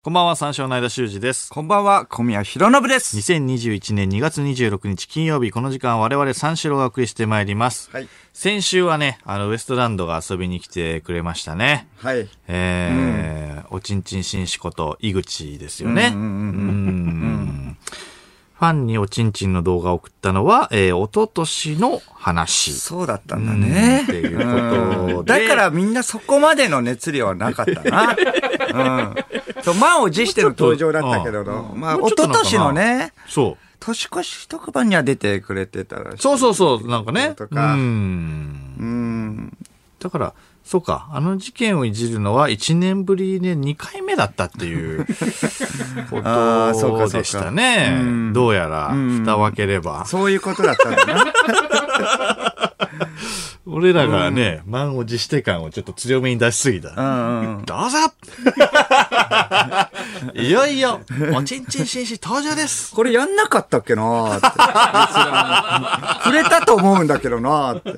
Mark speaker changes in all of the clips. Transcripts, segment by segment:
Speaker 1: こんばんは、三章の間修二です。
Speaker 2: こんばんは、小宮弘信です。
Speaker 1: 2021年2月26日金曜日、この時間我々三四郎がお送りしてまいります。
Speaker 2: はい
Speaker 1: 先週はね、あの、ウエストランドが遊びに来てくれましたね。
Speaker 2: はい。
Speaker 1: えーおちんちん紳士こと、井口ですよね。うんファンにおちんちんの動画を送ったのは、えー、おととしの話。
Speaker 2: そうだったんだね。
Speaker 1: っていうこと
Speaker 2: うん
Speaker 1: で
Speaker 2: だからみんなそこまでの熱量はなかった な。うん。と、満を持しての登場だったけどの。まあ、
Speaker 1: もう
Speaker 2: 一
Speaker 1: ちょっと
Speaker 2: 昨
Speaker 1: なのかな
Speaker 2: 年のね、
Speaker 1: そう。
Speaker 2: 年越し特番には出てくれてたらしい。
Speaker 1: そうそうそう、なんかね。
Speaker 2: とか
Speaker 1: うん
Speaker 2: うん。
Speaker 1: だから、そうか、あの事件をいじるのは1年ぶりで2回目だったっていうこ
Speaker 2: あーそうかそう
Speaker 1: と
Speaker 2: か
Speaker 1: でしたね
Speaker 2: う。ん
Speaker 1: どうやら、
Speaker 2: ん
Speaker 1: 蓋を開ければ。
Speaker 2: そういうことだったんだ な。
Speaker 1: 俺らがね、満を持して感をちょっと強めに出しすぎた。
Speaker 2: うんうん。
Speaker 1: どうぞ いよいよ、おちんちん紳士登場です
Speaker 2: これやんなかったっけなー って。別に触れたと思うんだけどなーって。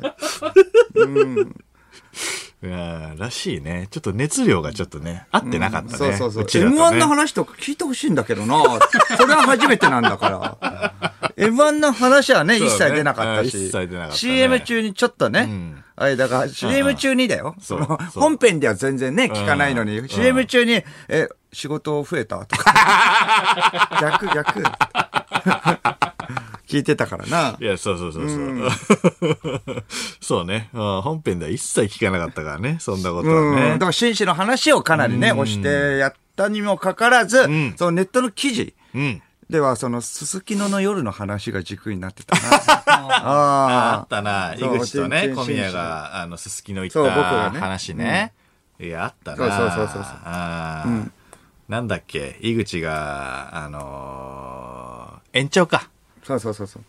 Speaker 1: うーんらしいね。ちょっと熱量がちょっとね、合ってなかったね。
Speaker 2: そうそうそう。
Speaker 1: ちらとね
Speaker 2: M1 の話とか聞いてほしいんだけ どな。それは初めてなんだから。M1 の話はね、
Speaker 1: そう
Speaker 2: 一
Speaker 1: ね
Speaker 2: 切出なかった
Speaker 1: うん一
Speaker 2: し。
Speaker 1: 切出なかったね
Speaker 2: CM 中にちょっとね。
Speaker 1: ん
Speaker 2: あれ、だから CM 中にだよ。
Speaker 1: そ
Speaker 2: そうの
Speaker 1: そう
Speaker 2: 本編では全然ね、聞かないの
Speaker 1: う
Speaker 2: に。
Speaker 1: ん
Speaker 2: CM 中に、え、仕事増えたとか。 逆逆。聞いてたからな。
Speaker 1: いや、そうそうそうそう。 そうね、うん本編では一切聞かなかったからね、そんなこと
Speaker 2: うん。
Speaker 1: は
Speaker 2: だ
Speaker 1: ね
Speaker 2: か。ら、紳士の話をかなりね、押してやったにもかかわらず、
Speaker 1: ん
Speaker 2: そのネットの記事。
Speaker 1: うん。
Speaker 2: では、その、すすきのの夜の話が軸になってた な。あ
Speaker 1: あったな、井
Speaker 2: そう
Speaker 1: 口とね、
Speaker 2: 全然
Speaker 1: 小宮が、あの、すすきの行
Speaker 2: そう
Speaker 1: っ
Speaker 2: 僕
Speaker 1: た
Speaker 2: がね
Speaker 1: 話ね。いや、あったな。
Speaker 2: そうそうそうそうそう
Speaker 1: あーなんだっけ、井口が、あのー延長か。
Speaker 2: あ。そうそうそうそう。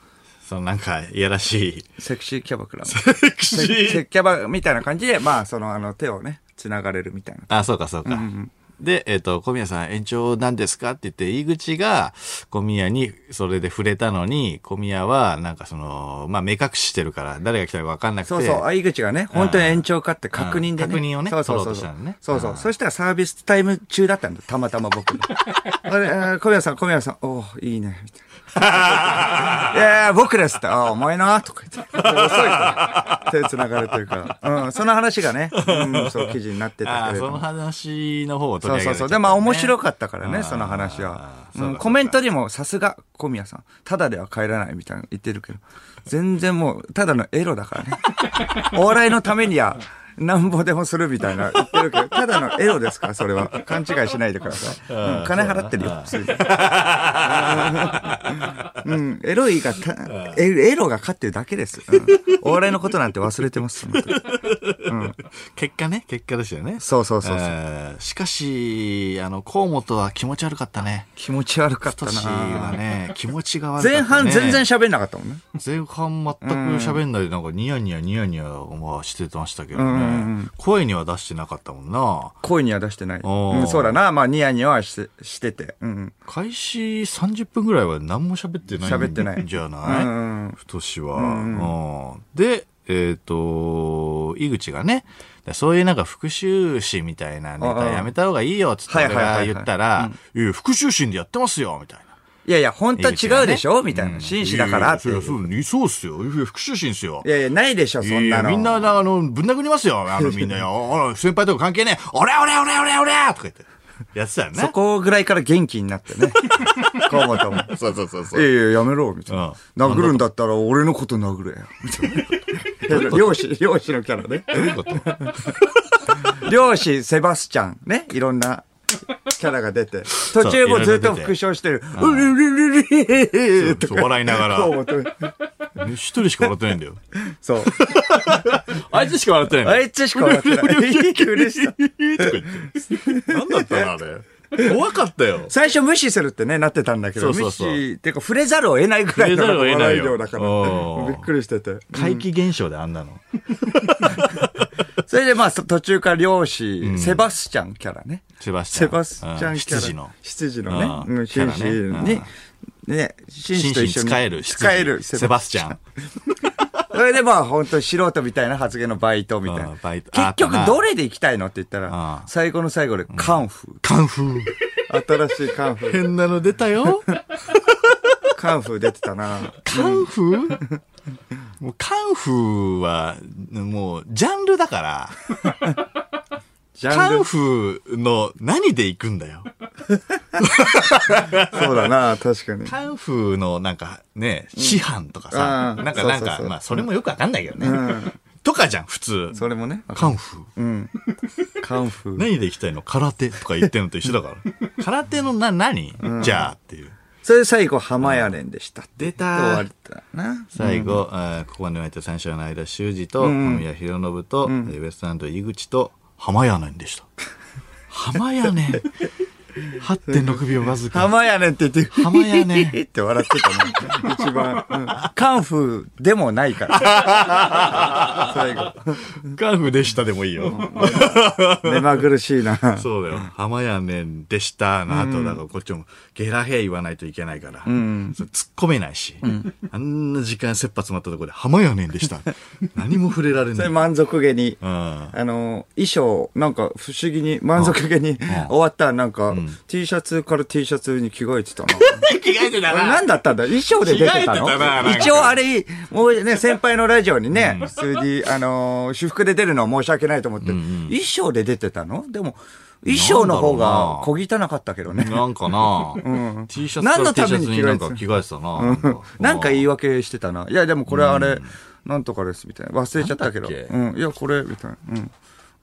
Speaker 1: そのなんか、いやらし い。
Speaker 2: セクシーキャバクラの。
Speaker 1: セクシ
Speaker 2: セセ
Speaker 1: ー。
Speaker 2: クキャバみたいな感じで、まあ、その、あの、手をね、繋がれるみたいな。
Speaker 1: あ、そうかそうか。で、えっ、と、小宮さん延長なんですかって言って、井口が小宮にそれで触れたのに、小宮はなんかその、まあ目隠ししてるから、誰が来たか分かんなくて。
Speaker 2: そうそう、相口がね、本当に延長かって確認でね。
Speaker 1: うん確認をね
Speaker 2: そうそう
Speaker 1: 取ろ
Speaker 2: そうう
Speaker 1: とし
Speaker 2: そ
Speaker 1: た
Speaker 2: う
Speaker 1: の。ね
Speaker 2: そうそう。そしたらサービスタイム中だったんだ。たまた ま僕が。あれ、えー小宮さん、小宮さん、おおいいね、み たいな。いやいや僕ですって、ああ、お前な、とか言って。遅いから手繋がれてるから。うん、その話がね、うん、そう、記事になってた
Speaker 1: あ
Speaker 2: け
Speaker 1: あ、
Speaker 2: れど
Speaker 1: その
Speaker 2: も。
Speaker 1: 話の方を取り上
Speaker 2: そう
Speaker 1: げ
Speaker 2: そ
Speaker 1: ら
Speaker 2: う
Speaker 1: れ
Speaker 2: そう。
Speaker 1: ちゃ
Speaker 2: で、
Speaker 1: った
Speaker 2: まあ面白
Speaker 1: ね
Speaker 2: かったから
Speaker 1: あー
Speaker 2: ね、その話は
Speaker 1: そうか。そううんか
Speaker 2: コメントにもさすが小宮さん、ただでは帰らないみたいなの言ってるけど、全然もう、ただのエロ だからね。お笑いのためには、なんぼでもするみたいな言ってるけど、ただのエロですから、それは。勘違いしないでください。うん、金払ってるよ、普通に。うん、エロいがた、エエロが勝ってるだけです。うんお笑いのことなんて忘れてます。本当に
Speaker 1: 結果ね、結果ですよね。
Speaker 2: そうそうそうそう
Speaker 1: えーしかし、あの、河本は気持ち悪かったね。
Speaker 2: 気持ち悪かった
Speaker 1: 太志は
Speaker 2: な
Speaker 1: ね、気持ちが悪かった、ね。
Speaker 2: 前半全然喋んなかったもんね。
Speaker 1: 前半全く喋んないで、なんかニヤニヤニヤニヤはしてましたけどね、
Speaker 2: うんうん
Speaker 1: 声には出してなかったもんな。
Speaker 2: 声には出してない。
Speaker 1: おー
Speaker 2: うん、そうだな。まあ、ニヤニヤはしてしてて。うん。
Speaker 1: 開始30分ぐらいは何も喋ってない
Speaker 2: 喋ってない
Speaker 1: んじゃない、
Speaker 2: うん。うん、
Speaker 1: ふとしは。うんで、えっ、と、井口がね、そういうなんか復讐心みたいなネタやめた方がいいよっつって
Speaker 2: うん
Speaker 1: 俺
Speaker 2: うんはいは
Speaker 1: が
Speaker 2: いはいはい
Speaker 1: 言ったら、いや復讐心でやってますよみたいな。
Speaker 2: いやいや、本当は違うでしょ、
Speaker 1: 井口がね
Speaker 2: みたいな。紳士だからって
Speaker 1: い
Speaker 2: い
Speaker 1: や
Speaker 2: う。
Speaker 1: いやそうそうそうっすよ。いや復讐心っすよ
Speaker 2: い。やいや、ないでしょ、そんなの。
Speaker 1: いやみんな、あの、ぶん殴ります よ。あの、みんなよ。あら先輩とか関係ねえ。俺、俺、俺、俺、俺とか言って。やってたよね。
Speaker 2: そこぐらいから元気になって ね。河本も。
Speaker 1: そうそうそうそ
Speaker 2: いやいや、やめろ、みたいな。
Speaker 1: うん
Speaker 2: 殴るんだったら俺のこと殴れよ。みたいな。 漁師、漁師のキャラね。
Speaker 1: ういうこと
Speaker 2: 漁師、セバスチャン、ね。いろんな。キャラが出て、途中もずっと復唱してる。うるるるるるると
Speaker 1: そ
Speaker 2: か
Speaker 1: う笑いながら
Speaker 2: 河本
Speaker 1: 一人しか笑ってないんだよ。
Speaker 2: そう。
Speaker 1: あいつしか笑って
Speaker 2: あ
Speaker 1: い。
Speaker 2: いつしか笑って ない。嬉しさ
Speaker 1: なんだったのあれ。怖かったよ。
Speaker 2: 最初無視するってね、なってたんだけど、
Speaker 1: そうそうそう
Speaker 2: 無視、っていうか触れざるを得ないぐらいの
Speaker 1: 触れざるを得ない
Speaker 2: 笑い
Speaker 1: よ
Speaker 2: 量だから
Speaker 1: おー、
Speaker 2: びっくりしてて。
Speaker 1: 怪奇現象であんなの。
Speaker 2: それでまあそ途中から漁師、セバスチャンキャラね。
Speaker 1: セバスチャ
Speaker 2: セ
Speaker 1: ン。
Speaker 2: バスチャンキ
Speaker 1: う
Speaker 2: ャラ。
Speaker 1: ん羊の。
Speaker 2: 羊の
Speaker 1: うん
Speaker 2: ね。うん、
Speaker 1: キャ
Speaker 2: 紳
Speaker 1: ラね
Speaker 2: 士に、ね、紳
Speaker 1: 心
Speaker 2: 士と
Speaker 1: 身
Speaker 2: 一緒に。
Speaker 1: 使える。
Speaker 2: 使える、
Speaker 1: 羊セバスチャン。
Speaker 2: それでまあ本当に素人みたいな発言のバイトみたい
Speaker 1: うん
Speaker 2: な。
Speaker 1: バイトあ
Speaker 2: 結
Speaker 1: ったな
Speaker 2: 局どれで行きたいのって言った
Speaker 1: あ
Speaker 2: ら
Speaker 1: あ、
Speaker 2: 最後の最後でカンフー。
Speaker 1: カンフー。
Speaker 2: 新しいカ ンフー。
Speaker 1: 変なの出たよ。
Speaker 2: カンフー出てたな。
Speaker 1: カンフーもうカンフーは、もう、ジャンルだから、
Speaker 2: ジ
Speaker 1: カ
Speaker 2: ャン
Speaker 1: ン
Speaker 2: ル。
Speaker 1: フーの何で行くんだよ。
Speaker 2: そうだな、確か に。
Speaker 1: カンフーのなんかね、師範とかさ、
Speaker 2: うん
Speaker 1: なんか
Speaker 2: そう
Speaker 1: な
Speaker 2: そうんそう
Speaker 1: か、まあそれもよくわかんないけどね。とかじゃん、普通。
Speaker 2: それもね。
Speaker 1: カンフー。
Speaker 2: うん。カンフー。
Speaker 1: 何で行きたいの空手とか言ってんのと一緒だから。空手のな、何、じゃあっていう。
Speaker 2: それで最後、浜やれんでした。
Speaker 1: 出
Speaker 2: で終わ
Speaker 1: た
Speaker 2: りだな。
Speaker 1: 最後、あーここまでの相手三者の間、修二と、神谷博信と、えーウエストランド井口と、浜屋根でした。浜屋 根8.6秒わずか。
Speaker 2: 浜やねんって言って、
Speaker 1: 浜やねん
Speaker 2: ヒヒヒって笑ってた ね。一番、うんカンフーでもないから。 最後。
Speaker 1: カンフーでしたでもいいよ。
Speaker 2: 目まぐるしいな。
Speaker 1: そうだよ。浜やねんでしたの後、だからこっちもゲラヘイ言わないといけないから、それ突っ込めないし、あんな時間切羽詰まったところで浜やねんで した。何も触れられ
Speaker 2: そ
Speaker 1: ない。
Speaker 2: れ満足げに。
Speaker 1: うん
Speaker 2: あの、衣装、なんか不思議に、満足げに終わったらなんか、T シャツから T シャツに着替えてたな。
Speaker 1: 着替えてた
Speaker 2: あれ何だったんだ衣装で出てたの
Speaker 1: 着替えてたななんか
Speaker 2: 一応あれ、もうね、先輩のラジオにね、普通に、あのー私服で出るのは申し訳ないと思って、衣装で出てたのでも、衣装の方が小汚かったけどね。
Speaker 1: なんかな、T シャツ
Speaker 2: 何
Speaker 1: か
Speaker 2: の
Speaker 1: T
Speaker 2: た
Speaker 1: シ
Speaker 2: め
Speaker 1: ャ
Speaker 2: に
Speaker 1: ツになんか着替えてたな。なんか
Speaker 2: なんか言い訳してたな。いや、でもこれあれ、なんとかです、みたいな。忘れちゃったけど。
Speaker 1: なんだっけ
Speaker 2: うん。いや、これ、みたいな。うん。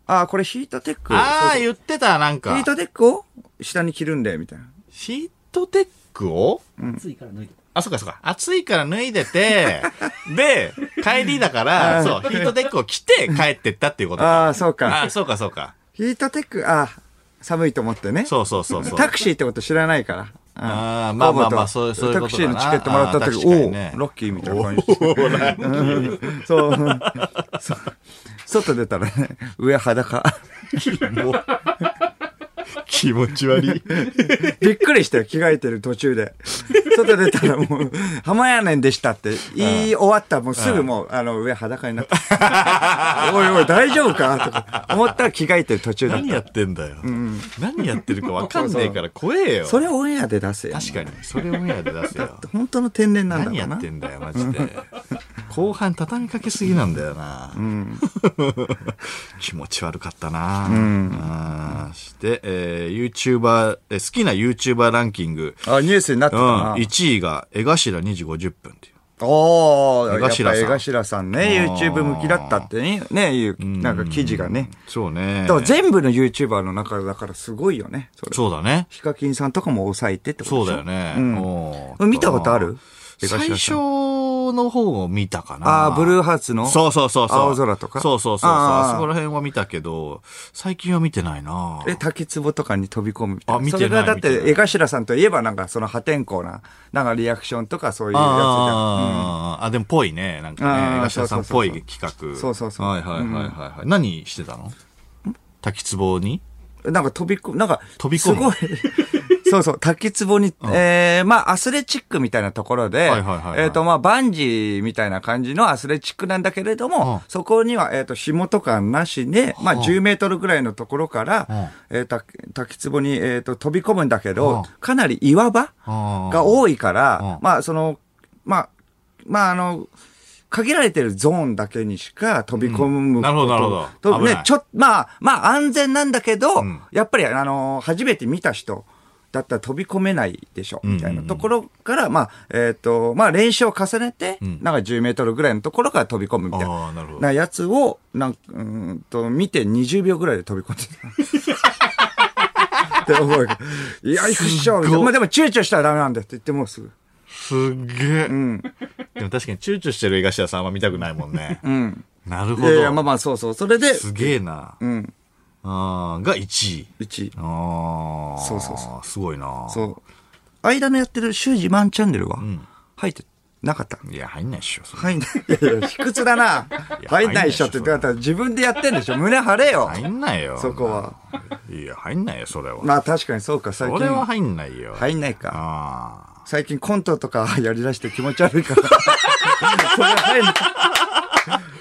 Speaker 2: あー、これヒートテック。
Speaker 1: ああ、言ってた、なん
Speaker 2: ヒ
Speaker 1: か
Speaker 2: ー。トテックを下に着るんだよ、みたいな。
Speaker 1: ヒートテックを
Speaker 3: 暑いから脱いで。
Speaker 1: あ、そうかそうか。暑いから脱いで て、で、帰りだから、そう、ヒートテックを着て帰ってったっていうことか。
Speaker 2: ああ、そう
Speaker 1: あ
Speaker 2: か。
Speaker 1: あ、そうかそうか。
Speaker 2: ヒートテック、ああ、寒いと思ってね。
Speaker 1: そうそうそうそう。
Speaker 2: タクシーってこと知らないから。
Speaker 1: あーまあまあまあそうそういう
Speaker 2: タ
Speaker 1: こ
Speaker 2: ク
Speaker 1: と
Speaker 2: シ
Speaker 1: だ
Speaker 2: ー
Speaker 1: な
Speaker 2: のチケットもらった時、
Speaker 1: あー確か
Speaker 2: お
Speaker 1: に
Speaker 2: お、
Speaker 1: ね
Speaker 2: ラッキーみたいな感じ うんそううん。そう外出たらね、上裸。
Speaker 1: もう気持ち悪い。
Speaker 2: びっくりしたよ、着替えてる途中 で。外出たらもう、浜やねんでしたって言い終わったらもうすぐもう、あの、上裸になった。 おいおい、大丈夫かとか思ったら着替えてる途中だっ
Speaker 1: 何やってんだよ。何やってるかわかんねえから怖えよ。
Speaker 2: た。それオンエアで出せよ。
Speaker 1: 確かに。それを目当て出せよ。
Speaker 2: 本当の天然なんだろう
Speaker 1: 何
Speaker 2: な。
Speaker 1: やってんだよ、マジで。後半畳みかけすぎなんだよな。気持ち悪かったな。あーして、えー、YouTuber、えー好きな YouTuber ランキング。
Speaker 2: あ、ニュースになって
Speaker 1: う
Speaker 2: た
Speaker 1: ん、
Speaker 2: な。
Speaker 1: 1位が江頭2時50分っていう。
Speaker 2: おー、
Speaker 1: 江
Speaker 2: やっ
Speaker 1: 頭さん
Speaker 2: ぱ江頭さんね、
Speaker 1: あー
Speaker 2: YouTube 向きだったってね、ね、いう、なんか記事がね。
Speaker 1: そうね。
Speaker 2: でも全部の YouTuber の中だからすごいよね、それ。
Speaker 1: そうだね。
Speaker 2: ヒカキンさんとかも抑えてってこと
Speaker 1: そ
Speaker 2: で
Speaker 1: う
Speaker 2: しょ
Speaker 1: だよね。
Speaker 2: うん
Speaker 1: おー
Speaker 2: うん見たことある江頭さん
Speaker 1: 最初の方を見たかな。
Speaker 2: あーブルーハーツの
Speaker 1: そうそうそうそう。
Speaker 2: 青空とか
Speaker 1: そうそうそうそう。
Speaker 2: あー
Speaker 1: あそこら辺は見たけど、最近は見てないな。
Speaker 2: え、滝壺とかに飛び込むみたいな。
Speaker 1: あ見て
Speaker 2: そ
Speaker 1: ない
Speaker 2: れがだっ
Speaker 1: 見てな
Speaker 2: て、
Speaker 1: い
Speaker 2: 江頭さんといえばなんかその破天荒な、なんかリアクションとかそういうやつじゃん。
Speaker 1: あーあ、でもぽいね。なん
Speaker 2: あ
Speaker 1: かね、
Speaker 2: ー
Speaker 1: 江頭さんっぽい企画。
Speaker 2: そうそうそう
Speaker 1: はいはいはいはいはい。何してたの滝壺に
Speaker 2: うんなんか飛び込む、なんか、
Speaker 1: 飛び込む
Speaker 2: す ごい。そうそう、滝壺に、えー、まあ、アスレチックみたいなところで、
Speaker 1: はいはいはいはい
Speaker 2: えっ、と、まあ、バンジーみたいな感じのアスレチックなんだけれども、
Speaker 1: うん
Speaker 2: そこには、えっ、と、紐とかなしで、まあ、10メートルぐらいのところから、えーた滝壺に、えっ、と、飛び込むんだけど、
Speaker 1: う
Speaker 2: かなり岩場が
Speaker 1: がい。
Speaker 2: 多いから、
Speaker 1: うん
Speaker 2: まあ、その、まあ、まあ、あの、限られてるゾーンだけにしか飛び込むこと、
Speaker 1: うんなるほどなるほど
Speaker 2: と
Speaker 1: 危ない
Speaker 2: ね、ちょ、まあ、まあ、安全なんだけど、
Speaker 1: ん
Speaker 2: やっぱり、あの、初めて見た人だったら飛び込めないでしょ、みたいなところから、まあ、えっ、と、まあ、練習を重ねて、なんか10メートルぐらいのところから飛び込むみたい
Speaker 1: あー
Speaker 2: な。
Speaker 1: なるほど
Speaker 2: やつを、なんか、うーんと、見て20秒ぐらいで飛び込んでた。 って思うけど。いや、行くっしょみたいなまあでも躊躇したらダメなんだって言ってもうすぐ。
Speaker 1: すっげえ。でも確かに躊躇してる江頭さんは見たくないもんね。なる
Speaker 2: い
Speaker 1: ほ
Speaker 2: やいや、まあ
Speaker 1: ど。
Speaker 2: まあそうそう。それで、
Speaker 1: すげえな。
Speaker 2: うん、
Speaker 1: あーが1位。
Speaker 2: 1位。
Speaker 1: ああ。。
Speaker 2: そうそうそう
Speaker 1: すごいな。
Speaker 2: そう。間のやってる修二マンチャンネルは、入ってなかった
Speaker 1: いや、入んないっしょ。それ
Speaker 2: 入んない。いやいや、卑屈だな。
Speaker 1: や
Speaker 2: 入んないっしょって。
Speaker 1: 入んないっしょ
Speaker 2: だから自分でやってんでしょ。胸張れよ。
Speaker 1: 入んないよ。
Speaker 2: そこは。
Speaker 1: いや、入んないよ、それは。
Speaker 2: まあ確かにそうか、最
Speaker 1: それは
Speaker 2: 近。
Speaker 1: 入んないよ。
Speaker 2: 入んないか。
Speaker 1: あ
Speaker 2: 最近コントとかやりだして気持ち悪いから。 それ入んない。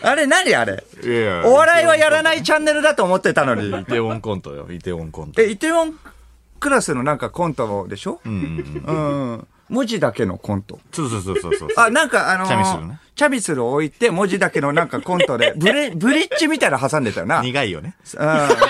Speaker 2: あれ何あれ
Speaker 1: あ。いや
Speaker 2: お笑いはやらないチャンネルだと思ってたのに。
Speaker 1: イテウォンコントよ、イテウォンコント。
Speaker 2: え、イテウォンクラスのなんかコントでしょうん。文字だけのコント。
Speaker 1: そうそうそうそうそう。
Speaker 2: あ、なんかあのー
Speaker 1: チャミスルね。
Speaker 2: チャミスルを置いて文字だけのなんかコントで、ブレ、ブリッジみたいなの挟んでたよな。
Speaker 1: 苦いよね。
Speaker 2: チャ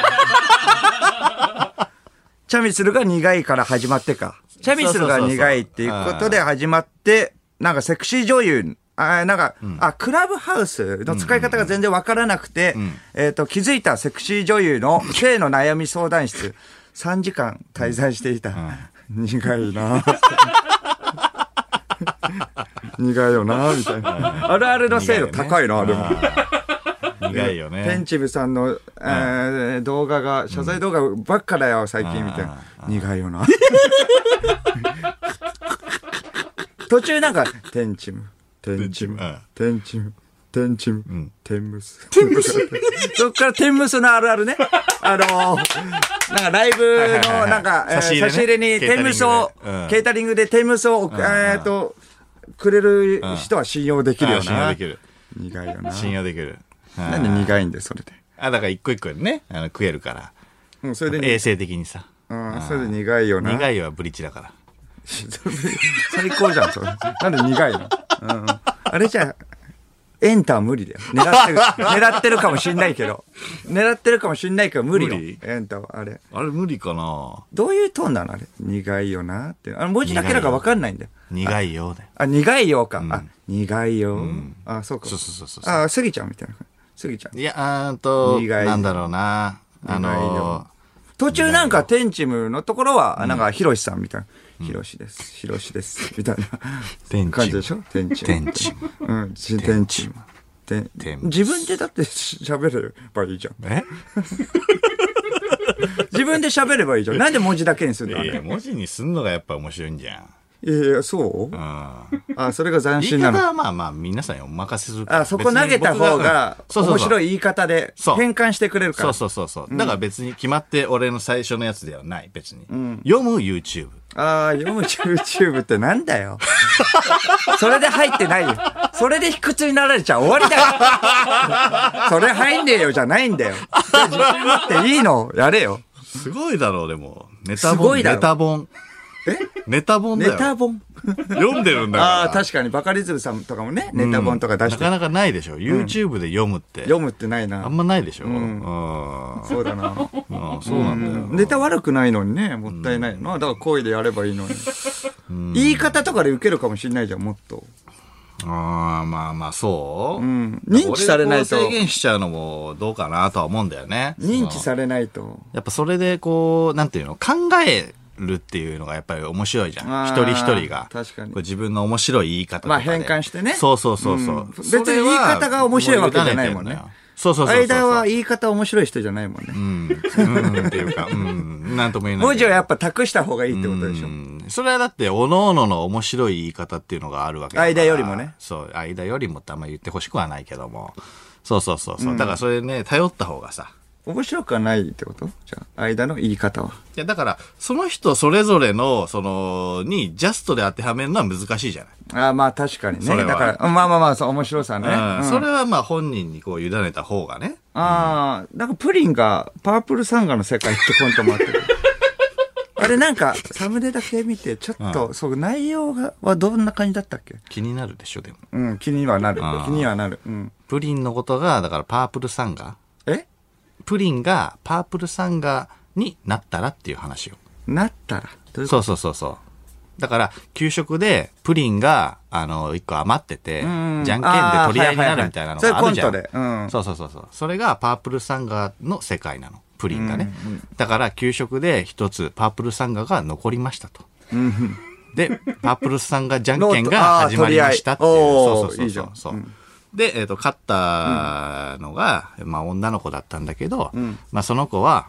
Speaker 2: ミスルが苦いから始まってか。チャミスルが苦いっていうことで始まって、なんかセクシー女優、あなんか、あ、クラブハウスの使い方が全然わからなくて、えっ、と、気づいたセクシー女優の性の悩み相談室、3時間滞在していた。苦いな 苦いよなみたいな。あるあるの精度高いな、でも。
Speaker 1: 苦いよね。
Speaker 2: ペンチブさんの、えー動画が、謝罪動画ばっかだよ、最近、みたいな。苦い よな。途中なんか、テンチム、テンチム
Speaker 1: テンチムうん、
Speaker 2: テンチム、テンチム、テンムス。テンムス そっからテンムスのあるあるね。あのーなんかライブ
Speaker 1: いはいは
Speaker 2: の、
Speaker 1: い
Speaker 2: なんか、え
Speaker 1: 差
Speaker 2: ー
Speaker 1: し入れね
Speaker 2: 差し入れに
Speaker 1: ケータ
Speaker 2: テ
Speaker 1: リン
Speaker 2: ン
Speaker 1: グで
Speaker 2: ムスを
Speaker 1: うん、
Speaker 2: ケータリングでテンムスを、えっと、くれる人は信用できる
Speaker 1: あ
Speaker 2: よ
Speaker 1: 信用
Speaker 2: な
Speaker 1: で。きる。
Speaker 2: 苦いよな。
Speaker 1: 信用できる。あ
Speaker 2: なんで苦いんで、それで。
Speaker 1: あ、だから一個一個ね、あの食えるから。
Speaker 2: うん、それで
Speaker 1: 衛生的にさ。
Speaker 2: うん、それで苦いよな。
Speaker 1: 苦いはブリッジだから。
Speaker 2: 最高じゃん、それ。なんで苦いの、うん、あれじゃ、エンター無理だよ。狙 ってる、狙ってるかもしんないけど。狙ってるかもしんないけど無理よ。
Speaker 1: 無理
Speaker 2: エンターは、あれ。
Speaker 1: あれ無理かな
Speaker 2: どういうトーンなのあれ。苦いよなって。あの文字だけだからわかんないんだよ。
Speaker 1: 苦いようで。
Speaker 2: あ、苦いよか。あ、苦いよ。あ、そうか。
Speaker 1: そうそうそうそう
Speaker 2: あ、すぎちゃんみたいな。すぎちゃん。
Speaker 1: いや、あーんと、
Speaker 2: 苦い
Speaker 1: なんだろうな。あ
Speaker 2: 苦い
Speaker 1: の
Speaker 2: よ途中なんかテンチムのところは、なんかヒロシさんみたいな。ヒロシです。ヒロシです。みたい
Speaker 1: テンチ
Speaker 2: な
Speaker 1: ム
Speaker 2: 感じでしょテンチム。
Speaker 1: テンチ
Speaker 2: ム。うん、しテンチム。テン
Speaker 1: テンチム
Speaker 2: 自分でだって喋ればい いじゃん。
Speaker 1: ー、え
Speaker 2: 自分で喋ればいいじゃん。なんで文字だけにするのあ
Speaker 1: いや
Speaker 2: れ
Speaker 1: 文字にすんのがやっぱ面白いんじゃん。
Speaker 2: いやいや、そう
Speaker 1: うん。
Speaker 2: あ、それが斬
Speaker 1: 言
Speaker 2: 新
Speaker 1: い
Speaker 2: な
Speaker 1: 方
Speaker 2: の。
Speaker 1: はまあまあ皆さんにお任せするから
Speaker 2: あ、そこ投げた方が、
Speaker 1: 別に僕
Speaker 2: 面白
Speaker 1: い。
Speaker 2: い言い方で、
Speaker 1: そう
Speaker 2: 変換してくれるか
Speaker 1: そ
Speaker 2: ら
Speaker 1: う。そうそうそう。だから別に決まって俺の最初のやつではない、別に。読む YouTube。
Speaker 2: ああ、読む YouTube ってなんだよ。 それで入ってないよ。それで卑屈になられちゃ終わりだ よ。それ入んねえよじゃないんだよ。じゃあ自信持っていいのやれよ。
Speaker 1: すごいだろう、でも。ネタ
Speaker 2: すご
Speaker 1: 本。
Speaker 2: いだろ
Speaker 1: ネタ本。えネタ本だ
Speaker 2: ネ
Speaker 1: よ。
Speaker 2: タ本。
Speaker 1: 読んでるんだから。
Speaker 2: ああ、確かにバカリズムさんとかもね、ネタ本とか出し
Speaker 1: な
Speaker 2: て、
Speaker 1: かなかないでしょ。YouTube で読むって。
Speaker 2: 読むってない
Speaker 1: あ
Speaker 2: な。
Speaker 1: んまないでしょ。うん。うん
Speaker 2: そうだな。
Speaker 1: そうなんだよ。
Speaker 2: ネタ悪くないのにね、もったいないな。だから声でやればいいのに。言い方とかで受けるかもしれないじゃん、もっと。
Speaker 1: ああ、まあまあ、そう、
Speaker 2: ん認知されないと
Speaker 1: 俺をこう制限しちゃうのもどうかなとは思うんだよね。
Speaker 2: 認知
Speaker 1: その
Speaker 2: されないと。
Speaker 1: やっぱそれでこう、なんていうの、考えるっていうのがやっぱり面白いじゃ
Speaker 2: あ
Speaker 1: ん。
Speaker 2: ー
Speaker 1: 一人一人が。
Speaker 2: 確かに
Speaker 1: こう自分の面白い言い方と
Speaker 2: ま
Speaker 1: か
Speaker 2: あ
Speaker 1: で。
Speaker 2: 変換してね
Speaker 1: そうそうそうそう。
Speaker 2: うん別に言い方が面白いわけじゃないも
Speaker 1: それは
Speaker 2: んね
Speaker 1: もう委てるのよそうそうそうそう。
Speaker 2: 間は言い方面白い人じゃないもんね。
Speaker 1: うん、うんっていうか、うん、なんとも言えないけど。
Speaker 2: 文字はやっぱ託した方がいいってことでしょ
Speaker 1: う。んそれはだって、おのおのの面白い言い方っていうのがあるわけだから
Speaker 2: 間よりもね。
Speaker 1: そう、間よりもってあんま言ってほしくはないけども。そうそうそうそう。だからそれね、頼った方がさ。
Speaker 2: 面白くはないってことじゃあ、間の言い方は。
Speaker 1: いや、だから、その人それぞれの、その、に、ジャストで当てはめるのは難しいじゃない。
Speaker 2: ああ、まあ確かに
Speaker 1: そ
Speaker 2: ね。
Speaker 1: れ
Speaker 2: だ
Speaker 1: は
Speaker 2: から、まあまあまあ、そう、面白さね。
Speaker 1: うんそれはまあ本人にこう委ねた方がね。
Speaker 2: ああ、なんかプリンが、パープルサンガの世界ってコントもあ ってあれなんか、サムネだけ見て、ちょっと、そう、内容が、はどんな感じだったっけ
Speaker 1: 気になるでしょ、でも。
Speaker 2: うん、気にはなる
Speaker 1: あ。ー
Speaker 2: 気にはなる。うん。
Speaker 1: プリンのことが、だからパープルサンガ。
Speaker 2: え
Speaker 1: プリンがパープルサンガになったらっていう話を。
Speaker 2: なったら。どういうこ
Speaker 1: そうそうそうそう。だから、給食でプリンが、あの、一個余ってて、じゃ
Speaker 2: ん
Speaker 1: んけんで取り合いになるみたいなのがあるじゃ。
Speaker 2: あーはいはいはいそれコントでうんん
Speaker 1: そうそうそうそう。それがパープルサンガの世界なの。プリンがね。だから、給食で一つパープルサンガが残りましたと。 で、パープルサンガじゃんけんが始まりましたっていう。
Speaker 2: ノート
Speaker 1: そう
Speaker 2: あー取り合いおー
Speaker 1: そう
Speaker 2: いい
Speaker 1: そ
Speaker 2: じゃ
Speaker 1: うんそう。で、えっ、と、勝ったのが、まあ、女の子だったんだけど、まあ、その子は、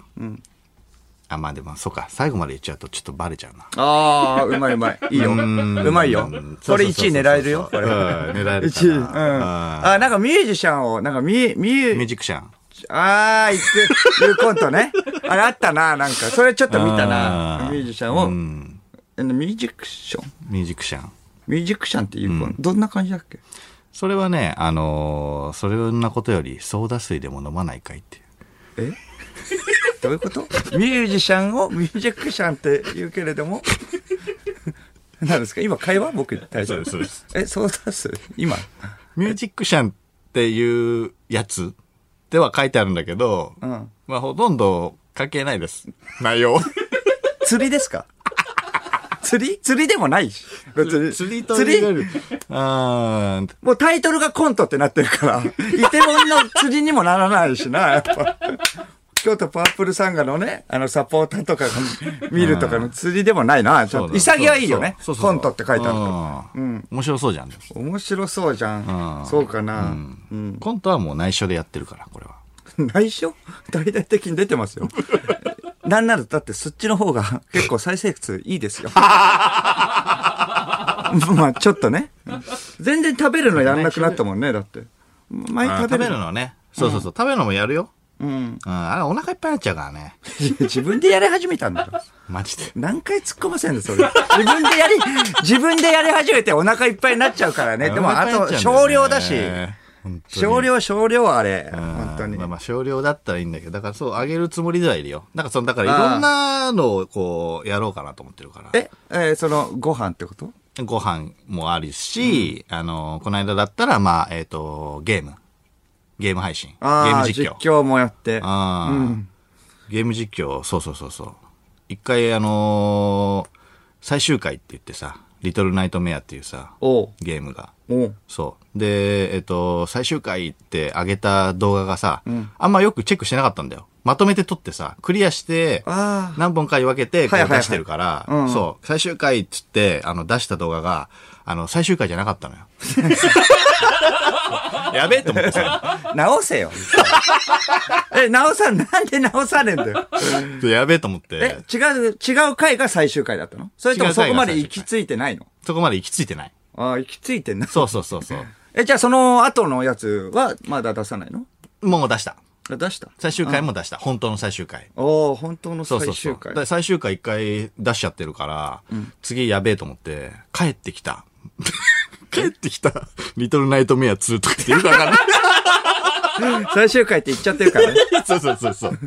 Speaker 1: あ、まあ、でも、そうか、最後まで言っちゃうとちょっとバレちゃうな。
Speaker 2: ああ、うまいう まい。いいよ。うまいよ。これ1位狙えるよ、これ。
Speaker 1: うん狙えるか
Speaker 2: 1位。うん。
Speaker 1: な
Speaker 2: あ、なんかミュージシャンを、なんか
Speaker 1: う
Speaker 2: ミ、ミ
Speaker 1: んミュ
Speaker 2: ュ
Speaker 1: ージックシャン。
Speaker 2: ああ、いく、いうコント ね。あれあったな、なんか。それちょっと見たな
Speaker 1: あ。ー
Speaker 2: ミュージシャン
Speaker 1: う
Speaker 2: を。
Speaker 1: ん
Speaker 2: あのミュージックション
Speaker 1: ミュージックシャン。
Speaker 2: ミュージックシャンっていうコント。どんな感じだっけ
Speaker 1: それはね、あ のーそれんなことより、ソーダ水でも飲まないかいっていう。
Speaker 2: えどういうことミュージシャンをミュージックシャンって言うけれども、 何ですか今会話僕大丈
Speaker 1: そうです、そうで
Speaker 2: 夫
Speaker 1: す。
Speaker 2: え、そう出す今。
Speaker 1: ミュージックシャンっていうやつでは書いてあるんだけど、
Speaker 2: ん
Speaker 1: まあほとんど関係ないです。内容。
Speaker 2: 釣りですか釣り釣りでもないし。別 に
Speaker 1: 釣りと
Speaker 2: 釣
Speaker 1: 言わ
Speaker 2: り
Speaker 1: れる。あー
Speaker 2: もうタイトルがコントってなってる から、イテモンの釣りにもならないしな、やっぱ。京都パープルサンガのね、あのサポーターとかが見るとかの釣りでもないな、ち
Speaker 1: そ
Speaker 2: ょ
Speaker 1: う
Speaker 2: っ
Speaker 1: だ
Speaker 2: と。潔いよね。
Speaker 1: そうそう
Speaker 2: コントって書いてあるから。
Speaker 1: る面白そうじゃん。
Speaker 2: 面白そうじゃ
Speaker 1: うん
Speaker 2: ん。そうかな。うん
Speaker 1: コントはもう内緒でやってるから、これは。
Speaker 2: 内緒 大々的に出てます よ。なんなら、だってそっちの方が 結構再生数いいです よ。まあ、ちょっとね。全然食べるのやんなくなったもんね、だって。前
Speaker 1: あー食
Speaker 2: 食べ
Speaker 1: べ
Speaker 2: る
Speaker 1: るのね。そうそうそう。食べるのもやるよ。
Speaker 2: うん。
Speaker 1: うん、あれお腹いっぱいになっちゃうからね。
Speaker 2: 自分でやり始めたんだろ。
Speaker 1: マジで。
Speaker 2: 何回突っ込ませんの、それ。自分でやり、自分でやり始めてお腹いっぱいになっちゃうからね。でも、あと少量だし。少量少量あれ。本当に
Speaker 1: まあ。まあ少量だったらいいんだけど、だからそう、あげるつもりではいるよ。なんかその、だからいろんなのをこう、やろうかなと思ってるから。
Speaker 2: え、えーその、ご飯ってこと
Speaker 1: ご飯もありし、あの、この間だったら、まあ、えっ、と、ゲーム。ゲーム配信。ゲー
Speaker 2: あ
Speaker 1: ム
Speaker 2: あ、
Speaker 1: 実
Speaker 2: 実
Speaker 1: 況。
Speaker 2: 況もやって。
Speaker 1: あーゲーム実況、そうそうそうそう。一回、あのー最終回って言ってさ、リトルナイトメアっていうさ、
Speaker 2: おう
Speaker 1: ゲームが。
Speaker 2: おう
Speaker 1: そう。で、えっと、最終回って上げた動画がさ、あんまよくチェックしてなかったんだよ。まとめて撮ってさ、クリアして、
Speaker 2: あ
Speaker 1: 何本かに分けてこ
Speaker 2: はいは
Speaker 1: う
Speaker 2: いはい
Speaker 1: 出してるから、
Speaker 2: うん
Speaker 1: そう、最終回っつって、あの、出した動画が、あの、最終回じゃなかったの よ。やべえと思って さ、
Speaker 2: 直せ よ。え、直さん、なんで直さねえんだよ。
Speaker 1: やべえと思っ
Speaker 2: え
Speaker 1: て、、
Speaker 2: 違う、違う回が最終回だったのそれとも
Speaker 1: 違う回
Speaker 2: そ
Speaker 1: が
Speaker 2: こまで行き着いてないの
Speaker 1: そこまで行き着いてない。
Speaker 2: ああ、行き着いてない。
Speaker 1: そうそうそうそう。
Speaker 2: え、じゃあその後のやつはまだ出さないの
Speaker 1: もう出した。
Speaker 2: あ出した
Speaker 1: 最終回も出した。本当の最終回。
Speaker 2: おお本当の
Speaker 1: そう
Speaker 2: 最
Speaker 1: そうそう。
Speaker 2: 終
Speaker 1: だか
Speaker 2: 回。
Speaker 1: ら最終回一回出しちゃってるから、次やべえと思って、帰ってき た。帰ってきた。リトルナイトメア2とかってよくわか んない。
Speaker 2: 最終回って言っちゃってるからね。
Speaker 1: そうそうそうそう。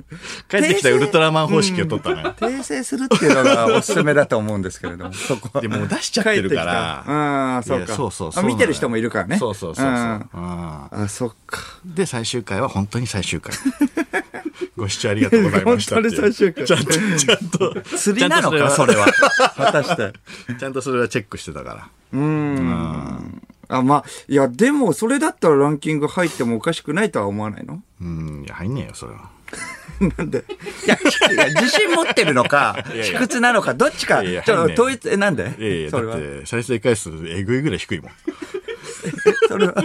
Speaker 1: 帰ってきたウルトラマン方式を取ったのよ。
Speaker 2: 訂正するっていうのがおすすめだと思うんですけれ ども、そこは。
Speaker 1: でもう出しちゃってるから
Speaker 2: 帰ってきたうんうん、
Speaker 1: い
Speaker 2: そう
Speaker 1: や
Speaker 2: か。
Speaker 1: そうそうそう
Speaker 2: あ見てる人もいるからね。
Speaker 1: そうそうそうそう。
Speaker 2: ん
Speaker 1: うん
Speaker 2: あ、そっか。
Speaker 1: で、最終回は本当に最終回。 ご視聴ありがとうございましたっていう。
Speaker 2: 本当に最終回
Speaker 1: ちゃんと、ちゃんと。
Speaker 2: 釣りなのか、それは。 果たして。
Speaker 1: ちゃんとそれはチェックしてたから。
Speaker 2: うーん。あ、まあ、いや、でも、それだったらランキング入ってもおかしくないとは思わないの
Speaker 1: うん、いや、入んねえよ、それは。
Speaker 2: なんでいや、いや自信持ってるのか、
Speaker 1: いや
Speaker 2: 卑屈なのか、どっちか、
Speaker 1: いやいや
Speaker 2: ちょっ
Speaker 1: 入んね
Speaker 2: と統一、え、なんで
Speaker 1: いやいや、
Speaker 2: それ
Speaker 1: だ
Speaker 2: は
Speaker 1: っ。て、再生回数、えぐいぐらい低いもん。
Speaker 2: それは、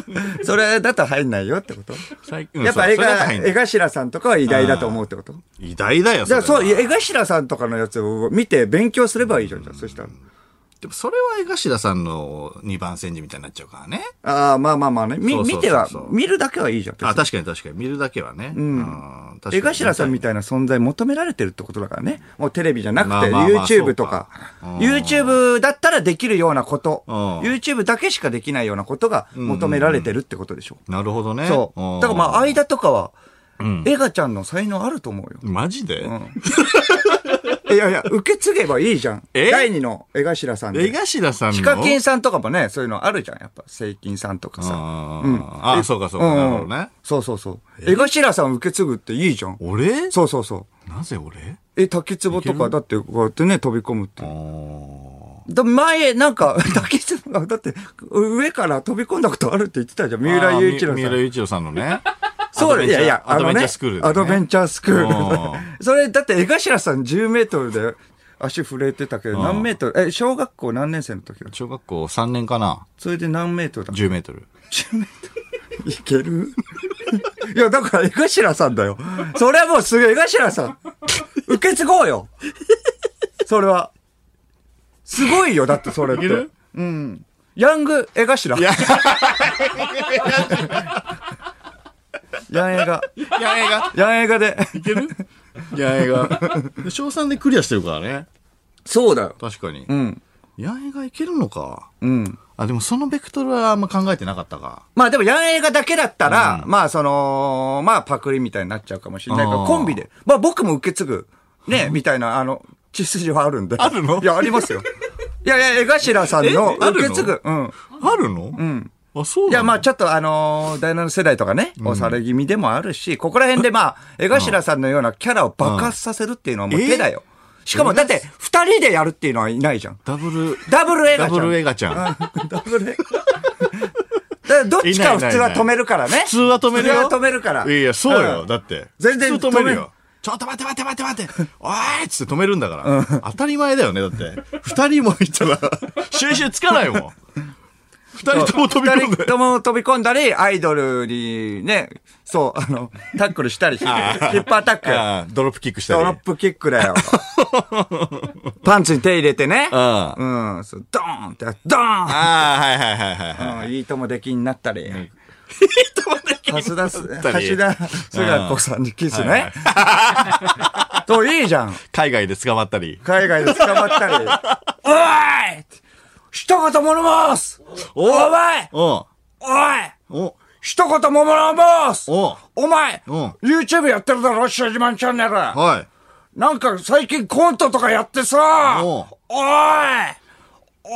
Speaker 2: それだと入んないよってこと
Speaker 1: 最
Speaker 2: やっぱ江
Speaker 1: が
Speaker 2: 頭、江頭さんとかは偉大だと思うってこと
Speaker 1: 偉大だよ、
Speaker 2: じゃあ、
Speaker 1: それは
Speaker 2: そう、江頭さんとかのやつを見て勉強すればいいじゃん、じゃあそしたら。
Speaker 1: でもそれは江頭さんの2番煎じみたいになっちゃうからね。
Speaker 2: ああ、まあまあまあね。み
Speaker 1: そうそうそう
Speaker 2: 見ては
Speaker 1: そ、う
Speaker 2: 見るだけはいいじゃん。別に
Speaker 1: あ、確かに確かに。見るだけはね。うん。確かに
Speaker 2: 江頭さんみたいな存在求められてるってことだからね。もうテレビじゃなくて、
Speaker 1: まあまあまあ
Speaker 2: YouTube とか
Speaker 1: そうかうん
Speaker 2: YouTube だったらできるようなこと。
Speaker 1: うん
Speaker 2: YouTube だけしかできないようなことが求められてるってことでしょ。
Speaker 1: なるほどね。
Speaker 2: そう。だからまあ、間とかは、エガちゃんの才能あると思 うよ。
Speaker 1: マジで、
Speaker 2: いやいや、受け継げばいいじゃん。
Speaker 1: え
Speaker 2: 第二の江頭さん
Speaker 1: 江
Speaker 2: で。
Speaker 1: 頭さんの。
Speaker 2: ヒカキンさんとかもね、そういうのあるじゃん。やっぱ、セイキンさんとかさ。
Speaker 1: あ
Speaker 2: うん
Speaker 1: ーあー、そうかそうか。なるほどね。
Speaker 2: そうそうそう。江頭さん受け継ぐっていいじゃん。
Speaker 1: 俺
Speaker 2: そうそうそう。
Speaker 1: なぜ俺
Speaker 2: え、滝壺とか、だってこうやってね、飛び込むって
Speaker 1: あ。ー
Speaker 2: だ前、なんか、 滝壺が、だって、上から飛び込んだことあるって言ってたじゃん。三浦雄一郎
Speaker 1: あーみ
Speaker 2: さ
Speaker 1: 三浦
Speaker 2: ん。
Speaker 1: 雄一郎さんのね。
Speaker 2: そう、いやいや、
Speaker 1: アドベンチャーアドベンチャースクールでね
Speaker 2: アドベンチャー
Speaker 1: う
Speaker 2: スクー ル。それ、だって、江頭さん10メートルで足震えてたけど、
Speaker 1: ん
Speaker 2: 何メートルえ、小学校何年生の時だ
Speaker 1: 小学校3年かな。
Speaker 2: それで何メートルだ
Speaker 1: 10メートル。
Speaker 2: 10メートル。いける いや、だから江頭さんだよ。それはもうすぐ江頭さん。受け継ごうよ。それは。すごいよ、だってそれっ
Speaker 1: いけ
Speaker 2: て
Speaker 1: る。
Speaker 2: うん。ヤング江頭。ヤンエガ。
Speaker 1: いや、映画。
Speaker 2: ヤンエガで。
Speaker 1: いや、映画。 で小3でクリアしてるからね。
Speaker 2: そうだよ。
Speaker 1: 確かに
Speaker 2: う。ん。
Speaker 1: いや、映画いけるのか。
Speaker 2: うん。
Speaker 1: あ、でもそのベクトルはあんま考えてなかったか。
Speaker 2: まあでも、ヤン映画だけだったら、まあその、まあパクリみたいになっちゃうかもしれないけ
Speaker 1: あ
Speaker 2: ど、
Speaker 1: ー
Speaker 2: コンビで。まあ僕も受け継ぐ、ね、みたいな、あの、血筋はあるんで。あ
Speaker 1: るの
Speaker 2: いや、ありますよ。いやいや、江頭さんの
Speaker 1: えあるの
Speaker 2: 受け継ぐ。うん。
Speaker 1: あるのうん。あ、そう
Speaker 2: いや、まあ
Speaker 1: あ、
Speaker 2: ちょっとあのー第7世代とかね、おされ気味でもあるし、ここら辺でまあ、江頭さんのようなキャラを爆発させるっていうのはもう手だよ。しかも、だって、二人でやるっていうのはいないじゃん。
Speaker 1: ダブル、
Speaker 2: ダブル映画
Speaker 1: ダ
Speaker 2: じゃん。
Speaker 1: ブルエガちゃん。
Speaker 2: ダブルだからどっちかを普通は止めるからね。
Speaker 1: 普通は止めるよ。
Speaker 2: 普通は止めるから。
Speaker 1: いやいや、そうよ。
Speaker 2: ん
Speaker 1: だって。
Speaker 2: 全然
Speaker 1: 普通止める
Speaker 2: 止め
Speaker 1: よ。ちょっと待って待って待って待って。おーいっつって止めるんだから。当たり前だよね、だって。二人もいたら、収集つかないもん。二人とも飛び込ん
Speaker 2: 二人
Speaker 1: で。
Speaker 2: とも飛び込んだり、アイドルにね、そう、あの、タックルしたりして、ヒップアタックよ。
Speaker 1: あードロップキックした
Speaker 2: ド
Speaker 1: り。
Speaker 2: ロップキックだよ。パンツに手入れてね。
Speaker 1: ああ
Speaker 2: うん。そうドーンって、ドーン
Speaker 1: ああ、はいはいはいはいはい。
Speaker 2: うんいいともできになったり。橋田す、 橋
Speaker 1: たり
Speaker 2: 田すが子さんにキスね。 と、いいじゃん。
Speaker 1: 海外で捕まったり。
Speaker 2: 海外で捕まったり。おい一言物申すお前
Speaker 1: おう
Speaker 2: おい
Speaker 1: お
Speaker 2: 一言物申す
Speaker 1: おう
Speaker 2: お前
Speaker 1: うん
Speaker 2: !YouTube やってるだろシャジマンチャンネル
Speaker 1: はい。
Speaker 2: なんか最近コントとかやってさ
Speaker 1: お
Speaker 2: お
Speaker 1: う
Speaker 2: いお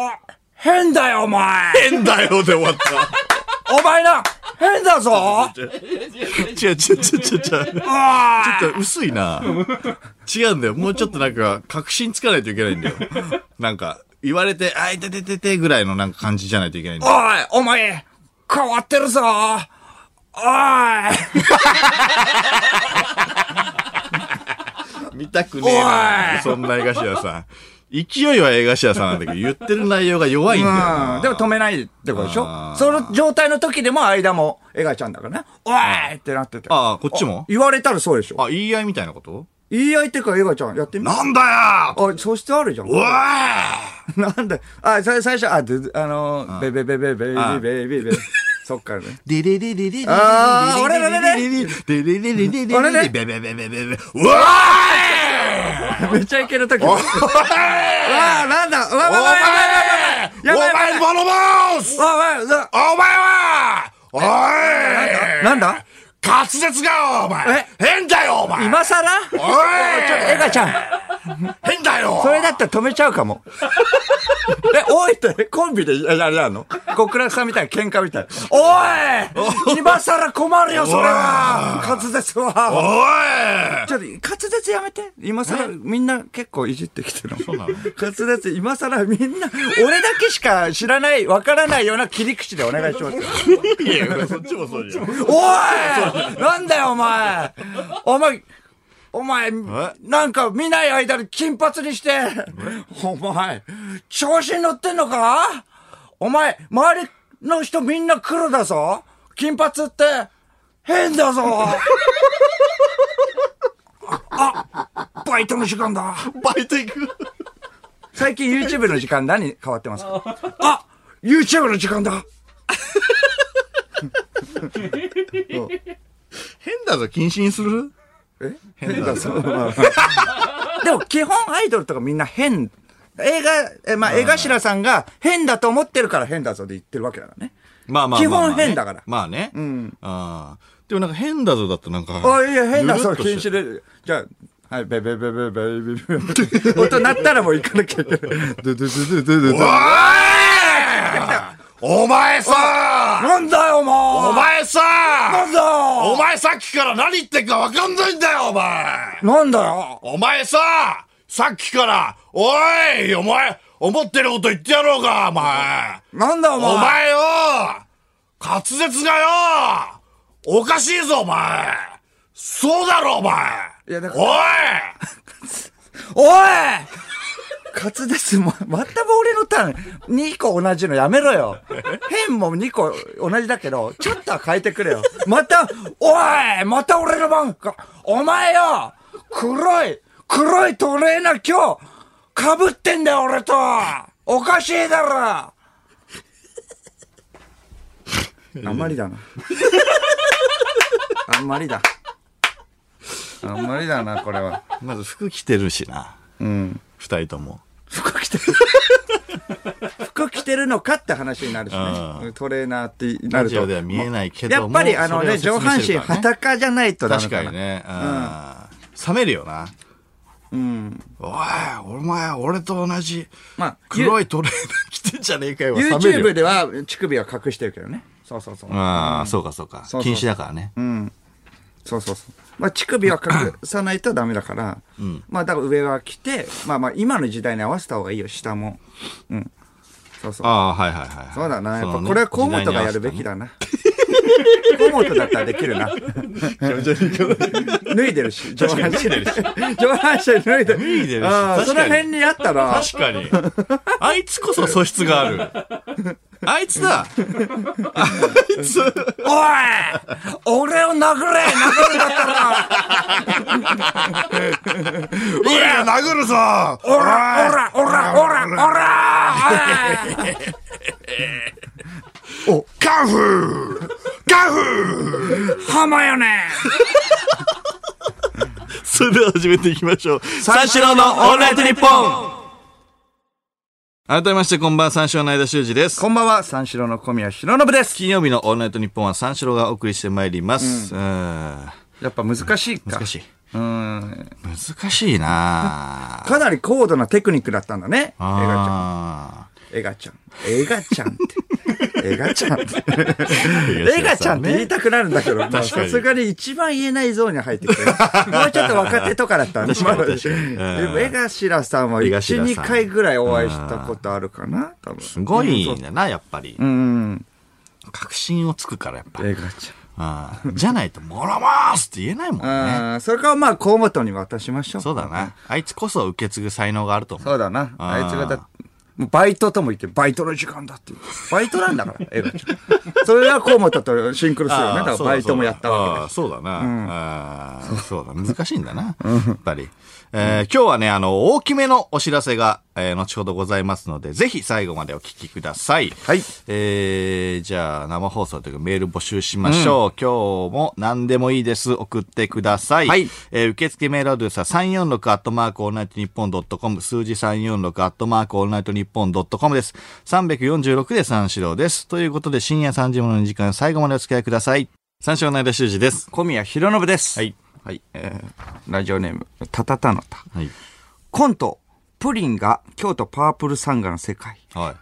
Speaker 2: 変だよ お前
Speaker 1: 変だよで終わった。
Speaker 2: お前な変だぞ
Speaker 1: 違う違う違う違う。ちょっと薄いな。違うんだよ。もうちょっとなんか、確信つかないといけないんだよ。なんか、言われて、あ、いててててぐらいのなんか感じじゃないといけないんだ
Speaker 2: お
Speaker 1: よ。
Speaker 2: いお前変わってるぞおい
Speaker 1: 見たくねえ
Speaker 2: お。
Speaker 1: ないそんな映画頭さん。勢いは映画頭さんなんだけど、言ってる内容が弱いんだよ
Speaker 2: う
Speaker 1: な。
Speaker 2: ん。でも止めないってことでし
Speaker 1: あー
Speaker 2: ょその状態の時でも間もエガちゃんだからね。おいってなってて。
Speaker 1: ああ、こっちも
Speaker 2: 言われたらそうでしょ。
Speaker 1: あ、言い合いみたいなこと
Speaker 2: 言い合いってかエガちゃんやってみあ、
Speaker 1: なんだよ
Speaker 2: 素質あるじゃん。
Speaker 1: おい
Speaker 2: なんで、あ、さ最初、あ、であのー、ベベベベベベ
Speaker 1: あ
Speaker 2: ベベベベ。そっからね。
Speaker 1: デレレレレレレレレレレレレ
Speaker 2: あー俺らね
Speaker 1: レレレレレレレ
Speaker 2: 俺ね
Speaker 1: ベベベベベベうわ
Speaker 2: めちゃイケの時。わあ、なんだ、うわ
Speaker 1: お前お前
Speaker 2: わわわわわやばいやばい
Speaker 1: ボロボス
Speaker 2: わわわわ
Speaker 1: お前はおい
Speaker 2: なんだ
Speaker 1: 滑舌がお前
Speaker 2: え
Speaker 1: 変だよお前
Speaker 2: 今更
Speaker 1: おい
Speaker 2: エガちゃん、
Speaker 1: 変だよ
Speaker 2: それだったら止めちゃう かも。え、おいって、コンビでややるの極楽さんみたいな喧嘩みたいな。おい今更困るよ、それは滑舌は。
Speaker 1: お
Speaker 2: ちょっと、滑舌やめて。今更、みんな結構いじってきてる。
Speaker 1: うなの
Speaker 2: 滑舌、今更みんな、俺だけしか知らない、わからないような切り口でお願いしますよ。
Speaker 1: いいやそっちもそうじゃん
Speaker 2: おいなんだよ、お前お前、お前、なんか見ない間に金髪にして、お前、調子に乗ってんのかお前、周りの人みんな黒だぞ金髪って、変だぞあ、バイトの時間だ
Speaker 1: バイト行く
Speaker 2: 最近 YouTube の時間何変わってますかあ !YouTube の時間だ
Speaker 1: 変だぞ謹慎する
Speaker 2: え
Speaker 1: 変だぞ
Speaker 2: でも基本アイドルとかみんな変。映画、え、まあ、江頭さんが変だと思ってるから変だぞで言ってるわけだからね。
Speaker 1: まあまあまあ
Speaker 2: 基
Speaker 1: まあ
Speaker 2: 本変だから
Speaker 1: まあねうんああでもなんか変だぞだとなんか
Speaker 2: あ、いや、変だ、
Speaker 1: ぬるっ
Speaker 2: それ
Speaker 1: と
Speaker 2: 禁
Speaker 1: して
Speaker 2: 止で。じゃあ、はい、ベベベベベベベベ。音鳴ったらもう行かなきゃいけない。 ドゥドゥドゥドゥドゥドゥ。
Speaker 1: おいお前さ
Speaker 2: なんだよ、も
Speaker 1: お
Speaker 2: う
Speaker 1: 前さ
Speaker 2: なんだよ
Speaker 1: お前さっきから何言ってんか分かんないんだよ、お前
Speaker 2: なんだよ
Speaker 1: お前ささっきから、おいお前、思ってること言ってやろうか、お前
Speaker 2: なんだよ、お前
Speaker 1: お前よ滑舌がよおかしいぞ、お前そうだろ、お前
Speaker 2: いやだか
Speaker 1: おい
Speaker 2: おい滑舌も、またも俺のターン、2個同じのやめろよ。変も2個同じだけど、ちょっとは変えてくれよ。また、おいまた俺の番か。お前よ黒い、黒いトレーナー今日、被ってんだよ俺とおかしいだろあんまりだな。あんまりだ。あんまりだな、これは。
Speaker 1: まず服着てるしな。うん。二人とも。
Speaker 2: 服着てる。服着てるのかって話になるしね。トレーナーってな
Speaker 1: ラ
Speaker 2: る
Speaker 1: ジオ
Speaker 2: と。
Speaker 1: では見えないけ
Speaker 2: や
Speaker 1: ど
Speaker 2: っ
Speaker 1: も。
Speaker 2: ぱりあのね、
Speaker 1: それ
Speaker 2: 上
Speaker 1: を説
Speaker 2: 半
Speaker 1: 明して
Speaker 2: 身
Speaker 1: るからね
Speaker 2: 裸じゃないとダメ
Speaker 1: 確
Speaker 2: かな。
Speaker 1: かにね。うん冷めるよな。うん。おい、お前、俺と同じ
Speaker 2: まあ、
Speaker 1: 黒いトレーナー着てんじゃねえかよ。は冷める
Speaker 2: YouTube
Speaker 1: よ。
Speaker 2: では乳首は隠してるけどね。そうそうそう。
Speaker 1: ああ、そうかそうか。
Speaker 2: うそう
Speaker 1: 禁止だからね。
Speaker 2: そうそうそう。まあ、乳首は隠さないとダメだから、まあ、だから上は着て、まあまあ、今の時代に合わせた方がいいよ、下も。うん。そうそう。
Speaker 1: ああー、はいはいはいはい。
Speaker 2: そうだな。やっぱ
Speaker 1: そのね
Speaker 2: これは河本がやるべき だな。河本だったらできるな。脱いでるし、上半身。上半身脱いでる。脱
Speaker 1: いでるし確か
Speaker 2: ああ
Speaker 1: に
Speaker 2: その辺にあったら、
Speaker 1: 時代に合わせたね。確かに。あいつこそ素質がある。あいつ だあいつ
Speaker 2: おい俺を殴れ殴るんだったら
Speaker 1: いや、殴るぞ
Speaker 2: オラオラオラオラオラおい
Speaker 1: カンフーカンフー
Speaker 2: 浜よね
Speaker 1: それでは始めていきましょう。三四郎のオールナイトニッポン改めまして、こんばんは、三四郎の間修二です。
Speaker 2: こんばんは、三四郎の小宮浩信です。
Speaker 1: 金曜日のオールナイトニッポンは三四郎がお送りしてまいります。うん、
Speaker 2: やっぱ難しいか。
Speaker 1: 難しい。
Speaker 2: うん。
Speaker 1: 難しいなぁ。
Speaker 2: かなり高度なテクニックだったんだね。エガ
Speaker 1: あ
Speaker 2: ちゃん。エガちゃん。エガちゃん って。エガちゃんって。
Speaker 1: ー
Speaker 2: エガちゃんって言いたくなるんだけど、まあ
Speaker 1: 確かに
Speaker 2: さすがに一番言えないゾーンに入ってきて。もうちょっと若手とかだったんで。
Speaker 1: 確かに
Speaker 2: まだ
Speaker 1: 確かにうん
Speaker 2: でも、エガシラさんは
Speaker 1: 江
Speaker 2: 1、
Speaker 1: 頭さん
Speaker 2: 2回ぐらいお会いしたことあるかな多分。
Speaker 1: すごいんだな、やっぱり。
Speaker 2: うん。
Speaker 1: 確信をつくから、やっぱ。
Speaker 2: エガち
Speaker 1: あーじゃないと、もらまーすって言えないもん
Speaker 2: ゃ
Speaker 1: ね。
Speaker 2: ん。うん。それからまあ、河本に渡しましょう。
Speaker 1: そうだな。あいつこそ受け継ぐ才能があると思う。
Speaker 2: そうだな。
Speaker 1: あ
Speaker 2: あ
Speaker 1: ー
Speaker 2: いつがだ、もうバイトとも言って、バイトの時間だって言う。バイトなんだから、 エガちゃん。それは河本とシンクロするよね。だからバイトもやったわけだし。
Speaker 1: そうだそうだあーそうだな。あーそうだ、難しいんだな。やっぱり。えー今日はね、あの、大きめのお知らせが、えー後ほどございますので、ぜひ最後までお聞きください。
Speaker 2: はい
Speaker 1: えーじゃあ、生放送というかメール募集しましょう。今日も何でもいいです。送ってください。
Speaker 2: はい
Speaker 1: えー受付メールアドレスは346アットマークオールナイトニッポンドットコム、数字346アットマークオールナイトニッポンドットコムです。346で三四郎です。ということで、深夜3時までの時間、最後までお付き合いください。三四郎の間修二です。
Speaker 2: 小宮弘信です。
Speaker 1: はい。
Speaker 2: はい。えー、ラジオネーム、たたたのた。
Speaker 1: はい。
Speaker 2: コント、プリンが京都パープルサンガの世界。
Speaker 1: は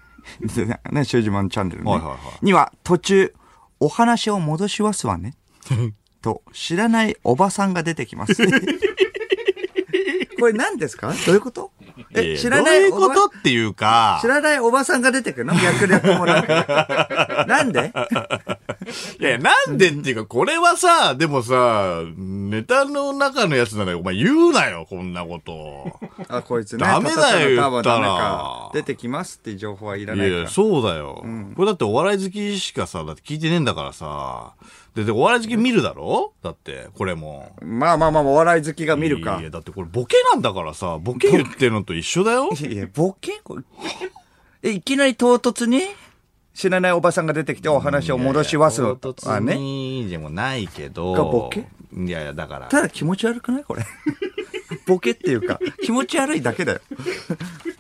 Speaker 1: い。
Speaker 2: でねね、シュージマンチャンネルね。
Speaker 1: はいはいはい
Speaker 2: には、途中、お話を戻しま すわね。と、知らないおばさんが出て きます。これ何ですかどういうこと
Speaker 1: いや
Speaker 2: え、
Speaker 1: や
Speaker 2: 知らない
Speaker 1: どうい
Speaker 2: お
Speaker 1: うこ
Speaker 2: ば
Speaker 1: とっていうか
Speaker 2: 知、らないおばさんが出てくる の逆略もなく。なんで
Speaker 1: いや、なんでっていうか、これはさ、でもさ、ネタの中のやつならお前言うなよ、こんなこと。
Speaker 2: あ、こいつね。
Speaker 1: ダメだよ
Speaker 2: 戦うの多分ダメ
Speaker 1: 言った
Speaker 2: から出てきますっていう情報はいら
Speaker 1: い
Speaker 2: ない
Speaker 1: や
Speaker 2: か
Speaker 1: い
Speaker 2: ら。
Speaker 1: や、そうだよ。これだってお笑い好きしかさ、だって聞いてねえんだからさ。で、でお笑い好き見るだろだって、これも。
Speaker 2: まあまあまあ、お笑い好きが見るか
Speaker 1: いや、。だってこれボケなんだからさ、ボケ言ってるのと一緒だよ。
Speaker 2: いやいや、ボケこれえ、いきなり唐突に知らないおばさんが出てきてお話を戻しますわ
Speaker 1: 唐突
Speaker 2: あね。
Speaker 1: にでもないけど。
Speaker 2: がボケ
Speaker 1: いやいや、だから。
Speaker 2: ただ気持ち悪くないこれ。 ボケっていうか、気持ち悪いだけだよ。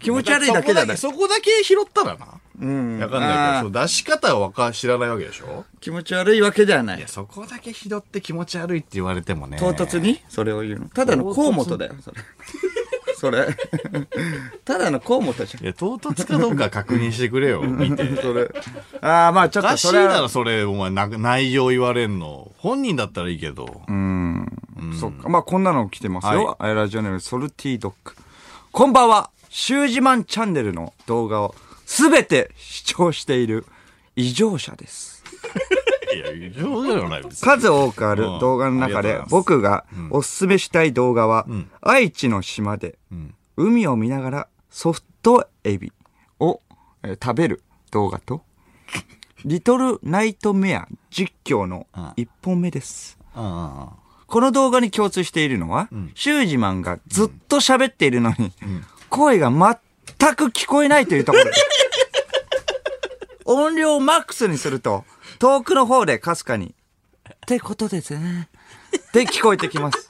Speaker 2: 気持ち悪いだけじゃない。
Speaker 1: そこだけ拾ったらな。うん。わかんないけど、その出し方はわか、知らないわけでしょ
Speaker 2: 気持ち悪いわけじゃない
Speaker 1: いや、。そこだけ拾って気持ち悪いって言われてもね。
Speaker 2: 唐突にそれを言うの。ただの河本だよ、それ。 それ。 ただの河本じゃん。
Speaker 1: いや、唐突かどうか確認してくれよ、見 て。
Speaker 2: それ。ああ、まあちょ
Speaker 1: お
Speaker 2: っと
Speaker 1: かしい
Speaker 2: それ
Speaker 1: だろ、
Speaker 2: は。
Speaker 1: それ、お前、な内容言われんの。本人だったらいいけど。
Speaker 2: そっか。まあこんなの来てますよ。えーラジオネーム、ソルティドッグ。こんばんは。シュージマンチャンネルの動画をすべて視聴している 異常者です。
Speaker 1: いや、異常じゃないです。
Speaker 2: 数多くある
Speaker 1: うん
Speaker 2: 動画の中
Speaker 1: あり
Speaker 2: で
Speaker 1: がとう
Speaker 2: 僕がおすすめしたい動画は、愛知の島で海を見ながらソフトエビをえー食べる動画と、リトルナイトメア実況の1本目です。
Speaker 1: うんうんうん。
Speaker 2: この動画に共通しているのは、シュージマンがずっと喋っているのに、声が全く聞こえないというところです。 音量をマックスにすると、遠くの方でかすかに、ってことですね。って聞こえてきます。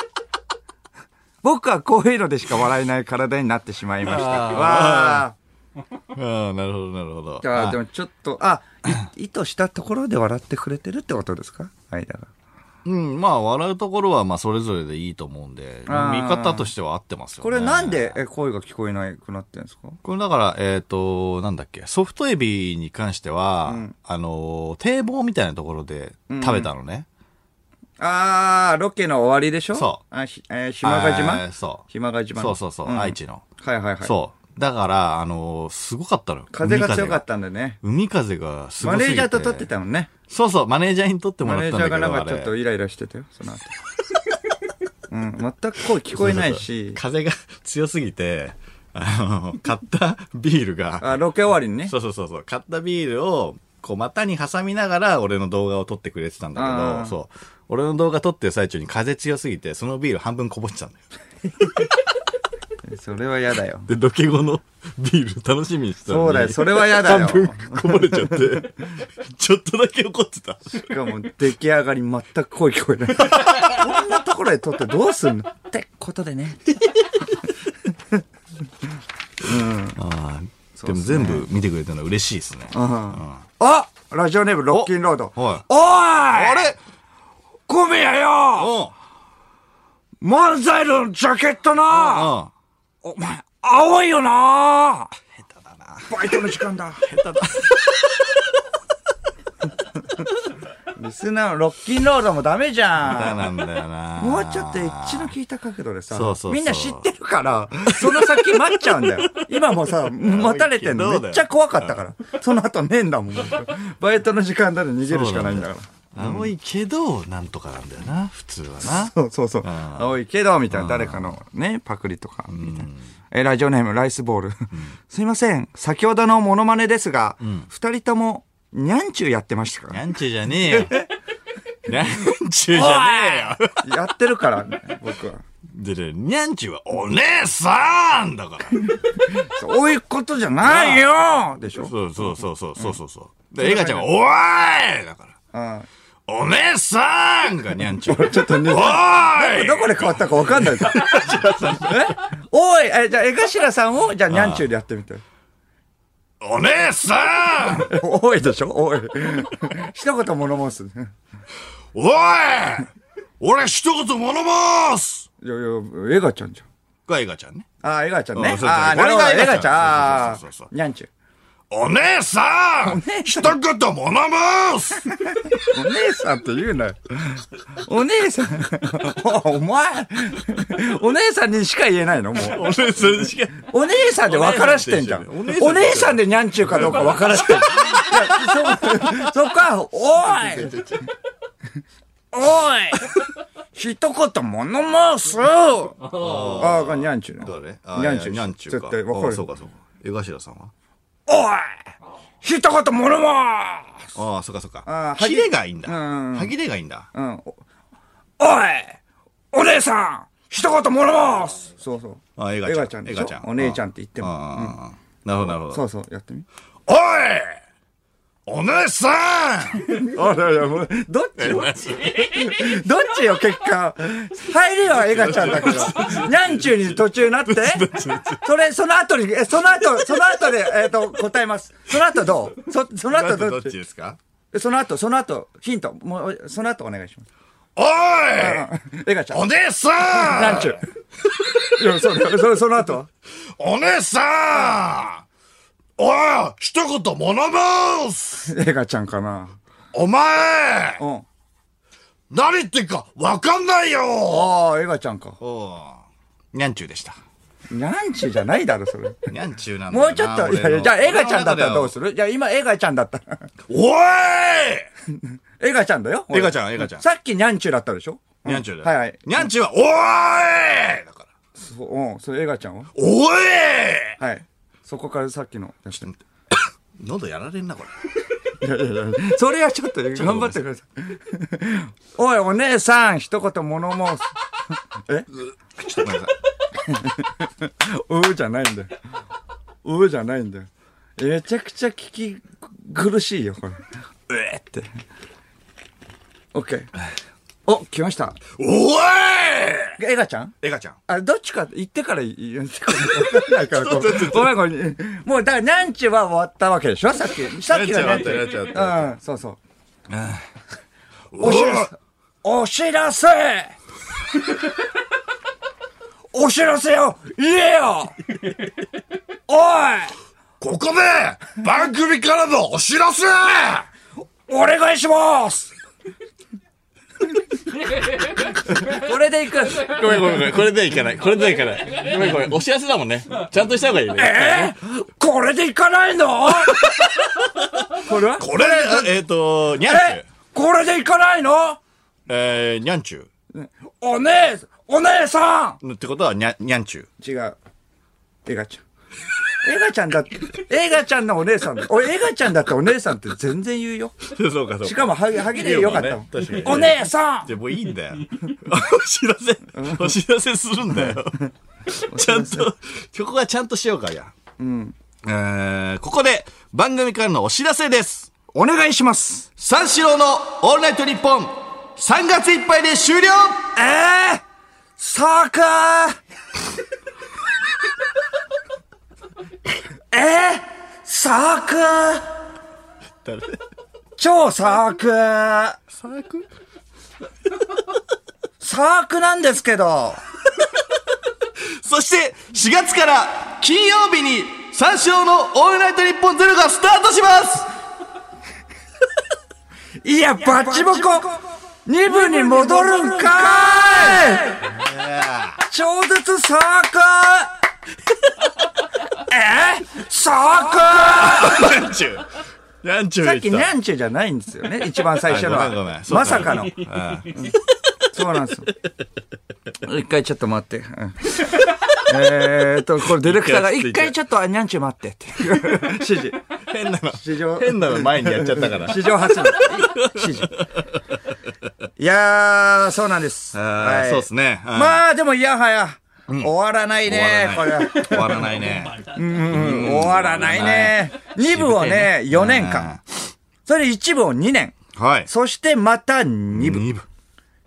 Speaker 2: 僕はこういうのでしか笑えない体になってしまいました。わあ。
Speaker 1: ああ、なるほど、なるほど。
Speaker 2: あーでもちょっと、あ、い意図したところで笑ってくれてるってことですか間が。
Speaker 1: うん、まあ、笑うところは、まあ、それぞれでいいと思うんで、見
Speaker 2: あー
Speaker 1: 方としては合ってますよね。
Speaker 2: これなんでえ声が聞こえなくなってるんですか
Speaker 1: これだから、えっ、と、なんだっけ、ソフトエビに関しては、あの、堤防みたいなところで食べたのね。
Speaker 2: あー、ロケの終わりでしょ。
Speaker 1: そう
Speaker 2: あひえー、島ヶ島、
Speaker 1: えーそう。
Speaker 2: 島ヶ島
Speaker 1: そうそうそう、
Speaker 2: ん
Speaker 1: 愛知の。
Speaker 2: はいはいはい。
Speaker 1: そう。だから、あの、すごかったのよ。。
Speaker 2: 風が強かったたんでね。
Speaker 1: 海風がすご
Speaker 2: マ
Speaker 1: すぎて
Speaker 2: ネージャーと撮ってたもんね。
Speaker 1: そうそう、マネージャーに撮っても
Speaker 2: マ
Speaker 1: ら
Speaker 2: ネ
Speaker 1: っ
Speaker 2: ー
Speaker 1: た
Speaker 2: ジ
Speaker 1: んだ
Speaker 2: ャ
Speaker 1: け
Speaker 2: ー
Speaker 1: ど。
Speaker 2: がなんかち
Speaker 1: あ
Speaker 2: ょっ
Speaker 1: れ
Speaker 2: とイライラしてたよ、そ の後。うん、全く声聞こえないし。
Speaker 1: 風が強すぎて、あの、買ったビールが、
Speaker 2: あ、ロケ終わりにね。
Speaker 1: そうそうそうそう、買ったビールを、こう、股に挟みながら、俺の動画を撮ってくれてたんだ
Speaker 2: あー
Speaker 1: けど、そう。俺の動画撮ってる最中に風強すぎて、そのビール半分こぼっちゃうんだよ。
Speaker 2: それは嫌だよ。
Speaker 1: で、ロケ後のビール楽しみにしてたのに
Speaker 2: そうだよ、それは嫌だ
Speaker 1: 半
Speaker 2: よ。
Speaker 1: 分こぼれ ちゃって、ちょっとだけ怒ってた。
Speaker 2: しかも出来上がり全く声聞こえない。こんなところで撮ってどうすんのってことでね。
Speaker 1: ああ、でも全部見てくれたのは嬉しいですね。
Speaker 2: あ、ラジオネームロッキンロード。
Speaker 1: おはい
Speaker 2: おーいあ
Speaker 1: れ
Speaker 2: 小宮よ
Speaker 1: うん。
Speaker 2: 漫才のジャケットな
Speaker 1: うん。
Speaker 2: お前、青いよな下手だな。バイトの時間だ。 下手だ。リスナーのロッキンロードもダメじゃ
Speaker 1: だ
Speaker 2: ん。
Speaker 1: なんだよな。
Speaker 2: もうちょっとエッチの効いた角度で
Speaker 1: そ
Speaker 2: さ、
Speaker 1: うそうそう
Speaker 2: みんな知ってるから、その先待っちゃうん だよ。今もさ、待たれてん
Speaker 1: 青いけど
Speaker 2: のめっちゃ怖かったから。その後ねえんだもん。バイトの時間だと逃げるしかないんだから。
Speaker 1: 青いけど、なんとかなんだよな、普通は な。
Speaker 2: そうそうそう。青いけど、みたいな。誰かのね、パクリとか、みたいな。え、ラジオネーム、ライスボール。 すいません。先ほどのモノマネですが、二人とも、にゃんちゅうやってましたか
Speaker 1: に
Speaker 2: ら。
Speaker 1: ゃんちゅうじゃねえ よ。にゃんちゅうじゃねえよ。
Speaker 2: やってるから、僕は。
Speaker 1: でで、にゃんちゅうはお姉さんだから。
Speaker 2: そういうことじゃないよでしょ
Speaker 1: そうそうそうそうそうそうそう。で、エガちゃんが、おーいだから。
Speaker 2: うん
Speaker 1: お姉さんがにゃんちゅう。
Speaker 2: ちょっとね
Speaker 1: おーい
Speaker 2: どこで変わったか分かん ない。えおい、え、じゃあ、江頭さんを、じゃあ、にゃんちゅうでやってみて。
Speaker 1: お姉さん
Speaker 2: おいでしょおい。 一言物申す。
Speaker 1: おい俺一言物申す
Speaker 2: いやいや、江頭ちゃんじゃん。
Speaker 1: がエガちゃんね。
Speaker 2: ああ、江頭ちゃん
Speaker 1: うん。
Speaker 2: ね
Speaker 1: そうそう
Speaker 2: ああ、なるほど、
Speaker 1: これが
Speaker 2: 江
Speaker 1: 江
Speaker 2: 頭
Speaker 1: 頭
Speaker 2: ちゃん。あ
Speaker 1: そ
Speaker 2: あ
Speaker 1: うそうそうそう、
Speaker 2: にゃんちゅう。
Speaker 1: お姉さん
Speaker 2: 姉
Speaker 1: 一言物申す
Speaker 2: お姉さんって言うなよ。お姉さん、おお前、お姉さんにしか言えないのもう。
Speaker 1: お姉さんしか。
Speaker 2: お姉さんで分からしてんじゃん。
Speaker 1: お
Speaker 2: お
Speaker 1: 姉
Speaker 2: 姉
Speaker 1: さんと一緒だよ
Speaker 2: さんでにゃんちゅうかどうか分からしてんじゃん。いやそ、そこは、おいおい一言物申すああ、にゃんちゅうね。
Speaker 1: 誰
Speaker 2: にゃんちゅう。
Speaker 1: にゃんちゅう
Speaker 2: 絶対分か
Speaker 1: あ
Speaker 2: る
Speaker 1: そう
Speaker 2: よ。
Speaker 1: かそうか。江頭さんは
Speaker 2: おい一言物申す
Speaker 1: ああ、そうかそうか
Speaker 2: あ。ー
Speaker 1: 歯切れがいいんだ。
Speaker 2: うん
Speaker 1: 歯切れがいいんだ。
Speaker 2: うん。おおいお姉さん一言物申すそうそう。
Speaker 1: あ、映
Speaker 2: エ
Speaker 1: 画ちゃ
Speaker 2: ガ
Speaker 1: ん。
Speaker 2: ちゃん
Speaker 1: エ
Speaker 2: でし
Speaker 1: ガ
Speaker 2: ょ
Speaker 1: ちゃん。
Speaker 2: お姉ちゃんって言って
Speaker 1: うん。
Speaker 2: も。
Speaker 1: うんうんうんなるほど、なるほ
Speaker 2: そ
Speaker 1: ど。
Speaker 2: うそう、やってみ。
Speaker 1: おいお姉 さん
Speaker 2: あらいや、もう、どっ ちどっちどっちよ、結果。入りはエガちゃんだけど。にゃんちゅうに途中なって。それ、その後に、え、その後、その後で、えっ、と、答えます。その後どうそ、その
Speaker 1: あ
Speaker 2: 後
Speaker 1: とど
Speaker 2: ど
Speaker 1: っ
Speaker 2: っ
Speaker 1: ち
Speaker 2: ち
Speaker 1: ですか
Speaker 2: その後、その後、ヒント。もう、その後お願いします。
Speaker 1: おい
Speaker 2: エガちゃん。
Speaker 1: お姉さ
Speaker 2: にゃん
Speaker 1: ん
Speaker 2: ちゅう。 いや、それ、それ、その後は
Speaker 1: お姉さんおい一言物申す
Speaker 2: エガちゃんかな。
Speaker 1: お前
Speaker 2: うん。
Speaker 1: 何言ってんかわかんないよ
Speaker 2: ああ、エガちゃんか。
Speaker 1: にゃんちゅうでした。
Speaker 2: にゃんちゅうじゃないだろ、それ。
Speaker 1: にゃんちゅうなんだ
Speaker 2: も
Speaker 1: よ
Speaker 2: うちょっと、
Speaker 1: ない
Speaker 2: やいや、じゃあ、エガちゃんだったらどう
Speaker 1: る
Speaker 2: するじゃあ、今、エガちゃんだったら。
Speaker 1: おい
Speaker 2: エガちゃんだよ。俺
Speaker 1: エガちゃんエガちゃん
Speaker 2: さっきニャンチュだったでしょ
Speaker 1: にゃんちゅうだよ。
Speaker 2: はいはい。
Speaker 1: にゃんちゅうは、おいだから、
Speaker 2: そう、うん、それエガちゃんは
Speaker 1: おい
Speaker 2: はい。そこからさっきの。
Speaker 1: 喉やられんな、これ。
Speaker 2: それはちょっと頑張ってください。 おい、お姉さん、一言物申す。
Speaker 1: ちょっとごめんなさ
Speaker 2: うーじゃないんだよ。うーじゃないんだよ。めちゃくちゃ聞き苦しいよ、これ。うえって。オッケー。お、来ました。
Speaker 1: い。おいえ
Speaker 2: エガちゃん
Speaker 1: エガちゃん。
Speaker 2: あ、どっちか言ってから言ってくれないから、こうごめんごめん。もう、だから、ナンチは終わったわけでしょさっき。さっきの
Speaker 1: ナ
Speaker 2: ナ
Speaker 1: ン
Speaker 2: ン
Speaker 1: チ
Speaker 2: チ。
Speaker 1: は終わったナンチは終わ
Speaker 2: うん、そうそう。お知らせお知らせお知らせよ言えよお
Speaker 1: ここで番組からのお知らせ
Speaker 2: いお願いしますこれでいく
Speaker 1: ごめんごめんごめん。これではいかない。これではいかない。ごめんごめん。お知らせだもんね。ちゃんとした方がいいね。
Speaker 2: えーこれでいかないの これは
Speaker 1: これ、えっ、と、にゃんちゅ
Speaker 2: え
Speaker 1: う。
Speaker 2: これでいかないの
Speaker 1: えー、にゃんちゅ
Speaker 2: お姉、お姉さん
Speaker 1: う。ってことは、にゃ、にゃんちゅう。
Speaker 2: 違う。エガちゃん。エガちゃんだって、エガちゃんのお姉さんだ。おいエガちゃんだってお姉さんって全然言うよ。
Speaker 1: そうか、そうか。
Speaker 2: しかも、はげ、はげでよかった
Speaker 1: いいよ
Speaker 2: もん
Speaker 1: ね確かに
Speaker 2: お姉さん
Speaker 1: でもういいんだよ。お知らせ、お知らせするんだよ。ちゃんと、曲はちゃんとしようか、や。うん。えー、ここで番組からのお知らせです。
Speaker 2: お願いします
Speaker 1: 三四郎のオールナイトニッポン、3月いっぱいで終了
Speaker 2: えー、サーカー えー、サーカー
Speaker 1: 誰
Speaker 2: 超サークー
Speaker 1: サーク
Speaker 2: サークなんですけど
Speaker 1: そして、4月から金曜日に三四郎のオールナイトニッポンゼロがスタートします
Speaker 2: いや、バッチボコ二部に戻るんかい超絶サーカーえー、サーカー
Speaker 1: にゃんちゅう。にゃんちゅう
Speaker 2: さ
Speaker 1: 言
Speaker 2: っ
Speaker 1: った
Speaker 2: き、にゃんちゅうじゃないんですよね。一番最初の
Speaker 1: あごめんごめ
Speaker 2: は
Speaker 1: ん。そうだ
Speaker 2: まさかの。そうなんですよ。一回ちょっと待って。うんえーっと、これディレクターが、
Speaker 1: 一回
Speaker 2: 一回ちょっと、あにゃんちゅう待ってって。指示。
Speaker 1: 変なの。
Speaker 2: 史上
Speaker 1: 変なの前にやっちゃ ったから。
Speaker 2: 史上初の指示。いやー、そうなんです。
Speaker 1: あー
Speaker 2: はい
Speaker 1: そうっすねうん
Speaker 2: まあ、でも、いやはや、終わらないね、これは。
Speaker 1: 終わらないね。
Speaker 2: うん終わらないね。2部をね、4年間。それ1部を2年。
Speaker 1: はい。
Speaker 2: そしてまた2部。
Speaker 1: 二部。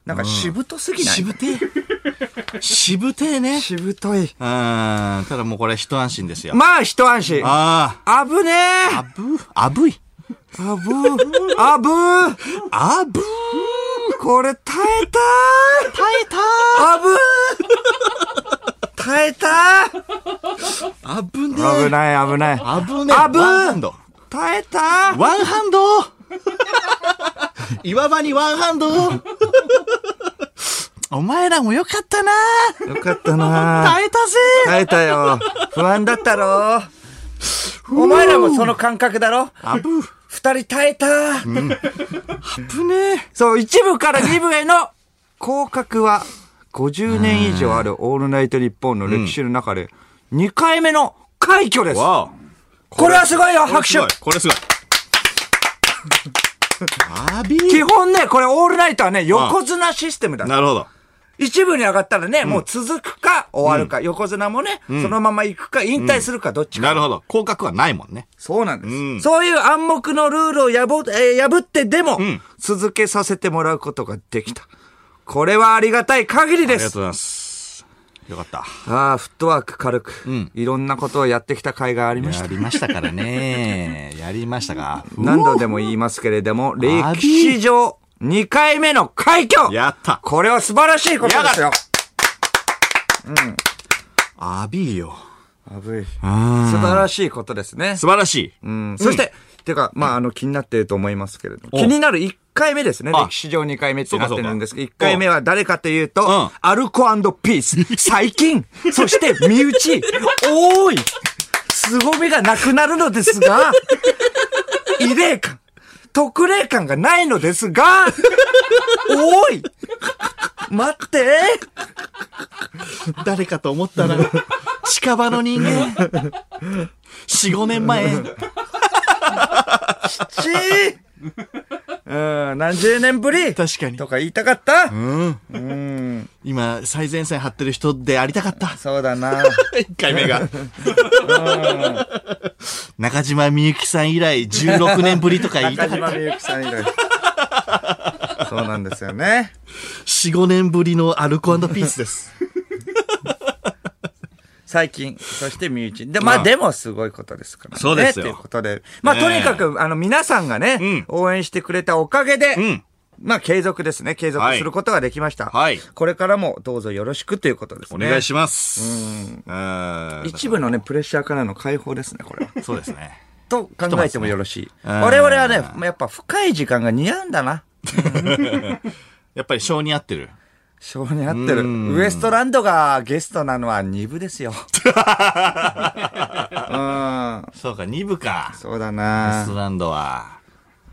Speaker 2: なんかしぶとすぎない、
Speaker 1: しぶてえ。しぶてえね。
Speaker 2: しぶとい。
Speaker 1: うーん。ただもうこれ一安心ですよ。
Speaker 2: まあ、一安心。あ
Speaker 1: あ
Speaker 2: ぶね
Speaker 1: あ。
Speaker 2: え
Speaker 1: あぶ、あぶい。
Speaker 2: あぶー。あぶー。
Speaker 1: あぶー。
Speaker 2: これ耐えたー。
Speaker 1: 耐えた
Speaker 2: あぶー。耐えたー。
Speaker 1: ー。あぶねえ。
Speaker 2: 危ない、危ない。
Speaker 1: あぶねえ。
Speaker 2: あぶー
Speaker 1: ワンハンド。
Speaker 2: 耐えたー。
Speaker 1: ワンハンド 岩場にワンハンドお前らもよかったな
Speaker 2: よかったなー。
Speaker 1: 耐えたぜ
Speaker 2: 耐えたよ。不安だったろー。お前らもその感覚だろ
Speaker 1: あぶー。
Speaker 2: 二人耐えたー。
Speaker 1: ぶねえ。
Speaker 2: そう、一部から二部 への降格は、50年以上あるオールナイト日本の歴史の中で、2回目の快挙です。
Speaker 1: わお。
Speaker 2: これはすごいよ、
Speaker 1: これ
Speaker 2: 拍
Speaker 1: すごい
Speaker 2: 手。
Speaker 1: これすごい。あび
Speaker 2: 基
Speaker 1: ー。
Speaker 2: 本ね、これオールナイトはね、横綱システムだ。
Speaker 1: なるほど。
Speaker 2: 一部に上がったらね、もう続くか終わるか、横綱もね、そのまま行くか、引退するか、どっちか。
Speaker 1: なるほど。広角はないもんね。
Speaker 2: そうなんです。
Speaker 1: うん
Speaker 2: そういう暗黙のルールを破,、えー破ってでも、続けさせてもらうことができた。これはありがたい限りで
Speaker 1: ありが
Speaker 2: す
Speaker 1: と。うございます。よかった。
Speaker 2: ああ、フットワーク軽く、いろんなことをやってきた甲斐がありました。
Speaker 1: やりましたからね。やりましたか。
Speaker 2: 何度でも言いますけれども、
Speaker 1: ー
Speaker 2: 歴史上2回目の快挙
Speaker 1: やった。
Speaker 2: これは素晴らしいことですよ
Speaker 1: あびーよ。
Speaker 2: 危い。
Speaker 1: あ
Speaker 2: 素晴らしいことですね。
Speaker 1: 素晴らしい。
Speaker 2: うん、そして、てか、まあ、あの、気になってると思いますけれども。
Speaker 1: お
Speaker 2: 気になる1回目ですね。
Speaker 1: あ
Speaker 2: 歴史上2回目ってなってるんですけど、
Speaker 1: そう
Speaker 2: 1
Speaker 1: かそうか
Speaker 2: 回目は誰かというと、
Speaker 1: ん
Speaker 2: アルコピース、最 近、そして身内、多い、凄みがなくなるので すが、異例感、特例感がないのですが、多い、待って、
Speaker 1: 誰かと思ったら、近場の人間。4、5年前。
Speaker 2: ち ーうん、何十年ぶり
Speaker 1: 確かに
Speaker 2: と。か言いたかった、
Speaker 1: 今、最前線張ってる人でありたかった。
Speaker 2: そうだな。
Speaker 1: 1回 目が。中島みゆきさん以来16年ぶりとか言い
Speaker 2: 中
Speaker 1: たかっ
Speaker 2: 島
Speaker 1: た。
Speaker 2: みゆきさん以来。そうなんですよね。
Speaker 1: 4、5年ぶりのアルコピースです。
Speaker 2: 最近、そして身内。で、まあ、
Speaker 1: うん
Speaker 2: でもすごいことですからね。
Speaker 1: そうですよ
Speaker 2: ということで。まあ、とにかく、あの、皆さんがね、応援してくれたおかげで、
Speaker 1: ん
Speaker 2: まあ、継続ですね。継続することができました。
Speaker 1: はい
Speaker 2: これからもどうぞよろしくということです
Speaker 1: お
Speaker 2: ね。
Speaker 1: 願いします。うん
Speaker 2: 一部のね、プレッシャーからの解放ですね、これ は。
Speaker 1: そうですね。
Speaker 2: と考えてもよろしい。
Speaker 1: うん
Speaker 2: 我々はね、やっぱ深い時間が似合うんだな。
Speaker 1: やっぱり性に合ってる。
Speaker 2: 性に合ってる。ウエストランドがゲストなのは2部ですよ。うん。
Speaker 1: そうか、2部か。
Speaker 2: そうだ
Speaker 1: アイ
Speaker 2: な
Speaker 1: スランドは。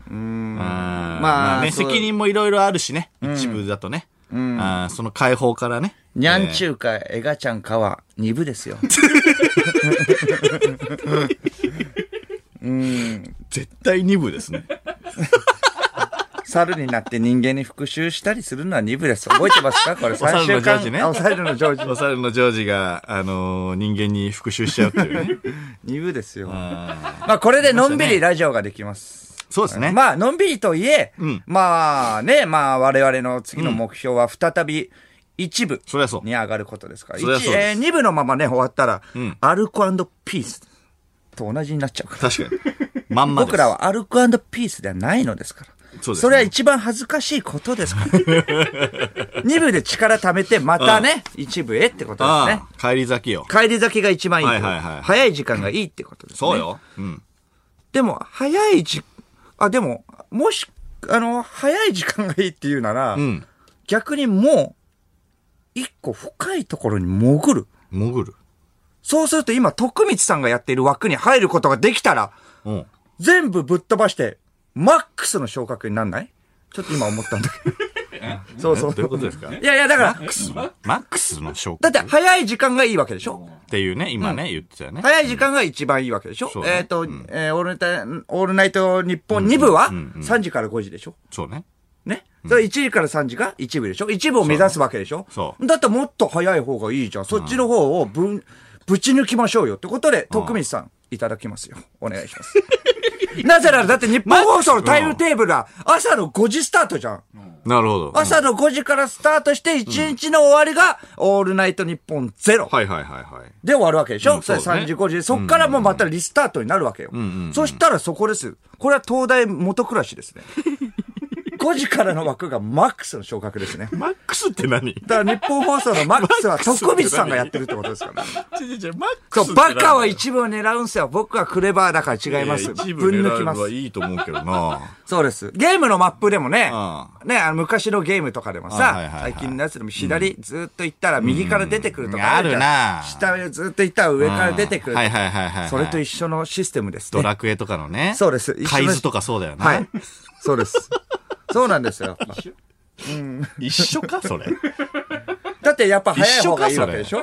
Speaker 1: うん。ま
Speaker 2: まあ
Speaker 1: あ、ね、
Speaker 2: そう
Speaker 1: 責任もいろいろあるしね。一部だとね。あーその解放からね。
Speaker 2: にゃんちゅうか、えがちゃんかは2部ですよ。
Speaker 1: 絶対2部ですね。
Speaker 2: 猿になって人間に復讐したりするのは2部です。覚え てますかこれ3
Speaker 1: 猿の
Speaker 2: 週
Speaker 1: ジョ
Speaker 2: 間。
Speaker 1: ージね
Speaker 2: あお猿のジョージ
Speaker 1: お猿のジョージが、あのー人間に復讐しちゃうっていうね。
Speaker 2: 2部ですよ。ま
Speaker 1: あー
Speaker 2: あこれでのんびりラジオができます。
Speaker 1: そうですね。
Speaker 2: まあ、のんびりといえ、
Speaker 1: ん
Speaker 2: まあね、まあ我々の次の目標は再び一部
Speaker 1: そりゃそう
Speaker 2: に上がることですから。
Speaker 1: そりゃ
Speaker 2: 一
Speaker 1: そう
Speaker 2: え
Speaker 1: です
Speaker 2: ー二部のままね、終わったら、
Speaker 1: ん
Speaker 2: アルコピースと同じになっちゃうから。
Speaker 1: 確かに。まんまです。
Speaker 2: 僕らはアルコピースではないのですから。
Speaker 1: そうですね
Speaker 2: れは一番恥ずかしいことです から。二部で力貯めて、またね、一部へってことですね
Speaker 1: あ。あ、帰り咲きよ。
Speaker 2: 帰り咲きが一番いいとう
Speaker 1: はいはいはい
Speaker 2: 早い時間がいいってことですね。
Speaker 1: そうよ。うん。
Speaker 2: でも、早い時、あ、でも、もし、あの、早い時間がいいっていうなら、
Speaker 1: ん
Speaker 2: 逆にもう、一個深いところに潜る。
Speaker 1: 潜る。
Speaker 2: そうすると今、徳光さんがやっている枠に入ることができたら、
Speaker 1: うん。
Speaker 2: 全部ぶっ飛ばして、マックスの昇格になんないちょっと今思ったんだけど。そうそう。
Speaker 1: どういうことですか
Speaker 2: いやいや、だから、
Speaker 1: マックスの証拠
Speaker 2: だって早い時間がいいわけでしょ
Speaker 1: っていうね、今ね、言ってたよね。
Speaker 2: 早い時間が一番いいわけでしょ、
Speaker 1: そうね
Speaker 2: えっ、と、えーオールナイト、オールナイト日本2部は
Speaker 1: うんうんうん
Speaker 2: 3時から5時でしょ
Speaker 1: そうね。
Speaker 2: ね。それ1時から3時が一部でしょ一部を目指すわけでしょ
Speaker 1: そう
Speaker 2: だってもっと早い方がいいじゃん。そっちの方をぶん、ぶち抜きましょうよってことで、徳光さん、いただきますよ。お願いします。 なぜなら、だって日本放送のタイムテーブルは朝の5時スタートじゃん。
Speaker 1: なるほど。
Speaker 2: 朝の5時からスタートして、1日の終わりが、オールナイト日本ゼロ。
Speaker 1: はいはいはいはい。
Speaker 2: で終わるわけでしょ、
Speaker 1: うん
Speaker 2: それ
Speaker 1: そうね
Speaker 2: 3時5時で。そっからもうまたリスタートになるわけよ。そしたらそこですよ。これは東大元暮らし ですね。5時からの枠がマックスの昇格ですね。
Speaker 1: マックスって何
Speaker 2: だから日本放送のマックスは徳光さんがやってるってことですからね。そう、バカは一部を狙うんすよ。僕はクレバーだから違います。
Speaker 1: や
Speaker 2: ぶん
Speaker 1: 一部狙
Speaker 2: 抜
Speaker 1: う
Speaker 2: きま
Speaker 1: のは
Speaker 2: す。
Speaker 1: いいと思うけどな。
Speaker 2: そうです。ゲームのマップでもね、
Speaker 1: う
Speaker 2: ね、あの昔のゲームとかでも
Speaker 1: あはいはい
Speaker 2: さ、
Speaker 1: はい
Speaker 2: 最近のやつでも左ずっと行ったら右から出てくるとかじゃん
Speaker 1: うんあるな
Speaker 2: 下へずっと行ったら上から出てくると
Speaker 1: はい
Speaker 2: か。
Speaker 1: はいはいはい。
Speaker 2: それと一緒のシステムです
Speaker 1: ド
Speaker 2: ね。
Speaker 1: ラクエとかのね。
Speaker 2: そうです一緒です
Speaker 1: 海図とかそうだよな。
Speaker 2: はい。そうです。そうなんですよ。
Speaker 1: 一緒かそれ。
Speaker 2: だってやっぱ早い方がいいわけでし
Speaker 1: 一
Speaker 2: ょ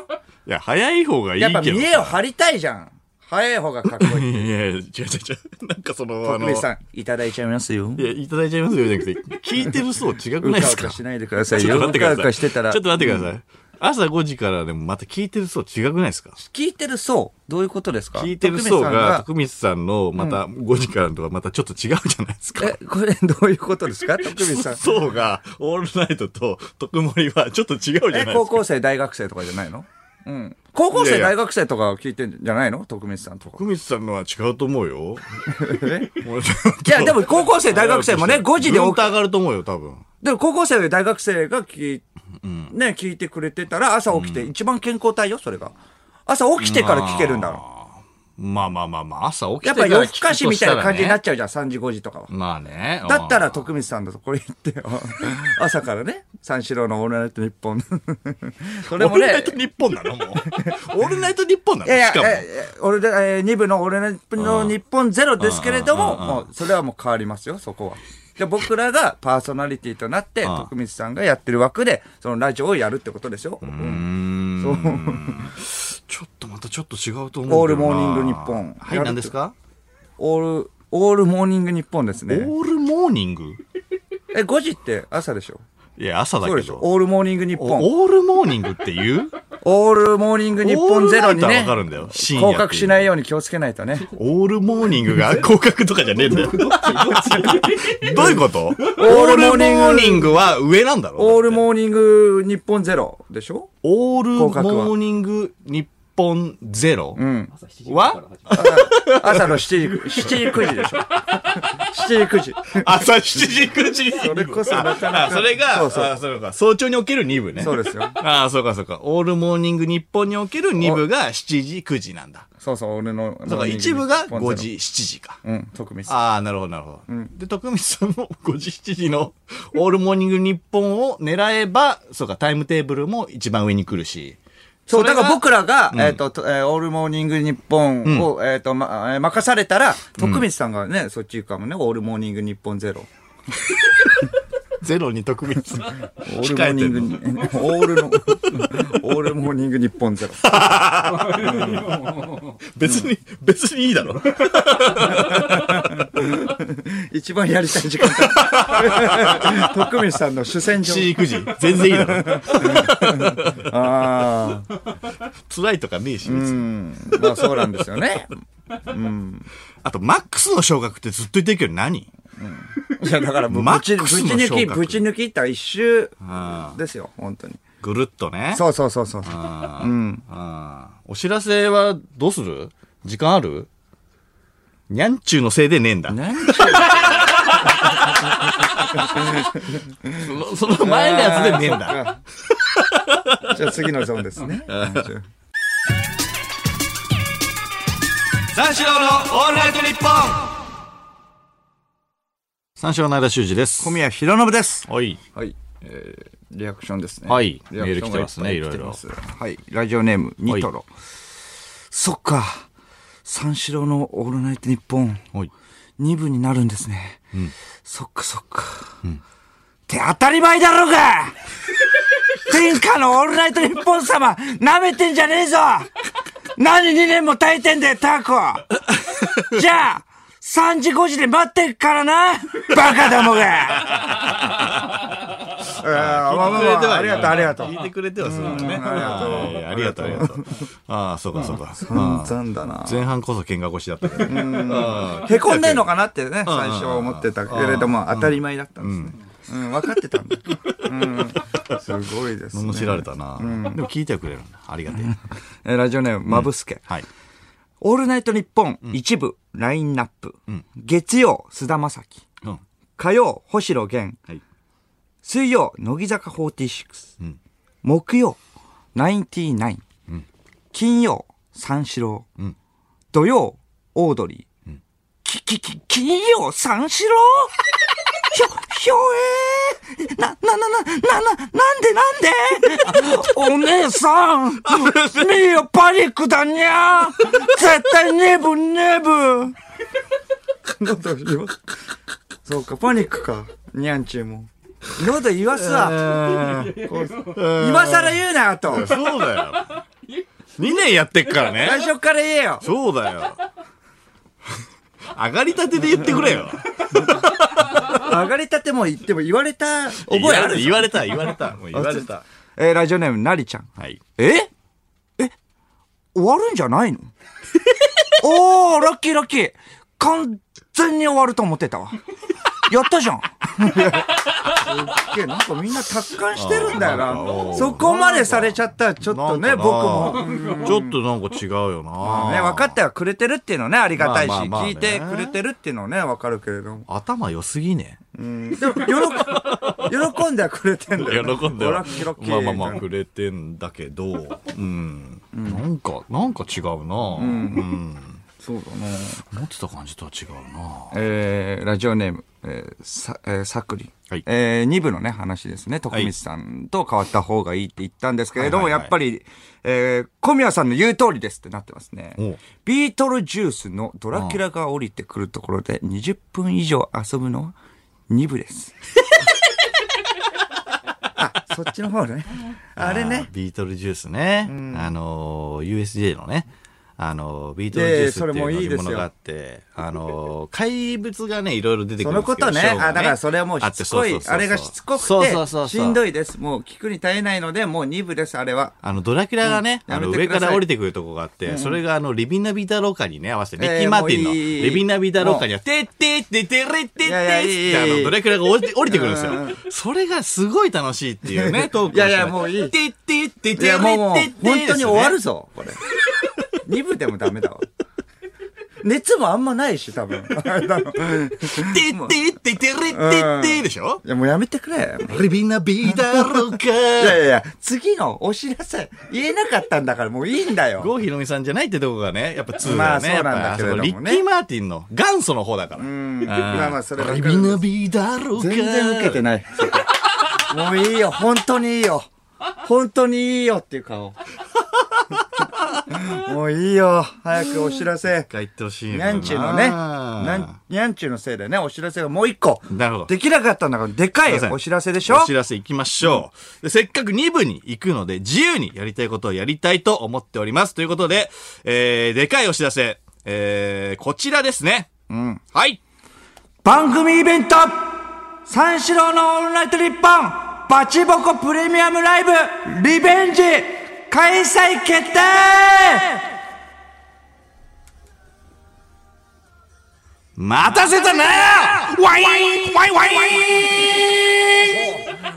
Speaker 1: いや、早い方がいい
Speaker 2: やっ
Speaker 1: けど
Speaker 2: ぱ
Speaker 1: さ。
Speaker 2: 見栄を張りたいじゃん。早い方がかっこいい。
Speaker 1: いやいや、違う違う違う。なんかその、 あ
Speaker 2: 徳
Speaker 1: の、
Speaker 2: 光
Speaker 1: い
Speaker 2: さん、いただいちゃいますよ。
Speaker 1: や、いただいちゃいますよじゃなくて、聞いてる層違く
Speaker 2: う
Speaker 1: な
Speaker 2: か
Speaker 1: いです
Speaker 2: う
Speaker 1: か
Speaker 2: かしないでください
Speaker 1: ちょっ
Speaker 2: よ。
Speaker 1: と待
Speaker 2: う
Speaker 1: ってく
Speaker 2: か
Speaker 1: だ
Speaker 2: う
Speaker 1: さい。
Speaker 2: かしてたら。
Speaker 1: ちょっと待ってください。朝5時からでもまた聞いてる層違くないですか
Speaker 2: 聞いてる層、どういうことですか
Speaker 1: 聞いてる層
Speaker 2: 徳光
Speaker 1: が、
Speaker 2: さん
Speaker 1: 徳光さんのまた5時からとかまたちょっと違うじゃないですか。
Speaker 2: え、これどういうことです か徳光さん。
Speaker 1: 層が、オールナイトと特盛はちょっと違うじゃない
Speaker 2: え、
Speaker 1: です
Speaker 2: 高
Speaker 1: か。
Speaker 2: 校生、大学生とかじゃないのうん。高校
Speaker 1: いや
Speaker 2: 生、
Speaker 1: いや
Speaker 2: 大学生とか聞いてんじゃないの徳光さんとか
Speaker 1: 徳。光さんのは違うと思うよ。
Speaker 2: いや、でも高校生、大学生もね、5時で
Speaker 1: 起
Speaker 2: 起
Speaker 1: き
Speaker 2: き
Speaker 1: 上がると思うよ、多分。
Speaker 2: でも高校生で大学生が聞い,、ね、聞いてくれてたら朝起きて、一番健康体よそれが朝起きてから聞けるんだろ
Speaker 1: まあまあまあまあ、朝起き
Speaker 2: う
Speaker 1: て
Speaker 2: やっ
Speaker 1: から
Speaker 2: ぱ
Speaker 1: 聞くとしたら、ね。
Speaker 2: 夜更かしみたいな感じになっちゃうじゃん、3時5時とかは
Speaker 1: まあね。
Speaker 2: だった
Speaker 1: う
Speaker 2: ら
Speaker 1: ん
Speaker 2: 徳光さんだとこれ言ってよ 朝からね三四郎の「オールナイトニッ ポン」それ
Speaker 1: オー
Speaker 2: も
Speaker 1: ルナ
Speaker 2: ね
Speaker 1: イト日本なのも う。オールナイト日本ないの
Speaker 2: やいや
Speaker 1: しかも。、
Speaker 2: ええ俺で、え2部の俺の日本ゼロですけれども、
Speaker 1: うんうん
Speaker 2: もうそれはもう変わりますよ、そこは。で、僕らがパーソナリティとなって、
Speaker 1: ん
Speaker 2: 徳光さんがやってる枠で、そのラジオをやるってことですよ。
Speaker 1: うーん
Speaker 2: そう
Speaker 1: ちょっとまたちょっと違うと思うけどな
Speaker 2: オールモーニング日本
Speaker 1: はい、何ですか
Speaker 2: オール、オールモーニング日本です
Speaker 1: オ
Speaker 2: ね。
Speaker 1: ールモーニング
Speaker 2: え、5時って朝でしょ
Speaker 1: いや、朝だ
Speaker 2: そう
Speaker 1: け
Speaker 2: でしょ
Speaker 1: ど。
Speaker 2: オールモーニング日本。
Speaker 1: おオールモーニングって言う
Speaker 2: オールモーニング 日本ゼロに
Speaker 1: オールナ
Speaker 2: ね
Speaker 1: イターはわかるんだよ深夜っ
Speaker 2: 降
Speaker 1: ていう
Speaker 2: 格しないように気をつけないとね。
Speaker 1: オールモーニングが 広角とかじゃねえんだよ。どういうことオ
Speaker 2: ー
Speaker 1: ー
Speaker 2: ル
Speaker 1: ルモ
Speaker 2: モーニング
Speaker 1: ーニングは上なんだろ
Speaker 2: オール
Speaker 1: ー、
Speaker 2: モーニング日本ゼロでしょ
Speaker 1: オール
Speaker 2: 広角は
Speaker 1: モーニング日本ゼロ
Speaker 2: うん。
Speaker 1: は
Speaker 2: 朝の7時、7時9時でしょ ?7 時9時。
Speaker 1: 朝7時9時に。
Speaker 2: それこそなかな
Speaker 1: あ、
Speaker 2: か。
Speaker 1: それが、
Speaker 2: そうそう
Speaker 1: あそうか早朝に起きる2部ね。
Speaker 2: そうですよ。
Speaker 1: ああ、そうかそうか。オールモーニング日本における2部が7時、9時なんだ。
Speaker 2: そうそう、俺の。
Speaker 1: そうか、一部が5時、。7時か。
Speaker 2: うん、特別。
Speaker 1: ああ、なるほど、なるほど。で、徳光さんも 5時、7時の オールモーニング日本を狙えば、そうか、タイムテーブルも一番上に来るし。
Speaker 2: そう、
Speaker 1: れ
Speaker 2: だ
Speaker 1: が
Speaker 2: から僕らが、えっ、と、とえーオールモーニング日本を、えっ、と、ま、えー任されたら、徳光さんがね、そっち行くかもね、オールモーニング日本ゼロ。
Speaker 1: ゼロに徳光さん。
Speaker 2: オールモーニングに、 オールの、オールモーニング日本ゼロ。
Speaker 1: 別に、別にいいだ ろ。
Speaker 2: 一番やりたい時間帯 徳光さんの主戦場
Speaker 1: 7。時、9時。全然いいだ ろ。
Speaker 2: ああ、
Speaker 1: 辛いとかねえし、
Speaker 2: う
Speaker 1: 別に。
Speaker 2: ん。まあそうなんですよね。
Speaker 1: あと、マックスの小学ってずっと言ってるけど何
Speaker 2: いや、だからもう、
Speaker 1: マ
Speaker 2: ぶ
Speaker 1: ッ
Speaker 2: ちぶ
Speaker 1: ク
Speaker 2: ち
Speaker 1: スの
Speaker 2: 抜き、
Speaker 1: 昇格
Speaker 2: ぶち抜きった一周
Speaker 1: あ
Speaker 2: ですよ、本当に。
Speaker 1: ぐるっとね。
Speaker 2: そうそうそうそう。
Speaker 1: あ
Speaker 2: う
Speaker 1: ー
Speaker 2: ん。
Speaker 1: あーお知らせはどうする時間あるにゃんちゅうのせいでねえんだ。
Speaker 2: ね
Speaker 1: そのその前のやつでねえ んだ。
Speaker 2: じゃあ次のゾーンです ね。
Speaker 1: 三四郎のオールナイトニッポン三四郎の間修二です。
Speaker 2: 小宮弘信です。
Speaker 1: はい。
Speaker 2: はい。リアクションですね。
Speaker 1: はい
Speaker 2: リアクショ
Speaker 1: メール来
Speaker 2: ンが
Speaker 1: てますね
Speaker 2: っぱ来てますはい。ラジオネーム、ニトロ。そっか。三四郎のオールナイトニッポン、
Speaker 1: はい。
Speaker 2: 2部になるんですね。そっかそっか。って当たり前だろう が天下のオールナイトニッポン様、舐めてんじゃねえぞ何2年も耐えてんだよ、タ コじゃあ、3時5時で待ってっからなバカども があーまあまあまあ、ありがとう、ありがとう。
Speaker 1: 聞いてくれてはするんだね。はいありがとう、ありがとう。ああ、そうか、そうか。あー
Speaker 2: 散々だな。
Speaker 1: 前半こそ喧嘩腰だったけど。あー
Speaker 2: へこんでんのかなってね、最初は思ってたけれども、当たり前だったんですね。うん、分かってたんだ。うん、すごいですね。
Speaker 1: 罵られたな。でも聞いてはくれるんだ。ありがてえ。
Speaker 2: えーラジオネーム、まぶすけ。
Speaker 1: はい。
Speaker 2: オールナイトニッポン、一部、ラインナップ。月曜、菅田将暉。
Speaker 1: うん。
Speaker 2: 火曜、星野源。
Speaker 1: はい。
Speaker 2: 水曜、乃木坂46。
Speaker 1: うん
Speaker 2: 木曜、ナインティナイン。金曜、三四郎。
Speaker 1: ん
Speaker 2: 土曜、オードリー。き、き、き、金曜、三四郎 ひょ、ひょえー、な、な、な、な、な、な、なんでなんでお姉さんミーパニックだにゃ絶対ネブネブそうか、パニックか。にゃんちゅうも。のこと言わすわ。今更言うな、あと。
Speaker 1: そうだよ。2年やってっから
Speaker 2: 最
Speaker 1: ね。
Speaker 2: 初から言えよ。
Speaker 1: そうだよ。上がりたてで言ってくれよ。
Speaker 2: 上がりたても言っても言われた覚えある
Speaker 1: 言われた、言われた。もう言われた。
Speaker 2: えーラジオネーム、なりちゃん。
Speaker 1: はい。
Speaker 2: ええ終わるんじゃないの おー、ラッキーラッキー。完全に終わると思ってたわ。やったじゃん。すっげえ、なんかみんな達観してるんだよ
Speaker 1: あーなん
Speaker 2: な。
Speaker 1: か
Speaker 2: そこまでされちゃったら、ちょっとね、
Speaker 1: なんかな
Speaker 2: 僕も。
Speaker 1: ちょっとなんか違うよな。
Speaker 2: ね、分かってはくれてるっていうのね、ありがたいし、
Speaker 1: まあまあまあ
Speaker 2: 聞
Speaker 1: ね
Speaker 2: いてくれてるっていうのね、分かるけれども。
Speaker 1: 頭良すぎね。
Speaker 2: でも、喜、喜んではくれてんだよ、ね。
Speaker 1: 喜んで
Speaker 2: お
Speaker 1: は
Speaker 2: ラッキーラッキー。
Speaker 1: まあまあまあくれてんだけど、うん。なんか、なんか違うな。うん。
Speaker 2: そうだね。
Speaker 1: 思ってた感じとは違うな。
Speaker 2: えーラジオネーム、えーさ、えーさくり。
Speaker 1: はい
Speaker 2: えー、2部のね、話ですね。徳光さんと変わった方がいいって言ったんですけれども、
Speaker 1: はいはいはい
Speaker 2: やっぱり、えー小宮さんの言う通りですってなってますね
Speaker 1: おう。
Speaker 2: ビートルジュースのドラキュラが降りてくるところで20分以上遊ぶのは2 部です。あ、そっちの方ね。あれね。
Speaker 1: ビートルジュースね。あのー、USJ のね。あの、ビートルジュースって
Speaker 2: いやいやそれもい
Speaker 1: い
Speaker 2: いうで
Speaker 1: 乗り
Speaker 2: す
Speaker 1: 物
Speaker 2: よ
Speaker 1: があって、あの、怪物がね、いろいろ出てくる
Speaker 2: そ
Speaker 1: んです
Speaker 2: のこ
Speaker 1: けど
Speaker 2: とね。
Speaker 1: ショーが
Speaker 2: あ、だからそれはもうしつこ
Speaker 1: あっ
Speaker 2: い。
Speaker 1: て
Speaker 2: あれがしつこく
Speaker 1: そうそうそうそ
Speaker 2: て、
Speaker 1: う
Speaker 2: しんどいです。もう聞くに耐えないので、もう2部です、あれは。
Speaker 1: あの、ドラキュラがね、
Speaker 2: うん
Speaker 1: あの
Speaker 2: やめて
Speaker 1: 上
Speaker 2: くだ
Speaker 1: か
Speaker 2: さい
Speaker 1: ら降りてくるとこがあって、それがあの、リビナビダロカにね、合わせて、リッキ
Speaker 2: えー
Speaker 1: ー・マーティン
Speaker 2: も
Speaker 1: の、
Speaker 2: ういい
Speaker 1: リビナビダロカには、てってっててれってってっ
Speaker 2: いやいやい
Speaker 1: て、
Speaker 2: い
Speaker 1: あ
Speaker 2: いい
Speaker 1: の、ドラキュラが降りて降りてくるんですよ。それがすごい楽しいっていうね、トークをして
Speaker 2: いやいやもういい
Speaker 1: てってってて
Speaker 2: い
Speaker 1: れっ
Speaker 2: や、
Speaker 1: て
Speaker 2: もうもう、
Speaker 1: って
Speaker 2: 本
Speaker 1: って。
Speaker 2: 当に終わる
Speaker 1: です
Speaker 2: ぞ、これ。2部でもダメだわ。熱もあんまないし、多分。 あれだろ
Speaker 1: よね。てってっててれってってでしょ
Speaker 2: いや、もうやめてくれ。
Speaker 1: リビナビダロカ。
Speaker 2: いやいやいや、次のお知らせ、言えなかったんだから、もういいんだよ。
Speaker 1: 郷ひろみさんじゃないってとこがね、やっぱ2だよね。
Speaker 2: まあそうなんだ
Speaker 1: やっぱ
Speaker 2: けれども
Speaker 1: あ
Speaker 2: ね
Speaker 1: そこリッキー・マーティンの元祖の方だから。うん。
Speaker 2: まあまあそれはわか
Speaker 1: リ
Speaker 2: る
Speaker 1: ビナビダロカ。
Speaker 2: 全然受けてない。もういいよ、本当にいいよ。本当にいいよっていう 顔。もういいよ、早くお知らせ
Speaker 1: 一。回言ってほしい
Speaker 2: に
Speaker 1: よ
Speaker 2: ゃ
Speaker 1: なん
Speaker 2: ちゅうのね、なんにゃんちゅうのせいでね、お知らせがもう一個。
Speaker 1: なるほど
Speaker 2: できなかったんだから、でかい
Speaker 1: すいません
Speaker 2: お知らせでしょ
Speaker 1: お知らせ行きましょう、でせっかく2部に行くので、自由にやりたいことをやりたいと思っております。ということで、えー、でかいお知らせ、えー、こちらですね。うん。はい。
Speaker 2: 番組イベント三四郎のオールナイト日本バチボコプレミアムライブリベンジ開催決定
Speaker 1: 待たせたなワインワインワインワイ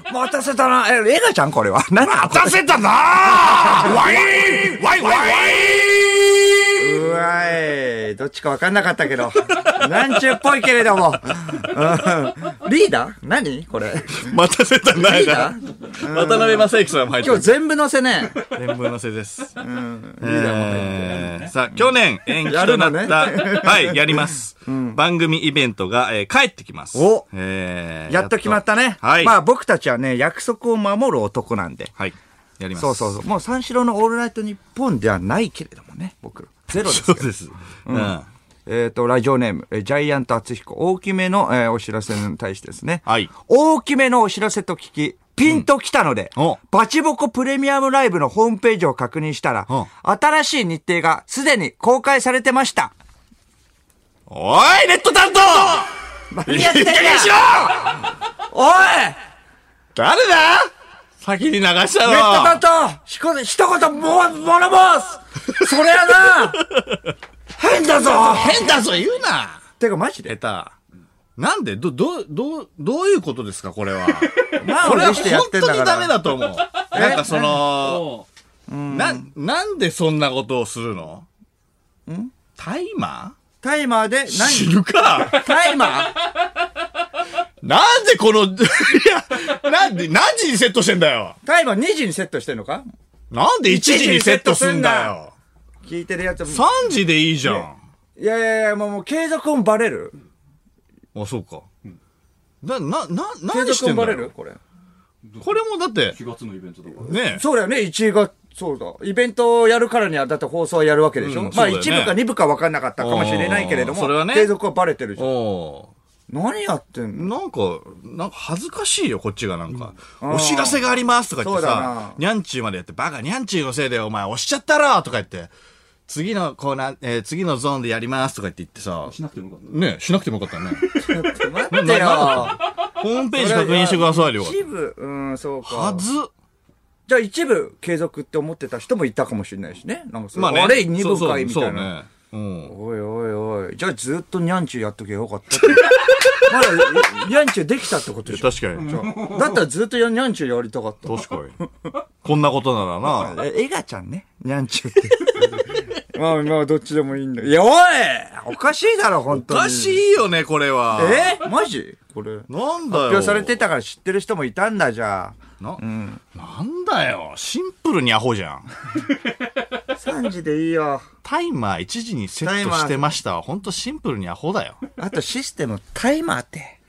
Speaker 1: ン
Speaker 2: 待たせたな。え、映画ちゃんこれは。何
Speaker 1: 待たせたなワインワインワインワイン
Speaker 2: うわい。どっちか分かんなかったけど。なんちゅうっぽいけれども。うんリーダー何これ。
Speaker 1: 待たせたな
Speaker 2: リーダ ー
Speaker 1: 渡辺正行さんも入って
Speaker 2: 今
Speaker 1: る
Speaker 2: 日全部載せね。
Speaker 1: 全部のせです。えーさあ、去年延期となっ
Speaker 2: や
Speaker 1: た、はい、やります。番組イベントが、えー帰ってきます。
Speaker 2: お
Speaker 1: えー
Speaker 2: やっと決まったね。
Speaker 1: はい。
Speaker 2: まあ僕たちはね、約束を守る男なんで。
Speaker 1: はい。やります。
Speaker 2: そうそうそう。もう三四郎のオールナイト日本ではないけれどもね、僕ら。ゼロです
Speaker 1: そ
Speaker 2: よ
Speaker 1: う。です。うん。
Speaker 2: えっ、と、ラジオネーム、えージャイアント厚彦、大きめの、えーお知らせに対してですね。
Speaker 1: はい
Speaker 2: 大きめのお知らせと聞き、ピンときたので、
Speaker 1: うんお
Speaker 2: バチボコプレミアムライブのホームページを確認したら、
Speaker 1: うん
Speaker 2: 新しい日程がすでに公開されてました。
Speaker 1: おい、ネット担当
Speaker 2: 何やってんだ
Speaker 1: いい加減にしろ
Speaker 2: おい
Speaker 1: 誰だ先に流したの
Speaker 2: ネット担当ひこ一言も、物申すそれはな変だぞ
Speaker 1: 変だぞ、言うな
Speaker 2: てかマジで
Speaker 1: 下手。なんでど、ど、どう、どういうことです か、これは。
Speaker 2: な
Speaker 1: これは
Speaker 2: 俺してや
Speaker 1: 本
Speaker 2: ってんだ
Speaker 1: 当
Speaker 2: から
Speaker 1: にダメだと思う。なんかその、な、なんでそんなことをするのタイマ
Speaker 2: タイマーで
Speaker 1: ー
Speaker 2: 何
Speaker 1: 死ぬ か
Speaker 2: タイマー
Speaker 1: なんでこの、 いや、なんで、何時にセットしてんだよ
Speaker 2: タイマー2時にセットしてんのか
Speaker 1: なんで1時にセットすんだよ
Speaker 2: 聞いてるやつも。
Speaker 1: !3 時でいいじゃん。
Speaker 2: いやいやいや、もうもう継続音バレる
Speaker 1: あ、そうか。な、な、な、
Speaker 2: 継
Speaker 1: 何し
Speaker 2: 続
Speaker 1: て
Speaker 2: 音
Speaker 1: んだ
Speaker 2: バレる
Speaker 1: よ
Speaker 2: これ。
Speaker 1: これもだって、
Speaker 3: 4月のイベント だから。
Speaker 1: ね
Speaker 2: そうだよね、1が、そうだ。イベントをやるからには、だって放送をやるわけでしょ、
Speaker 1: うん
Speaker 2: まあ
Speaker 1: そうだよね
Speaker 2: 1部か2部か分かんなかったかもしれないけれども、
Speaker 1: うんそれはね
Speaker 2: 継続はバレてるじゃん。
Speaker 1: おー。
Speaker 2: 何やっ てんの
Speaker 1: なんか、なんか恥ずかしいよ、こっちがなんか。お知らせがありますとか言って
Speaker 2: そうだな
Speaker 1: さ、にゃんちゅうまでやって、バカにゃんちゅうのせいでお前押しちゃったろとか言って、次のコーナー、えー次のゾーンでやりますとか言って言ってさ、
Speaker 3: しなくてもよかっ
Speaker 1: ねえしなくてもよかったね。
Speaker 2: 待ってよ。
Speaker 1: ホームページ確認してくださいよ。
Speaker 2: 1部、うん、そうか。
Speaker 1: はず。
Speaker 2: じゃあ1部継続って思ってた人もいたかもしれないしね。なんかそれ、
Speaker 1: まあね。
Speaker 2: あれ2部
Speaker 1: そうそ
Speaker 2: か
Speaker 1: う
Speaker 2: いみたいな。
Speaker 1: そうね。
Speaker 2: おいおいおい。じゃあずっとニャンチューやっとけばよかったって。 まだニャンチューできたってことでし
Speaker 1: う
Speaker 2: ょ
Speaker 1: ん。確かに。
Speaker 2: だったらずっとニャンチューやりたかった。
Speaker 1: 確かに。こんなことならな。
Speaker 2: え、エガちゃんね。ニャンチューって。 まあまあ、どっちでもいいんだいや、おいおかしいだろ、本当
Speaker 1: お
Speaker 2: に。
Speaker 1: かしいよね、これは。
Speaker 2: えマジこれ。発
Speaker 1: なんだよ。
Speaker 2: 表されてたから知ってる人もいたんだ、じゃ
Speaker 1: な、なんだよ。シンプルにアホじゃん。
Speaker 2: あ。3時でいいよ。
Speaker 1: タイマー1時にセットしてましたは、ほんとシンプルにアホだよ。
Speaker 2: あとシステム、タイマー って。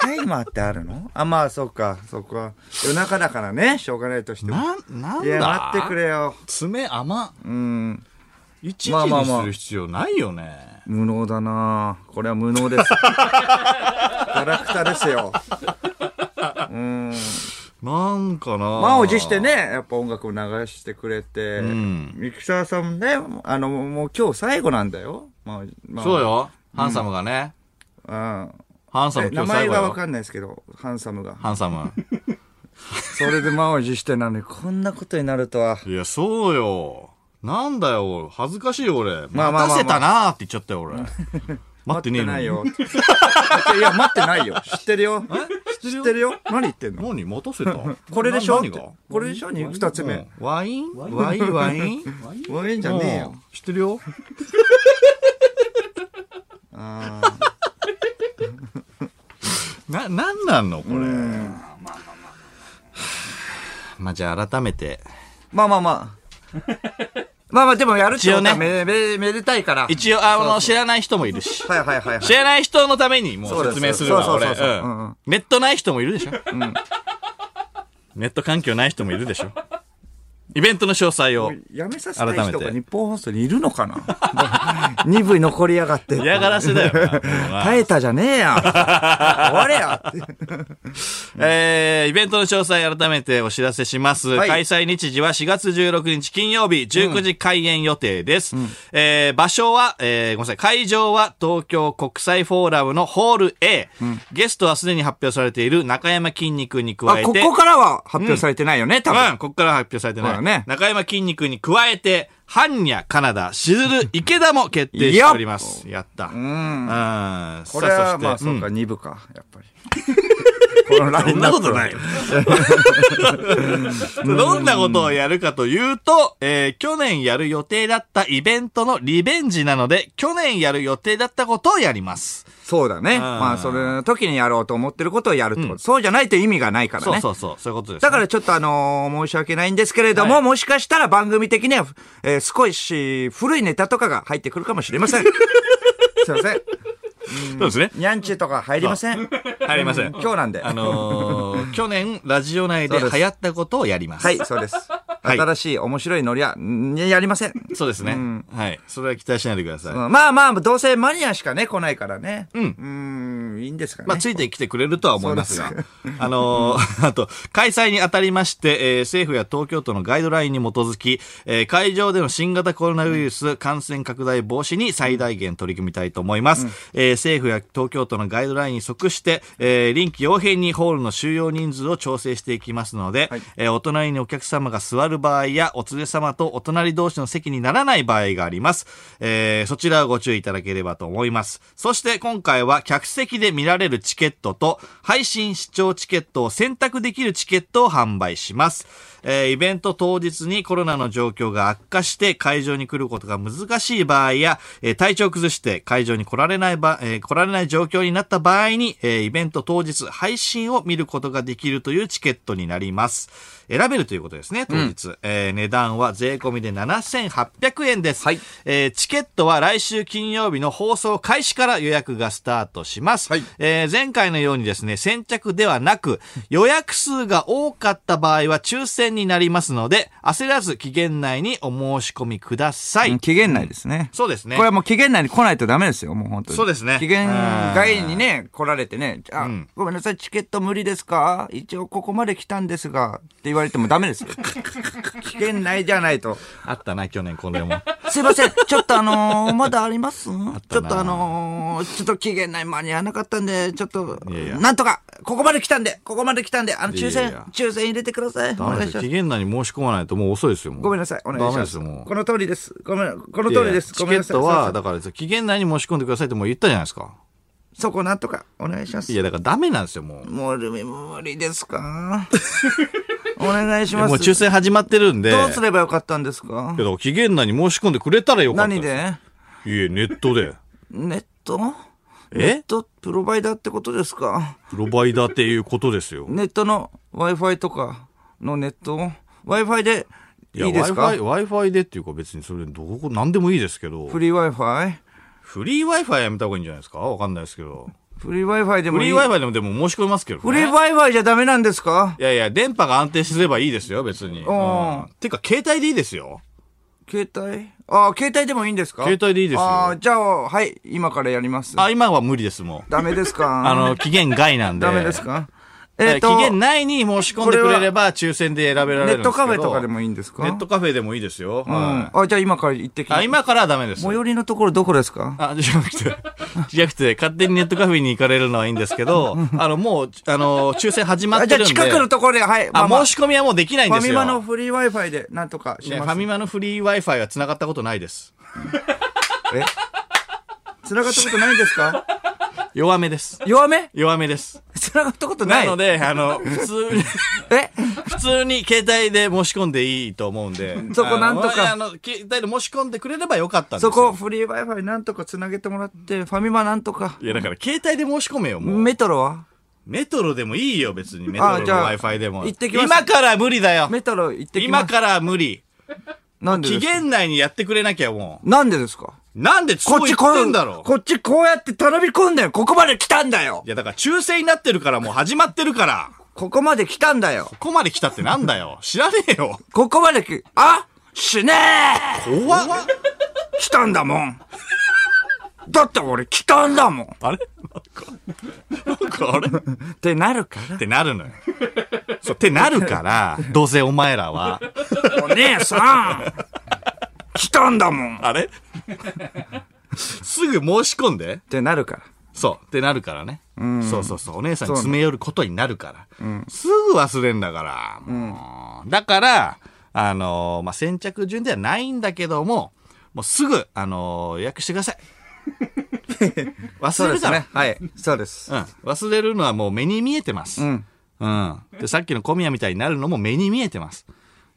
Speaker 2: タイマーってあるのあ、まあ、そうか、そこは。夜中だからね、しょうがないとしても。
Speaker 1: な、なんだ
Speaker 2: いや、待ってくれよ。
Speaker 1: 爪甘。
Speaker 2: うん。
Speaker 1: 1時
Speaker 2: まあまあ
Speaker 1: に
Speaker 2: ますあ
Speaker 1: る必要ないよね。
Speaker 2: 無能だなぁこれは無 能です。ガラクタですよ。うーん。
Speaker 1: なんかな
Speaker 2: 満を持してね、やっぱ音楽を流してくれて、
Speaker 1: ん
Speaker 2: ミキサーさんもね、あの、もう今日最後なんだよ。まあ、まあ、
Speaker 1: そう。よ。ハンサムがね。
Speaker 2: うん。
Speaker 1: ハンサム
Speaker 2: え
Speaker 1: 今日
Speaker 2: 名
Speaker 1: 最
Speaker 2: 前
Speaker 1: 後
Speaker 2: が
Speaker 1: よ
Speaker 2: わ。かんないですけど、ハンサムが。
Speaker 1: ハンサム。
Speaker 2: それで満を持してなのに、こんなことになるとは。
Speaker 1: いや、そうよ。なんだよ、恥ずかしいよ俺。
Speaker 2: まあまあまあ
Speaker 1: 待たせたなーって言っちゃったよ俺。待ってねえの
Speaker 2: ない
Speaker 1: に。
Speaker 2: よ。いや、待ってないよ。知ってるよ。知ってるよ。何言ってんの
Speaker 1: 何待たせた
Speaker 2: これでしょっ
Speaker 1: な
Speaker 2: て
Speaker 1: 何が
Speaker 2: これでしょに二つ
Speaker 1: う
Speaker 2: 目
Speaker 1: ん。ワインワインワイン
Speaker 2: 悪いんじゃねえよ
Speaker 1: うん。知ってるよ。
Speaker 2: あ
Speaker 1: な、なんなんのこれ。まあまあまあ まあじゃあ改めて。
Speaker 2: ーまあまあま あ。まあまあ、でもやるってこと
Speaker 1: 一応
Speaker 2: は
Speaker 1: ね
Speaker 2: め、め、めでたいから。
Speaker 1: 一応、あの、知らない人もいるし。
Speaker 2: はいはいはいはい。
Speaker 1: 知らない人のためにもう説明するわ、
Speaker 2: そう
Speaker 1: 俺。
Speaker 2: で
Speaker 1: う
Speaker 2: すそうですそうそううんうん
Speaker 1: んネットない人もいるでしょネット環境ない人もいるでしょイベントの詳細を。
Speaker 2: やめさせたい人
Speaker 1: 改
Speaker 2: が
Speaker 1: めて
Speaker 2: 日本放送にいるのかな ?2 部に残りやがって。
Speaker 1: 嫌がらせだよなもうな。
Speaker 2: 耐えたじゃねえや。終わ れや。
Speaker 1: えー、イベントの詳細改めてお知らせします。
Speaker 2: はい
Speaker 1: 開催日時は4月16日金曜日19時開演予定です。えー、場所は、えー、ごめんなさい、会場は東京国際フォーラムのホール A。ゲストはすでに発表されている中山筋肉に加
Speaker 2: あ、
Speaker 1: え
Speaker 2: こ
Speaker 1: て、
Speaker 2: こからは発表されてないよね、多
Speaker 1: う
Speaker 2: 分。
Speaker 1: ん、ここから発表されて
Speaker 2: そう
Speaker 1: な
Speaker 2: だ
Speaker 1: い。
Speaker 2: ね
Speaker 1: 中山筋肉に加えて、般若、カナダ、しずる、池田も決定しております。やった。うん。うん。
Speaker 2: これは、まあ、そうか、2部か、やっぱり。 このラインナップ。
Speaker 1: よ。どんなことをやるかというと、えー去年やる予定だったイベントのリベンジなので、去年やる予定だったことをやります。
Speaker 2: そうだね。まあ、それの時にやろうと思ってることをやるってこと。そうじゃないと意味がないから
Speaker 1: そう
Speaker 2: ね
Speaker 1: そ。うそう、そういうことです。
Speaker 2: だからちょっとあのー申し訳ないんですけれども、
Speaker 1: はい
Speaker 2: もしかしたら番組的には、えー少し古いネタとかが入ってくるかもしれませ ん。すいません。
Speaker 1: そうですね。
Speaker 2: にゃんちゅとか入りません。
Speaker 1: 入りません。
Speaker 2: 今日なんで。
Speaker 1: あの ー去年、ラジオ内で
Speaker 2: そう
Speaker 1: 流
Speaker 2: です
Speaker 1: 行ったことをやります。
Speaker 2: はい、そ うです。
Speaker 1: い
Speaker 2: 新しい面白いノリは、んやりません。
Speaker 1: そうですね。はい。それは期待しないでください。
Speaker 2: うんまあまあ、どうせマニアしかね、来ないからね。うんん。いいんですかね。
Speaker 1: まあ、ついてきてくれるとは思いますが
Speaker 2: そうで。
Speaker 1: あの ーあと、開催にあたりまして、えー政府や東京都のガイドラインに基づき、えー会場での新型コロナウイルス感染拡大防止に最大限取り組みたいと思います。えー政府や東京都のガイドラインに即して、えー臨機応変にホールの収容人数を調整していきますので、
Speaker 2: はい
Speaker 1: えーお隣にお客様が座る場合や、お連れ様とお隣同士の席にならない場合があります。えーそちらをご注意いただければと思います。そして今回は客席で見られるチケットと、配信視聴チケットを選択できるチケットを販売します。えーイベント当日にコロナの状況が悪化して会場に来ることが難しい場合や、えー体調を崩して会場に来られない場、えー来られない状況になった場合に、えーイベント当日配信を見ることができるというチケットになります。選べるということですね、当日。えー値段は税込みで7800円です。
Speaker 2: はい
Speaker 1: えーチケットは来週金曜日の放送開始から予約がスタートします。
Speaker 2: はい
Speaker 1: えー前回のようにですね、先着ではなく、予約数が多かった場合は抽選になりますので、焦らず期限内にお申し込みください。
Speaker 2: うん期限内ですね。
Speaker 1: そうですね。
Speaker 2: これはもう期限内に来ないとダメですよ、もう本当に。
Speaker 1: そうですね
Speaker 2: 期限外にね、来られてね、あ、ごめんなさい、チケット無理ですか一応ここまで来たんですが、って言われてもダ メですよ。期限内じゃないと。
Speaker 1: あったな、去年これ も。
Speaker 2: すいません、ちょっと あのーまだありますち
Speaker 1: た
Speaker 2: ょ
Speaker 1: な
Speaker 2: っとあのーちょっと期限内間に合わなかったんで、ちょっと、
Speaker 1: いやいや
Speaker 2: なんとか、ここまで来たんで、ここまで来たんで、あの、抽
Speaker 1: いやい
Speaker 2: 選
Speaker 1: やいや、
Speaker 2: 抽選入れてください。お
Speaker 1: ダメ
Speaker 2: 願
Speaker 1: で
Speaker 2: い
Speaker 1: す
Speaker 2: し
Speaker 1: よ。
Speaker 2: ま
Speaker 1: 期
Speaker 2: す。
Speaker 1: 限内に申し込まないともう遅いですよ、もう
Speaker 2: ごめんなさい、お願いし
Speaker 1: ダメ
Speaker 2: ま。
Speaker 1: ですすよ、もう
Speaker 2: こ。の通りです。ごめん、この通りです。
Speaker 1: いや
Speaker 2: ご
Speaker 1: い
Speaker 2: めん
Speaker 1: や
Speaker 2: な
Speaker 1: チケット
Speaker 2: さい。すいませ
Speaker 1: は、
Speaker 2: ん
Speaker 1: だから、期限内に申し込んでくださいってもう言ったじゃないですか。
Speaker 2: そこなんとかお願いします
Speaker 1: い。や、だからダメなんですよ、もう。
Speaker 2: もう無理ですか お願いします。
Speaker 1: もう抽選始まってるんで。
Speaker 2: どうすればよかったんですか
Speaker 1: けど、期限内に申し込んでくれたらよかった。
Speaker 2: 何で
Speaker 1: いえ、ネットで。
Speaker 2: ネット
Speaker 1: え
Speaker 2: ネットプロバイダーってことですか
Speaker 1: プロバイダーっていうことですよ。
Speaker 2: ネットの Wi-Fi とかのネット ?Wi-Fi で いいですか
Speaker 1: Wi-Fi、Wi-Fi でっていうか別にそれ、どこ、なんでもいいですけど。
Speaker 2: フリー Wi-Fi?
Speaker 1: フリー Wi-Fi やめた方がいいんじゃないですかわかんないですけど。
Speaker 2: フリー Wi-Fi で
Speaker 1: フ
Speaker 2: もい
Speaker 1: リ
Speaker 2: い
Speaker 1: ー Wi-Fi でもでも申し込みますけどね。
Speaker 2: フリー Wi-Fi じゃダメなんですか
Speaker 1: いやいや、電波が安定すればいいですよ、別に。
Speaker 2: ん
Speaker 1: うんてか、携帯でいいですよ。
Speaker 2: 携帯ああ、携帯でもいいんですか
Speaker 1: 携帯でいいですよ
Speaker 2: ああ、じゃあ、はい、今からやります。
Speaker 1: あ、今は無理です、もう。
Speaker 2: ダメですか
Speaker 1: あの、期限外なんで。
Speaker 2: ダメですかえーと
Speaker 1: 期限内に申し込んでくれれば抽選で選べられ
Speaker 2: ネ
Speaker 1: るんです
Speaker 2: ット
Speaker 1: けど
Speaker 2: カフェとかでもいいんですか
Speaker 1: ネットカフェでもいいですよ。
Speaker 2: う
Speaker 1: は
Speaker 2: ん
Speaker 1: い。
Speaker 2: あ、じゃあ今から行ってきま
Speaker 1: あ、
Speaker 2: す。
Speaker 1: 今からはダメです。
Speaker 2: 最寄りのところどこですか
Speaker 1: あ、じゃな くて、じゃなくて、勝手にネットカフェに行かれるのはいいんですけど、あの、もう、あの、抽選始まっ
Speaker 2: あじ
Speaker 1: て
Speaker 2: ゃあ
Speaker 1: るんで。
Speaker 2: 近くのところで、はい。ま
Speaker 1: あ、
Speaker 2: ま
Speaker 1: 申し込みはもうできないんで
Speaker 2: ファ
Speaker 1: す
Speaker 2: ミ
Speaker 1: よ。
Speaker 2: マのフリー Wi-Fi でなんとかし
Speaker 1: ねフ
Speaker 2: ます。
Speaker 1: ァミマのフリー Wi-Fi は繋がったことないです。
Speaker 2: え繋がったことないんです か
Speaker 1: 弱めです。
Speaker 2: 弱め
Speaker 1: 弱めです。
Speaker 2: 繋がったことな
Speaker 1: ないので、あの、普通に、
Speaker 2: え
Speaker 1: 普通に携帯で申し込んでいいと思うんで。
Speaker 2: そこなんとか
Speaker 1: あの、あの携帯で申し込んでくれればよかったんです
Speaker 2: そ
Speaker 1: よ。
Speaker 2: こ、フリー Wi-Fi なんとか繋げてもらって、ファミマなんとか。
Speaker 1: いや、だから携帯で申し込めよ、もう。
Speaker 2: メトロは
Speaker 1: メトロでもいいよ、別に。メトロの
Speaker 2: じゃあ
Speaker 1: Wi-Fi でも。
Speaker 2: 行ってきます
Speaker 1: 今から無理だよ。
Speaker 2: メトロ行ってきます。
Speaker 1: 今から無理。
Speaker 2: なんで
Speaker 1: 期
Speaker 2: ですか
Speaker 1: 限内にやってくれなきゃもう。
Speaker 2: なんでですか
Speaker 1: なんでそ
Speaker 2: こ
Speaker 1: う
Speaker 2: っ
Speaker 1: 言
Speaker 2: ち
Speaker 1: っ
Speaker 2: こ
Speaker 1: て
Speaker 2: うん
Speaker 1: だろ
Speaker 2: こっちこうやって頼み込んだよ。ここまで来たんだよ
Speaker 1: い。や、だから抽選になってるからもう始まってるから。
Speaker 2: ここまで来たんだよ。
Speaker 1: ここまで来たってなんだよ。知らねえよ。
Speaker 2: ここまで来、あ死ねえ
Speaker 1: 怖っ。
Speaker 2: 来たんだもん。だって俺来たんだもん。
Speaker 1: あれなんか、なんかあれっ
Speaker 2: ってなるか
Speaker 1: てなるのよ。そう、ってなるから、どうせお前らは。
Speaker 2: ら。お姉さん来たんだもん。っ
Speaker 1: あれすぐ申し込んで。
Speaker 2: てなるから。
Speaker 1: そう。ってなるからね。そうそうそう。お姉さんに詰め寄ることになるから。すぐ忘れんだから。もうだから、あのーまあ、先着順ではないんだけども、もうすぐ、あのー予約してくだ さい。忘れるから。ね、。
Speaker 2: はい。そうです。
Speaker 1: うん。忘れるのはもう目に見えてます。うん。で、さっきの小宮みたいになるのも目に見えてます。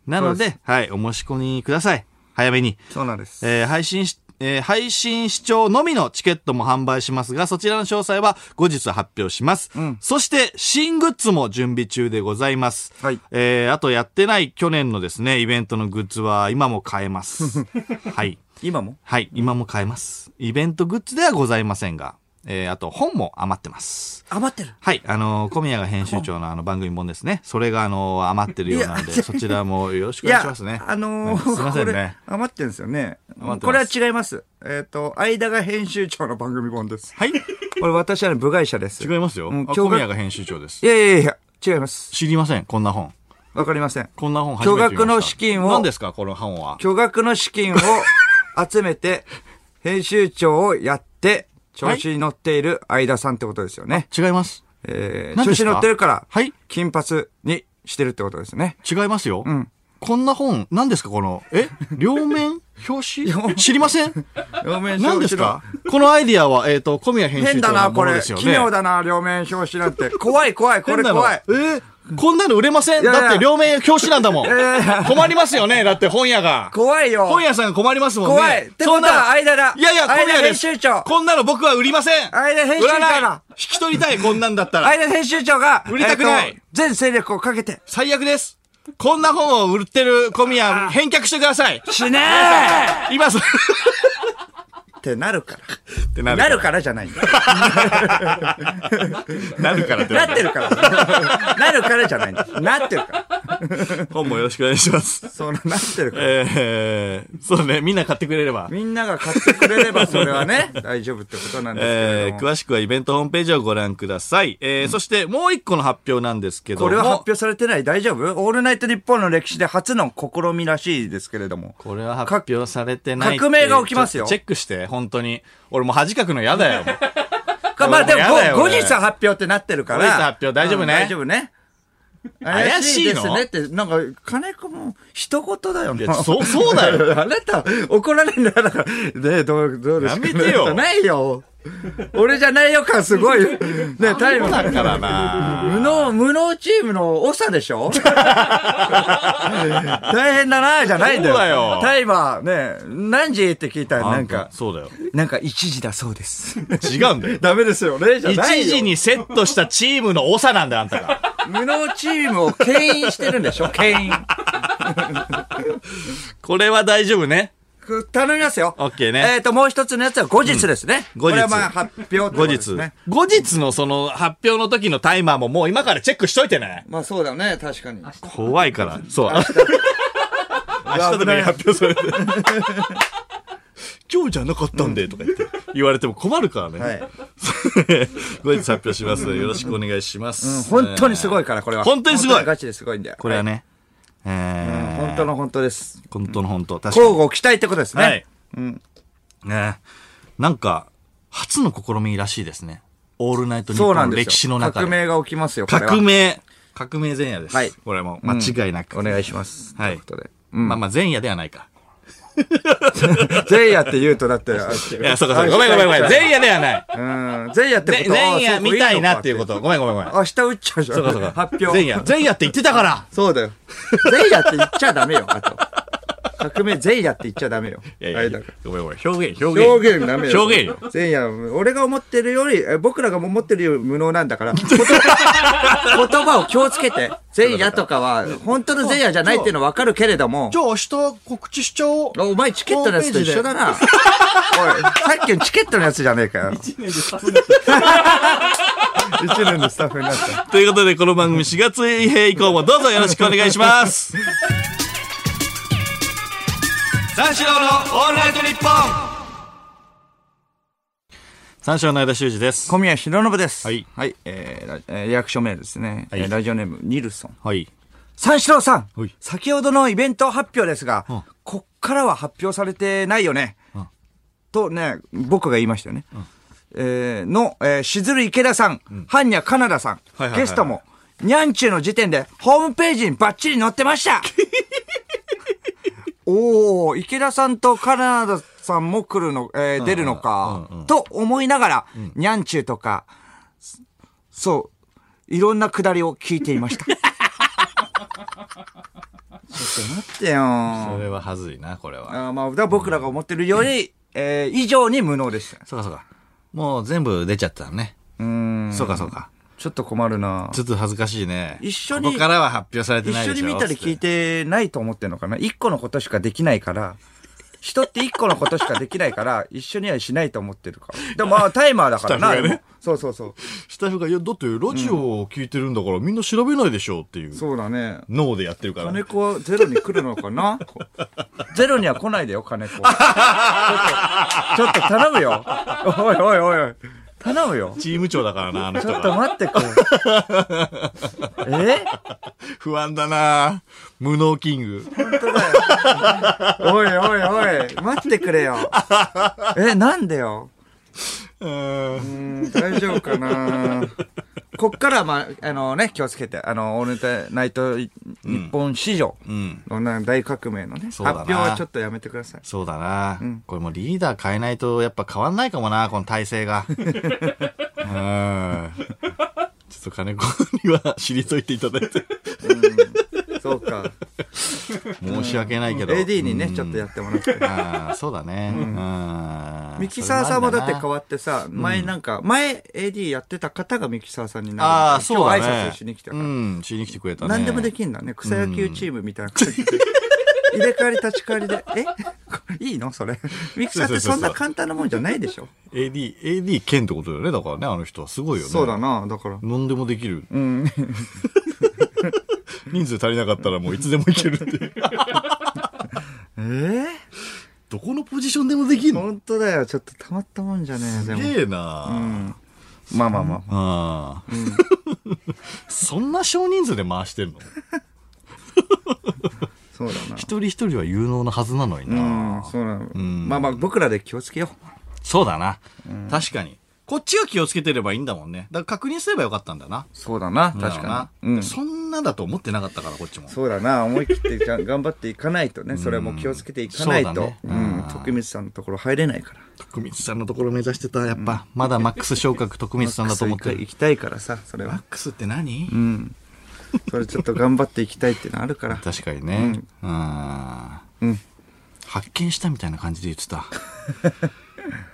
Speaker 1: なので、はい、お申し込みください。早めに。
Speaker 2: そうなんです。
Speaker 1: えー配信し、えー配信視聴のみのチケットも販売しますが、そちらの詳細は後日発表します。そして、新グッズも準備中でございます。
Speaker 2: はい
Speaker 1: えーあとやってない去年のですね、イベントのグッズは今も買え ます。はい。
Speaker 2: 今も
Speaker 1: はい、今も買えます。イベントグッズではございませんが、えーあと本も余ってます。
Speaker 2: 余ってる。
Speaker 1: はい、あのー小宮が編集長のあの番組本ですね。それがあのー余ってるようなんで、
Speaker 2: いや
Speaker 1: そちらもよろしくお
Speaker 2: い
Speaker 1: 願いし
Speaker 2: や
Speaker 1: ますね、。
Speaker 2: あの
Speaker 1: ねすいま
Speaker 2: ー、
Speaker 1: せ
Speaker 2: こ
Speaker 1: ん
Speaker 2: れ
Speaker 1: ね。、
Speaker 2: 余ってるんですよね
Speaker 1: 余っ。て
Speaker 2: これ
Speaker 1: ま
Speaker 2: は
Speaker 1: す
Speaker 2: 違います。えっと、間が編集長の番組本です。
Speaker 1: はい。
Speaker 2: これ私はね部外者です。
Speaker 1: 違いますよ。
Speaker 2: うん
Speaker 1: あ
Speaker 2: 驚愕
Speaker 1: 小宮が編集長です。
Speaker 2: いやいやいや、違います。
Speaker 1: 知りません、こんな本。
Speaker 2: わかりません。
Speaker 1: こんな本初めて見ました
Speaker 2: 巨額の資金を
Speaker 1: 何ですか、この本は。
Speaker 2: 巨額の資 金を集めて、編集長をやって、調子に乗っている相田さんってことですよね。
Speaker 1: 違います。
Speaker 2: えー、
Speaker 1: 何
Speaker 2: 調
Speaker 1: です
Speaker 2: 子
Speaker 1: か
Speaker 2: に乗ってるから、
Speaker 1: はい
Speaker 2: 金髪にしてるってことです ね。
Speaker 1: 違いますよ。こんな本、何ですか、この、え両面表紙知りま せん
Speaker 2: 両面
Speaker 1: 何ですかこのアイディアは、えっ、と、小宮編集
Speaker 2: 変だ
Speaker 1: 長
Speaker 2: な、
Speaker 1: の
Speaker 2: こ
Speaker 1: もの
Speaker 2: れ。
Speaker 1: ですよね。
Speaker 2: 奇妙だな、両面表紙なんて。怖い怖い、これ
Speaker 1: 変なの
Speaker 2: 怖い。
Speaker 1: えーこんなの売れません
Speaker 2: やいや
Speaker 1: だって両面表紙なんだもん。
Speaker 2: やいや
Speaker 1: 困りますよねだって本屋が。
Speaker 2: 怖いよ。
Speaker 1: 本屋さんが困りますもんね。
Speaker 2: 怖いってことは
Speaker 1: そんなの
Speaker 2: 間だ
Speaker 1: いやいや、小
Speaker 2: 間
Speaker 1: 宮です。
Speaker 2: 編集長
Speaker 1: こんなの僕は売りません。
Speaker 2: 間編集長
Speaker 1: 売らない
Speaker 2: だ。
Speaker 1: 引き取りたい、こんなんだったら。
Speaker 2: 相田編集長が、
Speaker 1: 売りたくない
Speaker 2: えっと全勢力をかけて、
Speaker 1: 最悪です。こんな本を売ってる小宮、返却してください。
Speaker 2: 死ね ー
Speaker 1: 今す、っ
Speaker 2: ってなるから。
Speaker 1: てな
Speaker 2: なるからじゃないんだよ。
Speaker 1: なるからっ
Speaker 2: なって るから。なるからじゃないんだよ。なってるから。
Speaker 1: 本もよろしくお願いします。
Speaker 2: そうな、なってるから。
Speaker 1: えー、そうね、みんな買ってくれれば。
Speaker 2: みんなが買ってくれればそれ はね、大丈夫ってことなんですけれ
Speaker 1: え
Speaker 2: ど
Speaker 1: ー、
Speaker 2: も。
Speaker 1: 詳しくはイベントホームページをご覧ください。えーそしてもう一個の発表なんですけども。
Speaker 2: これは発表されてない大丈夫オールナイト日本の歴史で初の試みらしいですけれども。
Speaker 1: これは発表されてないって。
Speaker 2: 革命が起きますよ
Speaker 1: ちょっとチェックして、本当に。俺もう恥かくの嫌だよ。もう
Speaker 2: か まあでも
Speaker 1: やだよ
Speaker 2: ご後
Speaker 1: 俺
Speaker 2: 日発表ってなってるから。
Speaker 1: 後日発表大丈夫ね
Speaker 2: うん大丈夫ね。
Speaker 1: 怪しいの
Speaker 2: ですねって、なんか、金子も、人事だよ
Speaker 1: い
Speaker 2: ね
Speaker 1: や、。そう、そうだ よ。
Speaker 2: あなた、怒られるんだから、ねどう、どうですか
Speaker 1: やめてよ
Speaker 2: ないよ。俺じゃないよ感すごいよ。ねタイム。
Speaker 1: だからな。
Speaker 2: 無能、無能チームの長でし ょ大変だな、じゃないんだよ。
Speaker 1: そうだよ
Speaker 2: タイマー、ね何時って聞いたら、なん
Speaker 1: あ
Speaker 2: か
Speaker 1: た、そうだよ。
Speaker 2: なんか1時だそうです。
Speaker 1: 違うん だよ。
Speaker 2: ダメですよね、じゃないよ。
Speaker 1: 1時にセットしたチームの長なんだよ、あんたが。
Speaker 2: 無能チームを牽引してるんでしょ牽引。
Speaker 1: これは大丈夫ね。
Speaker 2: 頼みますよ。
Speaker 1: オッケーね
Speaker 2: えっ、と、もう一つのやつは後日ですね。
Speaker 1: 後日
Speaker 2: これはまあ発表ってこと
Speaker 1: 後
Speaker 2: です
Speaker 1: 日、
Speaker 2: ね。
Speaker 1: 後日のその発表の時のタイマーももう今からチェックしといてね。
Speaker 2: まあそうだね、確かに。
Speaker 1: 怖い から。そう。明日とかに発表されて。今日じゃなかったんで、とか言って、言われても困るからね。
Speaker 2: はい
Speaker 1: 後日発表します。よろしくお願いします。
Speaker 2: 本当にすごいから、これ は。
Speaker 1: 本当にすごい
Speaker 2: ガチですごいんで。
Speaker 1: これはね、
Speaker 2: はい。うん
Speaker 1: え
Speaker 2: 本当の本当です。
Speaker 1: ー、本当の本当、確かに
Speaker 2: 交。互期待ってことですね。
Speaker 1: はい。ねなんか、初の試みらしいですね。オールナイト日
Speaker 2: そう
Speaker 1: 本
Speaker 2: なん
Speaker 1: の
Speaker 2: ですよ。
Speaker 1: 歴史の中
Speaker 2: 革
Speaker 1: で。
Speaker 2: 命が起きますよ、これは
Speaker 1: 革。命。革命前夜です。
Speaker 2: はい
Speaker 1: これはもう間違いなく。
Speaker 2: お願いします。
Speaker 1: はい
Speaker 2: ということで。
Speaker 1: まあまあ前夜ではないか。
Speaker 2: 前夜って言うと、だって、
Speaker 1: いや、 そうかそうか。ごめんごめんごめん。 前夜ではない。
Speaker 2: うん。前夜ってこ
Speaker 1: ぜ
Speaker 2: と
Speaker 1: 前夜みたいなっていうこ。
Speaker 2: あ
Speaker 1: と。ごめんごめんごめん。
Speaker 2: そうかいいのかって明日打っちゃうじゃん。
Speaker 1: そうかそうか。
Speaker 2: 発表。
Speaker 1: 前夜。前夜って言ってたから。
Speaker 2: そうだよ。前夜って言っちゃダメよ、あと。革命前夜って言っちゃダメよ。
Speaker 1: いやい
Speaker 2: あ
Speaker 1: や
Speaker 2: れ
Speaker 1: いや
Speaker 2: だか。
Speaker 1: ごめんごめん。表現、表
Speaker 2: ら
Speaker 1: 現。
Speaker 2: 表現ダメよ。
Speaker 1: 表現よ。
Speaker 2: 前夜、俺が思ってるより、え僕らが思ってるより無能なん だから、言葉言葉を気をつけて、前夜とかは、本当の前夜じゃないっていうの分かるけれども、
Speaker 1: じゃあ明日告知しちゃおう。
Speaker 2: お前チケットのやつと一緒だな。おい、さっきのチケットのやつじゃねえかよ。一年でスタッフになった。
Speaker 1: ということで、この番組4月以降もどうぞよろしくお願いします。三四郎のオールナイトニッポン三四郎の間修二です。
Speaker 2: 小宮弘信です。
Speaker 1: はい
Speaker 2: はい。えーラえー、リアクションメールですね。
Speaker 1: はい
Speaker 2: えーラジオネーム、ニルソン。
Speaker 1: はい。
Speaker 2: 三四郎さん、
Speaker 1: はい
Speaker 2: 先ほどのイベント発表ですが、
Speaker 1: ん
Speaker 2: こっからは発表されてないよね。
Speaker 1: ん
Speaker 2: とね、僕が言いましたよね。えーの、えーしずる池田さん、般若カナダさん、
Speaker 1: はいはいはい
Speaker 2: ゲストも、にゃんちゅうの時点でホームページにバッチリ載ってました おー、池田さんとカナダさんも来るの、えー出るのか、と思いながら、にゃんちゅうとか、そう、いろんなくだりを聞いていま した。ってよ
Speaker 1: こ
Speaker 2: ー
Speaker 1: れははずいな、これは。
Speaker 2: あーまあ、だから僕らが思ってるより、えー以上に無能でした。
Speaker 1: そうかそうか。もう全部出ちゃったね。
Speaker 2: うん。
Speaker 1: そうかそうか。
Speaker 2: ちょっと困るな
Speaker 1: ちょっと恥ずかしいね。
Speaker 2: 一緒に
Speaker 1: ここからは発表されて
Speaker 2: 一
Speaker 1: ない
Speaker 2: 緒
Speaker 1: でし
Speaker 2: に
Speaker 1: ょ。
Speaker 2: 見たり聞い
Speaker 1: て。
Speaker 2: てないと思ってんのかな一個のことしかできないから、人って一個のことしかできないから、一緒にはしないと思ってるから。でもまあ、タイマーだ からな、
Speaker 1: スタッフがね
Speaker 2: でもそうそうそう。
Speaker 1: スタッフが、いや、だってラジオを聞いてるんだからみんな調べないでしょうっていう。
Speaker 2: そうだね。
Speaker 1: 脳でやってるから。
Speaker 2: 金子はゼロに来るのかな ゼロには来ないでよ、金子。ちょっと、ちょっと頼むよ。おいおいおいおい。頼むよ。
Speaker 1: チーム長だからな、あの
Speaker 2: ち
Speaker 1: 人
Speaker 2: ょ
Speaker 1: が
Speaker 2: っ。と待って、こう。え
Speaker 1: 不安だな無能キング。
Speaker 2: 本当だよ。おいおいおい、待ってくれよ。え、なんでよ。
Speaker 1: うーん。
Speaker 2: うん、大丈夫かな。こっからは、まあ、あのね、気をつけて、あの、オールナイト日本史上
Speaker 1: うん。
Speaker 2: のな大革命のね、発
Speaker 1: そうだな
Speaker 2: 表はちょっとやめてください。
Speaker 1: そうだな、これもうリーダー変えないとやっぱ変わんないかもな、この体制 が。うん。ちょっと金子には退いていただいて。
Speaker 2: そうか。
Speaker 1: 申し訳ないけど。
Speaker 2: AD にね、ちょっとやってもら って。
Speaker 1: ああ、そうだね。うん。
Speaker 2: ミキサーさんもだって変
Speaker 1: わ
Speaker 2: わってさ、前なんか、前 AD やってた方がミキサーさんになる。
Speaker 1: ああ、そうだね。
Speaker 2: 今日挨拶しに来たから。
Speaker 1: うん、しに来てくれたね。
Speaker 2: 何でもできんだね。草野球チームみたいな感じで。 入れ替わり立ち替わりで。え いいのそれ。ミキサーってそんな簡単なもんじゃないでしょ
Speaker 1: AD、AD 兼ってことだよね。だからね、あの人はすごいよね。
Speaker 2: そうだな。だから。
Speaker 1: 何でもできる。 人数足りなかったらもういつでもいける って。
Speaker 2: ええ
Speaker 1: どこのポジションでもできるの
Speaker 2: 本当だよ。ちょっとたまったもんじゃねえ。ですも。
Speaker 1: げえな
Speaker 2: まあまあまあ。
Speaker 1: あー そんな少人数で回してるの
Speaker 2: そうだな。
Speaker 1: 一人一人は有能なはずなのに
Speaker 2: うん
Speaker 1: な。
Speaker 2: そうなの。まあまあ、僕らで気をつけよ
Speaker 1: そうだな。確かに。こっちが気をつけてればいいんだもんね。だから確認すればよかったんだな。
Speaker 2: う。そうだな。確
Speaker 1: だよ
Speaker 2: か
Speaker 1: な
Speaker 2: に。うん。
Speaker 1: そんなだと思ってなかったから、こっちも。
Speaker 2: そうだな思い切ってじゃ頑張っていかないとねそれはもう気をつけていかない
Speaker 1: そう
Speaker 2: と、
Speaker 1: だね
Speaker 2: う
Speaker 1: うん
Speaker 2: 徳光さんのところ入れないから
Speaker 1: 徳光さんのところ目指してた、やっぱ。まだマックス昇格徳光さんだと思って
Speaker 2: マックス
Speaker 1: る
Speaker 2: 行。きたいからさそれ
Speaker 1: マッ
Speaker 2: は
Speaker 1: クスって何
Speaker 2: うんそれちょっと頑張っていきたいっていうのあるから
Speaker 1: 確かにね。うん。
Speaker 2: うん
Speaker 1: 発見したみたいな感じで言って た。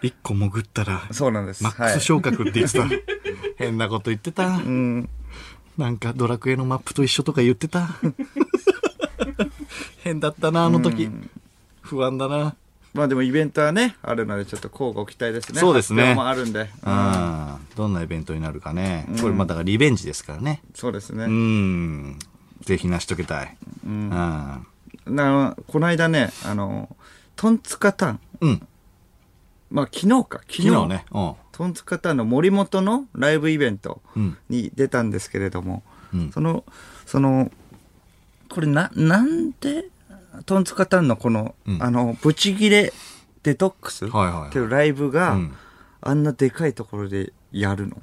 Speaker 1: 一個潜ったら、
Speaker 2: そうなんです
Speaker 1: マックス昇格って言 ってた。変なこと言ってた。なんかドラクエのマップと一緒とか言って た。変だったな、あの時。不安だな。
Speaker 2: はい、まあでもイベントはねあるのでちょっと交互期待ですね
Speaker 1: そうですね
Speaker 2: 発表もあるんで、
Speaker 1: うん。どんなイベントになるかね。これまあだからリベンジですからね。
Speaker 2: そうです
Speaker 1: う
Speaker 2: ね、
Speaker 1: ん。ぜひ成し遂げたい。うん。
Speaker 2: なこの間ねあのトンツカタン
Speaker 1: うん。
Speaker 2: まあ昨日か、昨日。
Speaker 1: 昨日ね。うん。
Speaker 2: トンツカタンの森本のライブイベントに出たんですけれども、
Speaker 1: うん
Speaker 2: その、その、これな、なんで、トンツカタンのこの、
Speaker 1: ん
Speaker 2: あの、ブチギレデトックスっ
Speaker 1: はいはいはい
Speaker 2: ていうライブが、
Speaker 1: ん
Speaker 2: あんなでかいところでやるの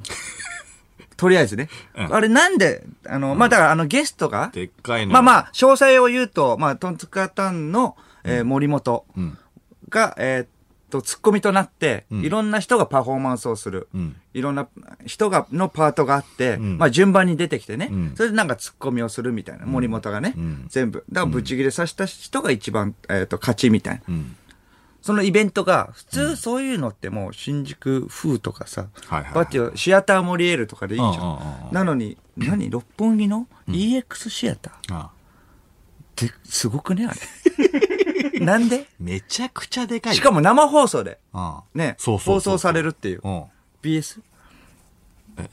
Speaker 2: とりあえずね。
Speaker 1: うん
Speaker 2: あれなんで、あの、まあ、だからあのゲストが、
Speaker 1: でっかいの。
Speaker 2: まあまあ、詳細を言うと、まあ、トンツカタンの、えー森本
Speaker 1: ん
Speaker 2: が、えーっと、ツッコミとなって、
Speaker 1: ん
Speaker 2: いろんな人がパフォーマンスをする。
Speaker 1: うん。
Speaker 2: いろんな人が、のパートがあって、
Speaker 1: ん
Speaker 2: まあ順番に出てきてね、
Speaker 1: うん
Speaker 2: それでなんかツッコミをするみたいな、森本がね、
Speaker 1: うん
Speaker 2: 全部。だからブチギレさせた人が一番、えーっと、勝ちみたいな。
Speaker 1: うん。
Speaker 2: そのイベントが、普通そういうのってもう新宿風とかさ、
Speaker 1: はいはいはい
Speaker 2: バッティオシアターモリエールとかでいいじゃ
Speaker 1: うんうんうん
Speaker 2: ん
Speaker 1: う。ん
Speaker 2: なのに、何六本木の EX シアター
Speaker 1: あ
Speaker 2: って、すごくね、あれ。なんで
Speaker 1: めちゃくちゃでかい。
Speaker 2: しかも生放送で、
Speaker 1: も、
Speaker 2: ね、
Speaker 1: そうそうそうそう
Speaker 2: 放送されるっていう
Speaker 1: う。ん。
Speaker 2: BS?
Speaker 1: え、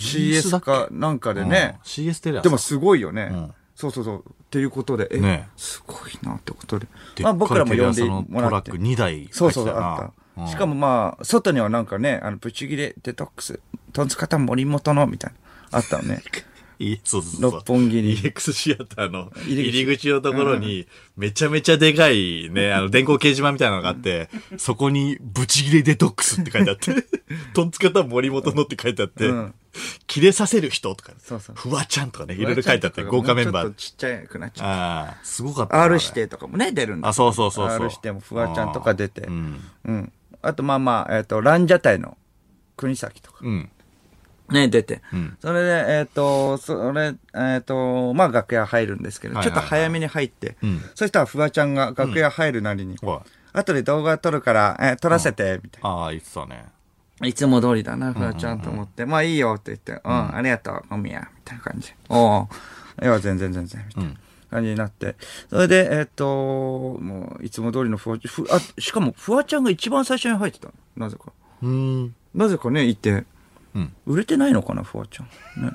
Speaker 1: CS だ
Speaker 2: CS
Speaker 1: っけ
Speaker 2: かなんかでね
Speaker 1: うん。CS テレ朝
Speaker 2: でもすごいよね。
Speaker 1: うん
Speaker 2: そうそうそう。っていうことで、え、
Speaker 1: ね
Speaker 2: すごいなってことで。
Speaker 1: でっか
Speaker 2: まあ
Speaker 1: い
Speaker 2: 僕らも呼んで
Speaker 1: テレ朝の
Speaker 2: もらって
Speaker 1: トラック。2台。
Speaker 2: そうそう、あった。しか
Speaker 1: も、
Speaker 2: もまあ、外にはなんかね、あの、ブチギレ、デトックス、トンツカタン森本の、みたいな、あったのね。
Speaker 1: いそうそうそう。
Speaker 2: 六本木に。
Speaker 1: EX シアターの
Speaker 2: 入り口
Speaker 1: 入り口のところに、めちゃめちゃでかいね、 あの、電光掲示板みたいなのがあって、そこに、ブチギレデトックスって書いてあって、 トンツカタン森本のって書いてあって
Speaker 2: うん、
Speaker 1: 切れさせる人とか、
Speaker 2: そうそう
Speaker 1: ふわちゃんと かね、いろいろ書いてあって、豪華メンバ
Speaker 2: ちょっ
Speaker 1: ー
Speaker 2: と。ちっちゃくなっちゃっ
Speaker 1: ああ、すごかった
Speaker 2: た。
Speaker 1: な。
Speaker 2: R 指
Speaker 1: あれ。
Speaker 2: 定とかもね、出るんだ。
Speaker 1: あ、そうそうそうそう。
Speaker 2: R 指定もフワちゃんとか出て。
Speaker 1: う
Speaker 2: うん。
Speaker 1: ん。
Speaker 2: あとまあまあ、えっ、と、ランジャタイの国崎とか。
Speaker 1: うん。
Speaker 2: ね、出て。
Speaker 1: ん
Speaker 2: それで、えっ、と、それ、えっ、と、まあ楽屋入るんですけど、
Speaker 1: はいはいはい
Speaker 2: ちょっと早めに入って、
Speaker 1: うん
Speaker 2: そしたらフワちゃんが楽屋入るなりに、
Speaker 1: おい
Speaker 2: 後で動画撮るから、えー撮らせて、みたい
Speaker 1: ああ、言ってたね。
Speaker 2: な。いつも通りだな、フワちゃんと思って、まあいいよって言って、うん、ありがとう、小宮、みたいな感じ。おお、いや、全然全然、みたいな。感じになって。それで、えっ、と、もう、いつも通りのフワちゃん、ふあ、しかも、フワちゃんが一番最初に入ってたの。なぜか。
Speaker 1: うん。
Speaker 2: なぜかね、いて。
Speaker 1: うん
Speaker 2: 売れてないのかな、フワちゃん。ね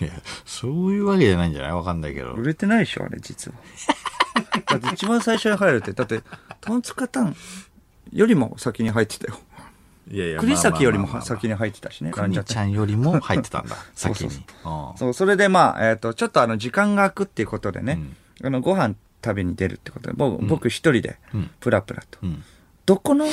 Speaker 1: いや、そういうわけじゃないんじゃないわかんないけど
Speaker 2: 売。れてないでしょあれ実は だって一番最初に入るってだってトンツカタンよりも先に入ってたよ
Speaker 1: いやいや
Speaker 2: 栗崎よりも
Speaker 1: まあまあまあまあ
Speaker 2: 先に入ってたしねランジャ
Speaker 1: 国ち
Speaker 2: タイ
Speaker 1: ゃんよりも入ってたんだ、
Speaker 2: そう
Speaker 1: 先
Speaker 2: そうそう
Speaker 1: に。あ
Speaker 2: そうそれでまあ、えっとちょっとあの時間が空くっていうことでね、あのご飯食べに出るってことで僕,、僕一人で
Speaker 1: ん
Speaker 2: プラプラと、
Speaker 1: ん
Speaker 2: どこの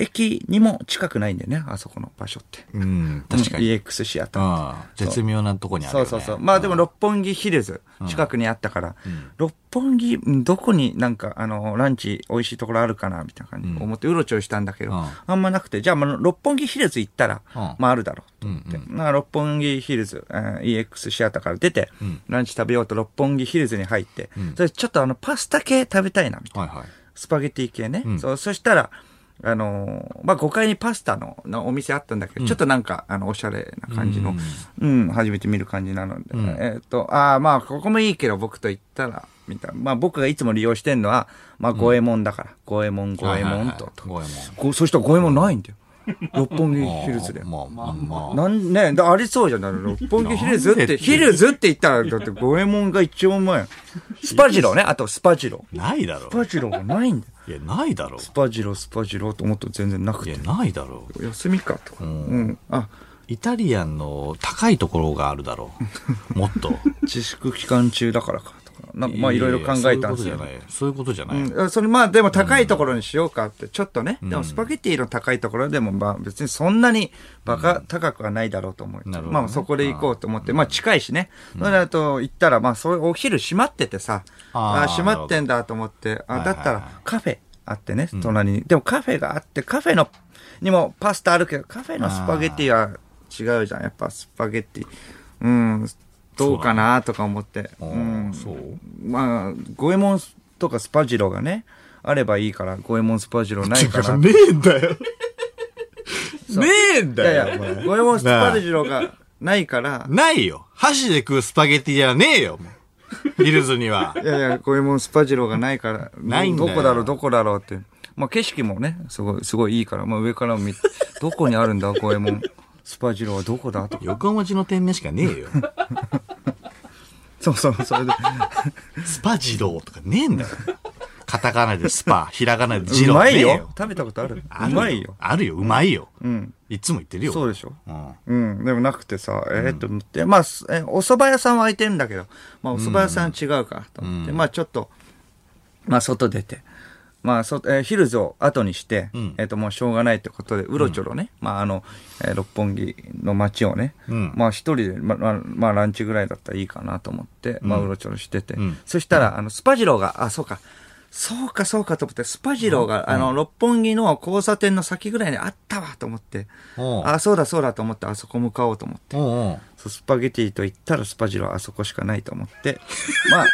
Speaker 2: 駅にも近くないんだよねあそこの場所って
Speaker 1: あうん、確かに。
Speaker 2: うん EX シアター
Speaker 1: ああ絶妙なとこにある
Speaker 2: そ
Speaker 1: よ、
Speaker 2: う
Speaker 1: ね。
Speaker 2: そうそう。まあでも
Speaker 1: うん、
Speaker 2: 六本木ヒルズ近くにあったから、六本木うんどこになんかあのランチ美味しいところあるかなみたいな感じで思ってうろちょろしたんだけど、
Speaker 1: うん
Speaker 2: あんまなくて、じゃあまあ六本木ヒルズ行ったら、
Speaker 1: うん
Speaker 2: まああるだろうと思って、まあ六本木ヒルズ、えー EX シアターから出て、ランチ食べようと六本木ヒルズに入って、それちょっとあのパスタ系食べたいなみたいな。
Speaker 1: はいはい。
Speaker 2: スパゲティ系ね。そう、そしたら、あのーまあ、5階にパスタののお店あったんだけど、ちょっとなんか、あの、おしゃれな感じの、うん、初めて見る感じなので、えっ、と、ああ、まあ、ここもいいけど、僕と行ったら、みたいな。まあ、僕がいつも利用してんのは、まあ、五右衛門だから。五右衛門、五右衛門と。と
Speaker 1: 五右衛
Speaker 2: こそしたら五右衛門ない んだよ。六本木
Speaker 1: 門。
Speaker 2: ヒルズで。
Speaker 1: まあまあまあ。
Speaker 2: なんねだありそうじゃない 六本木ヒルズ
Speaker 1: な
Speaker 2: っ
Speaker 1: んでって
Speaker 2: て、ヒルズって言ったら、だって五右衛門が一応前。 スパジロね、あとスパジロ。
Speaker 1: ないだろ
Speaker 2: ス。パジロがないんだよ。
Speaker 1: いや、ないだろ。
Speaker 2: スパジロスパジロと思ったら全然なく
Speaker 1: いや、
Speaker 2: て
Speaker 1: ないだろ。
Speaker 2: 休みかとか、うんあ
Speaker 1: イタリアンの高いところがあるだろ。もっと。
Speaker 2: 自粛期間中だからかとかなんかまあいろいろ考えたんですよ
Speaker 1: いやいやそういうことじゃない。そういうことじゃない。
Speaker 2: うんそれまあでも高いところにしようかって、ちょっとね、でもスパゲティの高いところでもまあ別にそんなにバカ高くはないだろうと思って、
Speaker 1: なるほどね
Speaker 2: まあそこで行こうと思って、まあ近いしね、それだと行ったらまあそういうお昼閉まっててさ、
Speaker 1: あー
Speaker 2: あー閉まってんだと思って、あ
Speaker 1: なるほど
Speaker 2: だった
Speaker 1: はいはい
Speaker 2: らカフェあってね、隣に。でもカフェがあって、カフェのにもパスタあるけど、カフェのスパゲティは違うじゃん、やっぱスパゲティ。うん、どうかなとか思って。
Speaker 1: あー
Speaker 2: うん
Speaker 1: そう
Speaker 2: まあ、五右衛門とかスパジロがね、あればいいから、五右衛門スパジロな いから。
Speaker 1: ねえんだよ。 ねえん
Speaker 2: い
Speaker 1: だよ。
Speaker 2: や
Speaker 1: お前
Speaker 2: いや、五右衛門スパジロがないから、
Speaker 1: ないよ。箸で食うスパゲティじゃねえよ。もうヒルズに は。
Speaker 2: いやいや、五右衛門スパジロがないから、
Speaker 1: ないんだよ
Speaker 2: どこだろう、どこだろうって。まあ景色もね、すごい、すごいいいから、まあ上からも見て、どこにあるんだ、五右衛門スパジロはどこだとか。
Speaker 1: 横文字の店名しかねえよ。
Speaker 2: そうそう、それで。
Speaker 1: スパジローとかねえんだよ。カタカナでス パ、ひらがなでジ
Speaker 2: う
Speaker 1: ロー。
Speaker 2: ま
Speaker 1: ね
Speaker 2: い
Speaker 1: え
Speaker 2: よ。。食べたことある。
Speaker 1: あ
Speaker 2: う
Speaker 1: る
Speaker 2: まいよ。。
Speaker 1: あるよ、うまいよ。
Speaker 2: うん。
Speaker 1: いつも言ってるよ。
Speaker 2: そうでしょ。
Speaker 1: うん。
Speaker 2: うん。でもなくてさ、えーっと思って、まあ、すえお蕎麦屋さんは空いてんだけど、まあ、お蕎麦屋さん違うかと思って、まあ、ちょっと、まあ、外出て、まあ、そえーヒルズを後にして、
Speaker 1: ん
Speaker 2: えーっと、もうしょうがないってことで、うろちょろね、まあ、あの、えー六本木の街をね、
Speaker 1: うん
Speaker 2: まあ、一人で、ままあ、まあ、ランチぐらいだったらいいかなと思って、まあ、うろちょろしてて、
Speaker 1: ん
Speaker 2: そしたら、あの、スパジローが、あ、そうか、そうか、そうかと思って、スパジローが、あの、六本木の交差点の先ぐらいにあったわと思って、
Speaker 1: おう
Speaker 2: あ、そうだそうだと思って、あそこ向かおうと思って。
Speaker 1: おうおう
Speaker 2: そうスパゲティと言ったらスパジローあそこしかないと 思って。ま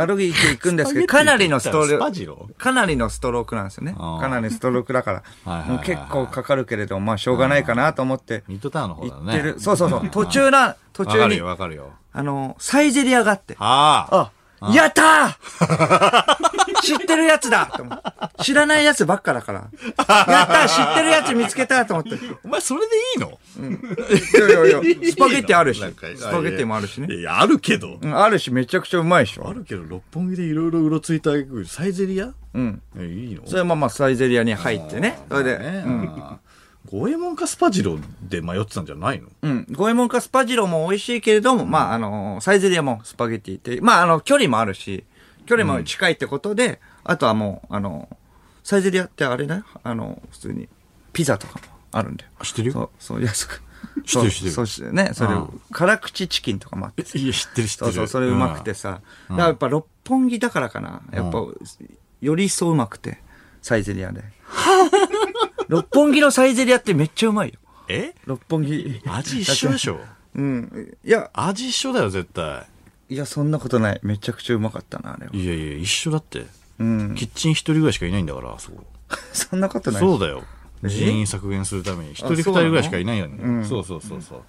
Speaker 2: あ、歩いていくんですけど、かなりのスト
Speaker 1: ス
Speaker 2: ロ
Speaker 1: パ
Speaker 2: ー
Speaker 1: ジ
Speaker 2: ク
Speaker 1: ロ。
Speaker 2: かなりのストロークなんですよね。
Speaker 1: あー
Speaker 2: かなりのストロークだか
Speaker 1: はい
Speaker 2: ら
Speaker 1: は。いはい
Speaker 2: もう
Speaker 1: はい
Speaker 2: 結構かかるけれども、まあしょうがないかなと思って
Speaker 1: ミッドタウンの方
Speaker 2: 行
Speaker 1: だ
Speaker 2: ってる。
Speaker 1: ね。
Speaker 2: そうそうそう。途中な、途
Speaker 1: わ
Speaker 2: 中
Speaker 1: かる
Speaker 2: に
Speaker 1: よ、、わかるよ。
Speaker 2: あの、サイゼリアがあって。
Speaker 1: ああ。
Speaker 2: あ、やった ー知ってるやつだと思って知らないやつばっかだから。やったー知ってるやつ見つけたと思って。
Speaker 1: お前、それでいいの
Speaker 2: いやいやいや、スパゲッティあるし、ス
Speaker 1: なんか
Speaker 2: パゲッティもあるしね。
Speaker 1: いや、あるけど。
Speaker 2: うん、あるし、めちゃくちゃうまいでし
Speaker 1: あ
Speaker 2: ょ。
Speaker 1: るけど、六本木でいろいろうろついた挙句サイゼリア
Speaker 2: うん。
Speaker 1: えいいの
Speaker 2: それまあまあ、サイゼリアに入ってね。それ
Speaker 1: まあ
Speaker 2: で、
Speaker 1: ねうん五右衛門かスパジロで迷ってたんじゃないの
Speaker 2: うん。五右衛門かスパジローも美味しいけれども、まあ、あの、サイゼリアもスパゲッティって、まあ、あの、距離もあるし、距離も近いってことで、あとはもう、あの、サイゼリアってあれね、あの、普通に、ピザとかもあるんだよ。
Speaker 1: 知ってる
Speaker 2: そう、そう、安く。
Speaker 1: 知ってる知ってる
Speaker 2: そうそうしてね、それ
Speaker 1: うん、
Speaker 2: 辛口チキンとかもあって。
Speaker 1: いや、知ってる知って
Speaker 2: そ
Speaker 1: る。
Speaker 2: うそう、それうまくてさ。だからやっぱ六本木だからかな。やっぱ、より一層うまくて、サイゼリア で。六本木のサイゼリアってめっちゃうまいよ。
Speaker 1: うん。え
Speaker 2: 六本木。
Speaker 1: 味一緒でしょ
Speaker 2: うん。いや、
Speaker 1: 味一緒だよ、絶対。
Speaker 2: いや、そんなことない。めちゃくちゃうまかったな、あれは。
Speaker 1: いやいや、一緒だって。
Speaker 2: うん。
Speaker 1: キッチン一人ぐらいしかいないんだから、あそこ。
Speaker 2: そんなことない。
Speaker 1: そう
Speaker 2: う。
Speaker 1: だよ。
Speaker 2: え
Speaker 1: 人員削減するために、一人
Speaker 2: あ
Speaker 1: 二人ぐらいしかいないよ
Speaker 2: そうな
Speaker 1: ね。
Speaker 2: の
Speaker 1: そうそうそうそう。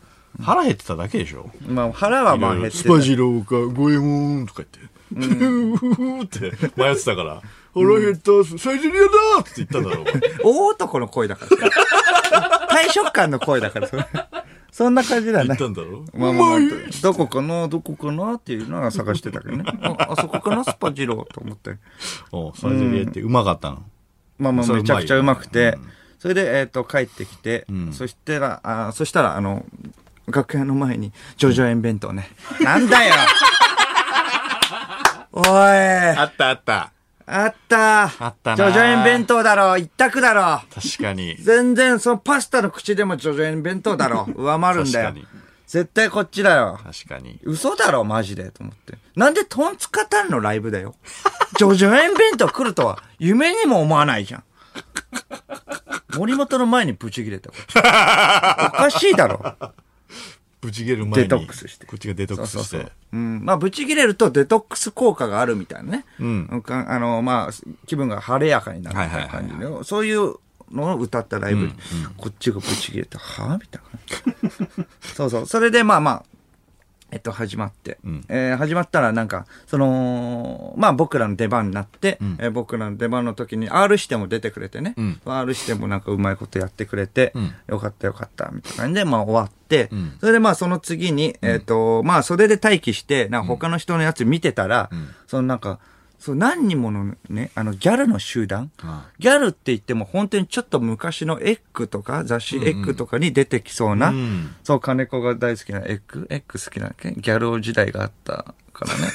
Speaker 1: 腹減ってただけでしょ。
Speaker 2: まあ、腹はまあ減って
Speaker 1: ス
Speaker 2: た
Speaker 1: パジローか、五右衛門とか言って、 うーって迷ってたから、腹減った、サイゼリアだって言ったん だろう。
Speaker 2: 大男の声だから。 大食感の声だから、 それそんな感じでは
Speaker 1: 言
Speaker 2: な
Speaker 1: っ
Speaker 2: い
Speaker 1: た。んだろう。
Speaker 2: まあまあまあ
Speaker 1: うまい
Speaker 2: どこかな、どこかなっていうのは探してたけどね。あ、あそこかな、スパジローと思って。
Speaker 1: おうサイゼリアってうまかったの。
Speaker 2: まあまあ、
Speaker 1: それ
Speaker 2: めちゃくちゃうまくて
Speaker 1: うまいよね、
Speaker 2: それで、えっと、帰ってきて
Speaker 1: ん、
Speaker 2: そしたら、あーそしたら、あの、楽屋の前に、ジョジョ園弁当ね。なんだ よおい
Speaker 1: あったあった。
Speaker 2: あった
Speaker 1: あったな
Speaker 2: ジョジョ園弁当だろ一択だろ
Speaker 1: 確かに。
Speaker 2: 全然、そのパスタの口でもジョジョ園弁当 だろ上回るんだよ
Speaker 1: 確かに。
Speaker 2: 絶対こっちだよ。
Speaker 1: 確かに。
Speaker 2: 嘘だろ、マジで、と思って。なんでトンツカタンのライブだよ。 ジョジョ園弁当来るとは、夢にも思わないじゃん。森本の前にブチ切れた。こっちおかしいだろ。
Speaker 1: ぶち切る前に。
Speaker 2: デトックスして
Speaker 1: こっちがデトックスして。
Speaker 2: うん。まあ、ブチ切れるとデトックス効果があるみたいなね。
Speaker 1: うん
Speaker 2: かあの、まあ、気分が晴れやかになるみたいな感じ
Speaker 1: はい
Speaker 2: で、そういうのを歌ったライブに、こっちがブチ切れた。はぁみたいな。そうそう。それで、まあまあ、えっと、始まって。
Speaker 1: ん
Speaker 2: えー始まったら、なんか、その、まあ、僕らの出番になって、
Speaker 1: ん
Speaker 2: えー僕らの出番の時に、R しても出てくれてね。
Speaker 1: うん
Speaker 2: R してもなんかうまいことやってくれて、
Speaker 1: うん
Speaker 2: よかったよかった、みたいな感じで、まあ、終わって、
Speaker 1: うん
Speaker 2: それで、まあ、その次に、えっ、と、まあ、それで待機して、なんか他の人のやつ見てたら、
Speaker 1: ん
Speaker 2: そのなんか、そう、何人ものね、あの、ギャルの集団、
Speaker 1: あ
Speaker 2: ギャルって言っても本当にちょっと昔のエッグとか雑誌エッグとかに出てきそうな、
Speaker 1: うん
Speaker 2: そう、金子が大好きなエッグエッグ好きなんだっけギャル男時代があったから ね。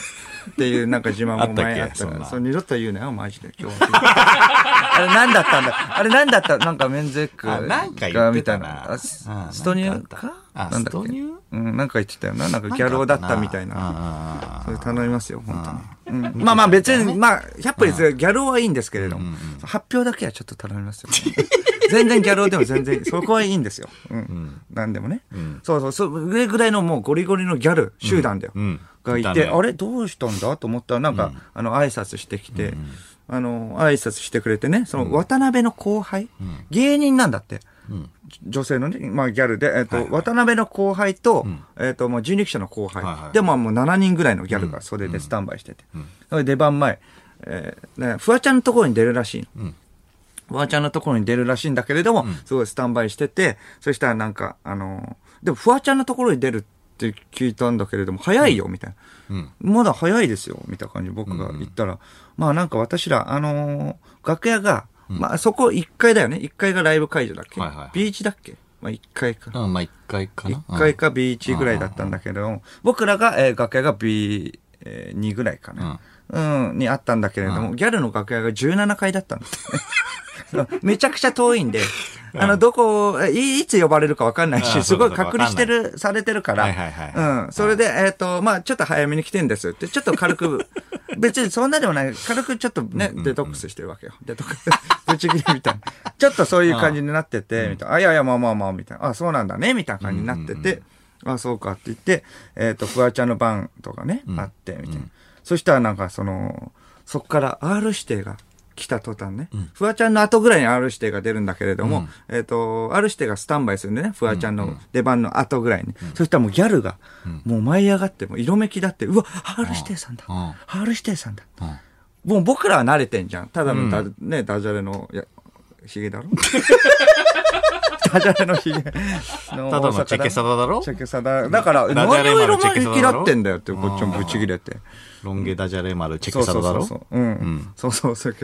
Speaker 2: っていうなんか自慢
Speaker 1: あ
Speaker 2: も
Speaker 1: ったっけ
Speaker 2: 前あった
Speaker 1: そ
Speaker 2: か
Speaker 1: ん
Speaker 2: ら。
Speaker 1: な
Speaker 2: そう、二度と言うなよ、マ ジで。今日は。あれ何だったんだあれ何だったなんかメンズエッグ
Speaker 1: あなんか言ってたな
Speaker 2: みたいな。あス
Speaker 1: うん
Speaker 2: ストニューか
Speaker 1: あ
Speaker 2: なんだっ
Speaker 1: スト
Speaker 2: け
Speaker 1: ニュー
Speaker 2: うん、なんか言ってたよな。なんか
Speaker 1: ー
Speaker 2: ギャル男だったみたいな。
Speaker 1: あ
Speaker 2: それ
Speaker 1: ー
Speaker 2: 頼みますよ、本当に。うんまあまあ別に、まあ、やっぱりそれギャル男はいいんですけれども、発表だけはちょっと頼みますよ。 全然ギャル男でも全然、そこはいいんですよ。うん。なんでもね。そうそう、それぐらいのもうゴリゴリのギャル集団だよ
Speaker 1: うんうん。
Speaker 2: がい
Speaker 1: いた
Speaker 2: て、
Speaker 1: ね
Speaker 2: あれどうしたんだと思ったら、なんか、あの、挨拶してきて、あの、挨拶してくれてね、その渡辺の後輩、芸人なんだって。女性のね、まあギャルで、えっと、渡辺の後輩と、えっと、もう人力車の後輩
Speaker 1: はいはいはい
Speaker 2: で、まあもう7人ぐらいのギャルが袖でスタンバイしてて。それで出番前、えーね、フワちゃんのところに出るらしいの。フワちゃんのところに出るらしいんだけれども、すごいスタンバイしてて、そしたらなんか、あのーでもフワちゃんのところに出るって聞いたんだけれども、早いよ、みたいな、まだ早いですよ、みたいな感じで僕が言ったら、まあなんか私ら、あのー楽屋が、まあそこ1階だよね。1階がライブ会場だっけ、
Speaker 1: はいはいはい
Speaker 2: ビーチだっけまあ1階か。
Speaker 1: うん、まあ、一回かな。
Speaker 2: 1階か B1 ぐらいだったんだけど、僕らが、えー楽屋が B2、えー2ぐらいかな、うんにあったんだけれども、ギャルの楽屋が17階だっ たんですよね。めちゃくちゃ遠いんで、あの、どこ、えいいつ呼ばれるかわかんない
Speaker 1: うん
Speaker 2: し、すごい
Speaker 1: そうそうそう
Speaker 2: 隔離してる、されてるから、
Speaker 1: はいはいはいは
Speaker 2: うん。それで、えっ、と、まあちょっと早めに来てんですって、ちょっと軽く、 別にそんなでもない、軽くちょっとね、デトックスしてるわけよ。デトックス、 ぶち切りみたいな。ちょっとそういう感じになってて、みたいな。あ、いやいや、まあまあまあ、みたいな。あ、そうなんだね、みたいな感じになってて、あ、そうかって言って、えっ、と、フワちゃんの番とかね、あって、みたいな。そしたらなんか、その、そっから R 指定が、来た途端ね、フワちゃんの後ぐらいに R 指定が出るんだけれども、えっ、と、R 指定がスタンバイするんでね、フワちゃんの出番の後ぐらいに。そしたらもうギャルが、もう舞い上がって、もう色めきだって、うわ、R 指定さんだ
Speaker 1: うん。
Speaker 2: R 指定さんだ。
Speaker 1: うん。うん
Speaker 2: もう僕らは慣れてんじゃん。ただのダ,、ね、ダジャレの、いや、ヒゲだ ろダジャレのヒゲ。ただ
Speaker 1: ただのチェケサダだろ
Speaker 2: チェケサダ。だから、
Speaker 1: ダジャ
Speaker 2: 何
Speaker 1: レ
Speaker 2: を
Speaker 1: マ
Speaker 2: 色
Speaker 1: のチェケサダだろ
Speaker 2: も嫌ってんだよって、こっちもブチ切れて。
Speaker 1: ロン毛ダジャレ丸チェックサラだろ
Speaker 2: そうそうそうそう。うん。そうそうそう。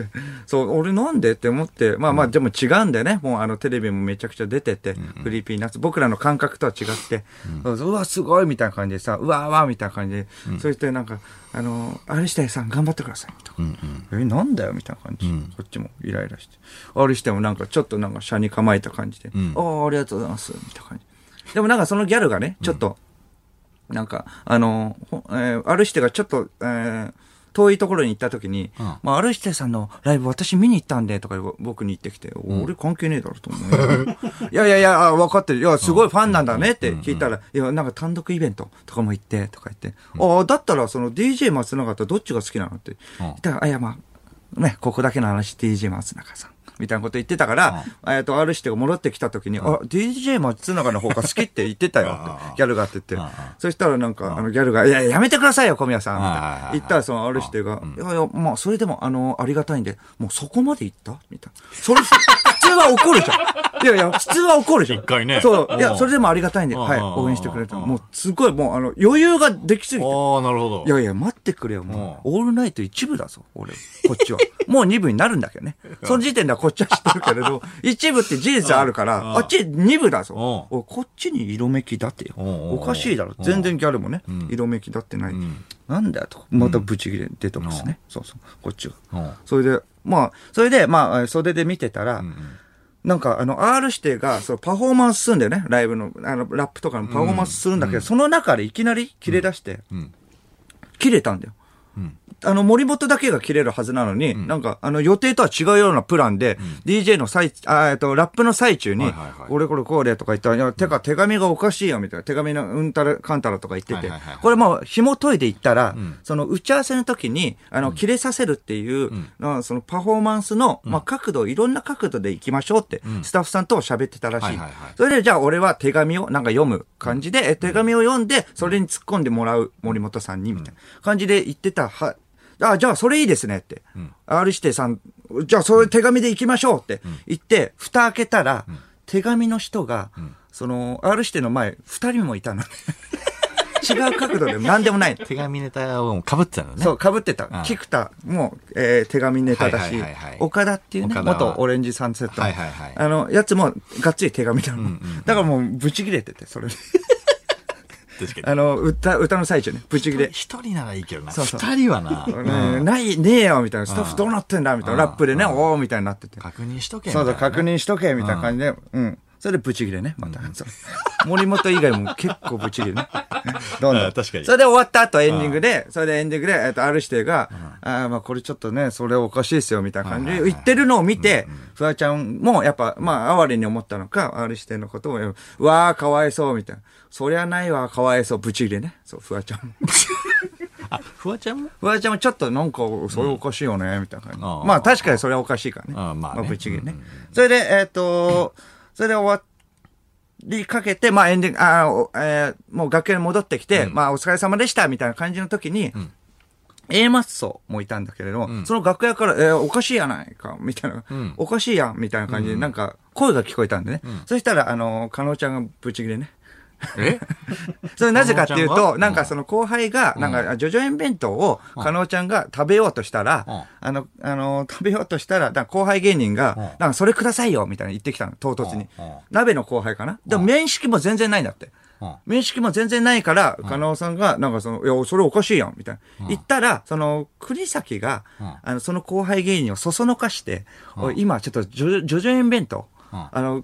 Speaker 2: そう、俺なんでって思って、まあまあ、でも違うんだよね。もうあの、テレビもめちゃくちゃ出てて、フリーピーナッツ。僕らの感覚とは違って、うわ、すごいみたいな感じでさ、うわうわみたいな感じで、そしてなんか、あの、有下さん頑張ってください、とか。え、なんだよみたいな感じ。こっちもイライラして。有下もなんか、ちょっとなんか、車に構えた感じで、ああ、ありがとうございます、みたいな感じ。でもなんか、そのギャルがね、ちょっと、なんか、あの、ほえー、アルシテがちょっと、えー遠いところに行った時に、まあ、アルシテさんのライブ私見に行ったんで、とかぼ僕に言ってきて、俺関係ねえだろと思う。いやいやいや、あ分かってる。いや、すごいファンなんだねって聞いたら、いや、なんか単独イベントとかも行って、とか言って、ああ、だったらその DJ 松永とどっちが好きなのって言ったら、あ、いや、まあ、ね、ここだけの話 DJ 松永さん。みたいなこと言ってたから、えっと、R してが戻ってきた時に、あ、DJ 松永の方が好きって言ってたよって、ギャルがってって
Speaker 1: んうん。
Speaker 2: そしたらなんか、あの、ギャルが、いや、やめてくださいよ、小宮さん。みたい
Speaker 1: はいはい
Speaker 2: な
Speaker 1: はい
Speaker 2: 言ったら、その、ある人が、いやいや、まあ、それでも、あの、ありがたいんで、もうそこまで行ったみたいな。それ、普通は怒るじゃん。いやいや、普通は怒るじゃん。
Speaker 1: 一回ね
Speaker 2: そう。いうや、
Speaker 1: ん
Speaker 2: それでもありがたいんで、
Speaker 1: うん
Speaker 2: はい、
Speaker 1: うん
Speaker 2: 応援してくれた。
Speaker 1: うん
Speaker 2: もう、すごい、もう、あの、余裕ができすぎて。
Speaker 1: ああ、なるほど。
Speaker 2: いやいや、待ってくれよ、もう。オールナイト一部だぞ、俺。こっちは。 もう二部になるんだけどね。その時点ではこっちは知ってるけれ ど、一部って事実あるから、あっち二部だぞ。おいこっちに色めきだってよ。
Speaker 1: うんうんうん
Speaker 2: おかしいだろ。全然ギャルもね、色めきだってない。なんだよ、と。またブチ切れ出てますね。そうそう、こっちが
Speaker 1: うん。
Speaker 2: それで、まあ、それで、まあ、袖で見てたら、なんか、あの、R 指定が、そのパフォーマンスするんだよね、ライブの、あの、ラップとかのパフォーマンスするんだけど、その中でいきなり切れ出して、
Speaker 1: ん
Speaker 2: 切れたんだよ。あの、森本だけが切れるはずなのに、なんか、あの、予定とは違うようなプランで、DJ の最、あえっと、ラップの最中に、
Speaker 1: はいはいはい
Speaker 2: 俺これこれとか言ったら、いや、てか手紙がおかしいよ、みたいな。手紙のうんたらかんたらとか言ってて、
Speaker 1: はいはいはいはい
Speaker 2: これもう紐解いていったら、その打ち合わせの時に、あの、切れさせるっていう、あそのパフォーマンスの、まあ、角度、いろんな角度でいきましょうって、スタッフさんと喋ってたらしい。
Speaker 1: はいはいはい
Speaker 2: それで、じゃあ俺は手紙をなんか読む感じで、え手紙を読んで、それに突っ込んでもらう、森本さんに、みたいな感じで言ってた、は、あ、じゃあそれいいですねって。R 指定さん、じゃあそれ手紙で行きましょうって言って、蓋開けたら、手紙の人が、その、R 指定の前、二人もいたのね。違う角度でも何でもない。
Speaker 1: 手紙ネタをかぶってたのね。
Speaker 2: そう、被ってた
Speaker 1: ん。
Speaker 2: 菊田も、えー手紙ネタだ
Speaker 1: はい
Speaker 2: し
Speaker 1: はいはいはい、
Speaker 2: 岡田っていうね、
Speaker 1: 岡田は
Speaker 2: 元オレンジサンセットの。
Speaker 1: はいはいはい
Speaker 2: あの、やつも、がっつり手紙なの。だからもう、ブチ切れてて、それで。
Speaker 1: 確か
Speaker 2: あの、歌、歌の最中ね、ブチ切
Speaker 1: に。
Speaker 2: れ。
Speaker 1: 一人ならいいけどな。
Speaker 2: そうそう
Speaker 1: 二人はな。
Speaker 2: ねない、ねえよ、みたいな。スタッフどうなってんだ、みたいな。ラップでね、おー、みたいになってて。
Speaker 1: 確認しとけ。
Speaker 2: そうそう、
Speaker 1: みたいな
Speaker 2: 確認しとけ、みたいな感じで。うん。それでブチ切れね、また。そう森本以外も結構ブチ切れね。 どんど
Speaker 1: あ
Speaker 2: ん。
Speaker 1: 確かに
Speaker 2: それで終わった後エンディングで、それでエンディングで、えっと、ある人が、あーまあこれちょっとね、それおかしいですよ、みたいな感じで言ってるのを見て、フワちゃんもやっぱ、まあ、哀れに思ったのか、ある人のことを、うわー、かわいそう、みたいな。そりゃないわ、かわいそう、ブチ切れね。そう、フワちゃんも。
Speaker 1: あ、フワちゃんも
Speaker 2: フワちゃんもちょっとなんか、それおかしいよね、みたいな感じ。
Speaker 1: ああ
Speaker 2: まあ確かにそれはおかしいからね。
Speaker 1: ああまあね
Speaker 2: ぶっちぎりね。それで、えっ、と、それで終わりかけて、まあエンディング、ああ、おえーもう楽屋に戻ってきて、まあお疲れ様でした、みたいな感じの時に、A マッソもいたんだけれども、その楽屋から、えーおかしいやないか、みたいな、おかしいやん、みたいな感じで、なんか、声が聞こえたんでね。そしたら、あの、かのちゃんがぶち切れね。
Speaker 1: え
Speaker 2: それなぜかっていう
Speaker 1: 加納ちゃん
Speaker 2: と、
Speaker 1: が
Speaker 2: なんかその後輩が、なんか、ジョジョ園弁当を、加納ちゃんが食べようとしたら
Speaker 1: うん、
Speaker 2: あの、あの、食べようとしたら、なんか後輩芸人が
Speaker 1: うん、
Speaker 2: なんかそれくださいよ、みたいな言ってきたの、唐突に
Speaker 1: うんうん。
Speaker 2: 鍋の後輩かなでも面識も全然ないんだって
Speaker 1: うん。
Speaker 2: 面識も全然ないから、加納さんが、なんかその、いや、それおかしいやん、みたいな。言ったら、その、栗崎が
Speaker 1: うん、
Speaker 2: あの、その後輩芸人をそそのかして、おい今ちょっとジョジョジョ園弁当、
Speaker 1: うん
Speaker 2: あの、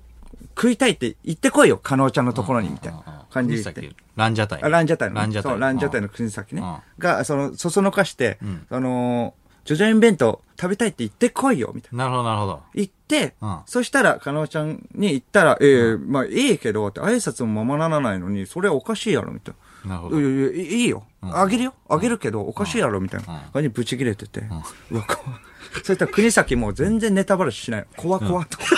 Speaker 2: 食いたいって言ってこいよ、加納ちゃんのところに、みたい
Speaker 1: うん
Speaker 2: な感じで言って。。
Speaker 1: ランジャタイ。
Speaker 2: あランジャタイのね。
Speaker 1: ランジャタイ。
Speaker 2: そう、ランジャタイの国崎ね
Speaker 1: うん。
Speaker 2: が、その、そそのかして
Speaker 1: ん、
Speaker 2: あのー、ジョジョ園弁当食べたいって言ってこいよ、みたいな。
Speaker 1: なるほど、なるほど。
Speaker 2: 言って
Speaker 1: うん、
Speaker 2: そしたら、かのちゃんに言ったら、ええ、まあ、いいけど、って挨拶もままならないのに、それおかしいやろ、みたいな。
Speaker 1: なるほ
Speaker 2: い
Speaker 1: ど。
Speaker 2: やいやいいよ。あげるよ。あげるけど、おかしいやろ、みたいな感じでブチ切れてて。うわ、怖いそしたら国崎もう全然ネタバラシしないの。怖怖と。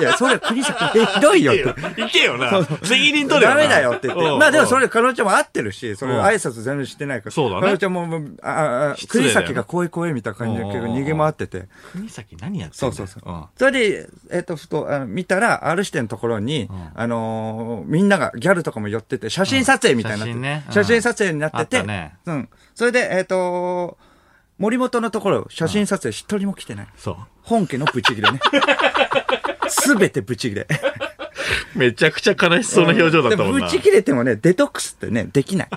Speaker 2: いや、それ国崎 ひどいよって。
Speaker 1: いけよな。責任取れよ
Speaker 2: ダ
Speaker 1: な
Speaker 2: メだよって言っ
Speaker 1: う
Speaker 2: て。
Speaker 1: ん
Speaker 2: まあでもそれ、彼女ちゃんも合ってるし、それ
Speaker 1: うん
Speaker 2: 挨拶全然してないから。
Speaker 1: そうだね
Speaker 2: 彼女ちゃんももう、ああ、
Speaker 1: 失礼だ
Speaker 2: 栗
Speaker 1: よ
Speaker 2: 崎が怖い怖いみたいな感じで
Speaker 1: うん
Speaker 2: 結構逃げ回ってて。
Speaker 1: 国崎何やってんだ
Speaker 2: そう
Speaker 1: よ
Speaker 2: そうそう。
Speaker 1: ん
Speaker 2: それで、えっと、ふと、あの見たら、R 視点のところに、あのー、みんなが、ギャルとかも寄ってて、写真撮影みたいになって
Speaker 1: う
Speaker 2: て
Speaker 1: ん写真ねうん
Speaker 2: 写真撮影になって
Speaker 1: あ
Speaker 2: て
Speaker 1: ったね。
Speaker 2: うん。それで、えっと、森本のところ、写真撮影一人も来てない。
Speaker 1: そ
Speaker 2: 本家のブチギ レね。すべてブチギレ。
Speaker 1: う。めちゃくちゃ悲しそうな表情だったもん
Speaker 2: で
Speaker 1: な。
Speaker 2: ぶち切れてもね、デトックスってね、できない。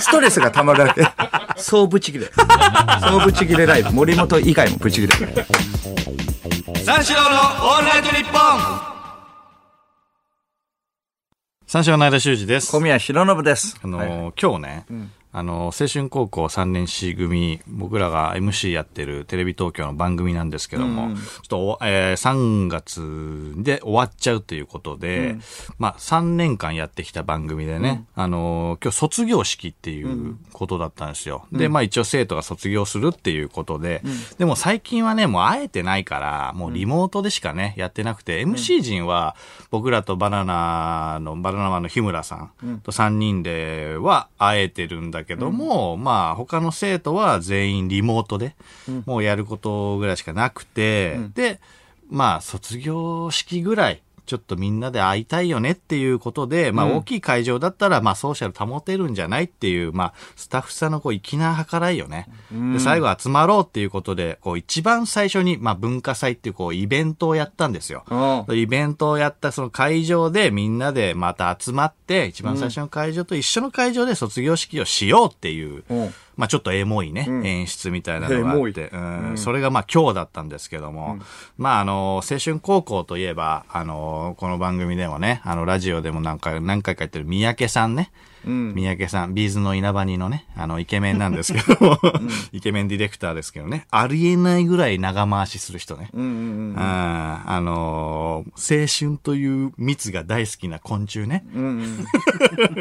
Speaker 2: ストレスが溜まるわけ。そうぶち切れ。そうぶち切れライブ。森本以外もぶち切れ。
Speaker 1: 三四郎のオールナイトニッポン三四郎の間修二です。
Speaker 2: 小宮弘信です。
Speaker 1: あの
Speaker 2: はい
Speaker 1: ー今日ね、あのー青春高校3年 C 組、僕らが MC やってるテレビ東京の番組なんですけども、ちょっとお、えー3月で終わっちゃうということで、まあ3年間やってきた番組でね、あのー今日卒業式っていうことだったんですよ。で、まあ一応生徒が卒業するっていうことで、でも最近はね、もう会えてないから、もうリモートでしかね、やってなくて、MC 陣は僕らとバナナの、バナナマンの日村さんと3人では会えてるんだけども、まあ他の生徒は全員リモートで、もうやることぐらいしかなくて、で、まあ卒業式ぐらい、ちょっとみんなで会いたいよねっていうことで、まあ大きい会場だったら、まあソーシャル保てるんじゃないっていう、まあスタッフさんのこう粋な計らいよね。で、最後集まろうっていうことで、こう一番最初に、まあ文化祭っていうこうイベントをやったんですよ。
Speaker 2: うん
Speaker 1: イベントをやったその会場でみんなでまた集まって、一番最初の会場と一緒の会場で卒業式をしようっていう、
Speaker 2: うん
Speaker 1: まあちょっとエモいね、演出みたいなのがあっ
Speaker 2: エ
Speaker 1: て、うんそれがまあ今日だったんですけども、まああの、青春高校といえば、あの、この番組でもね、あの、ラジオでも何回、何回か言ってる三宅さんね、三宅さん、ビーズの稲葉にのね、あの、イケメンなんですけども、 イケメンディレクターですけどね、ありえないぐらい長回しする人ね。
Speaker 2: うんうん
Speaker 1: うんあのー青春という蜜が大好きな昆虫ね、
Speaker 2: うん。うんうん。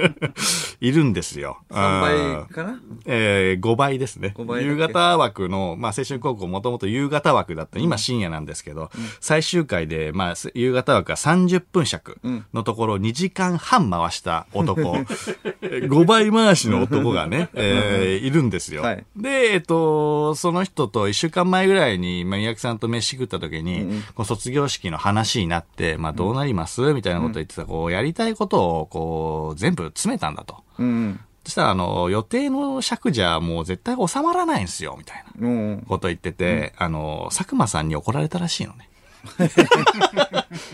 Speaker 1: いるんですよ。
Speaker 2: 3倍かな
Speaker 1: えー、5倍ですね。
Speaker 2: 5倍だっけ
Speaker 1: 夕方枠の、まあ、青春高校もともと夕方枠だった、今深夜なんですけど、最終回で、まあ、夕方枠が30分尺のところ2時間半回した男、5倍回しの男がね、えーいるんですよ。
Speaker 2: はい
Speaker 1: で、えっと、その人と1週間前ぐらいに、まあ、三宅さんと飯食った時に、こう卒業式の話になって、まあ、どうなりますみたいなこと言ってた、こう、やりたいことを、こう、全部詰めたんだと。
Speaker 2: うん
Speaker 1: そしたら、あの、予定の尺じゃもう絶対収まらないんですよ、みたいな
Speaker 2: うん。うん
Speaker 1: こと言ってて、あの、佐久間さんに怒られたらしいの ね。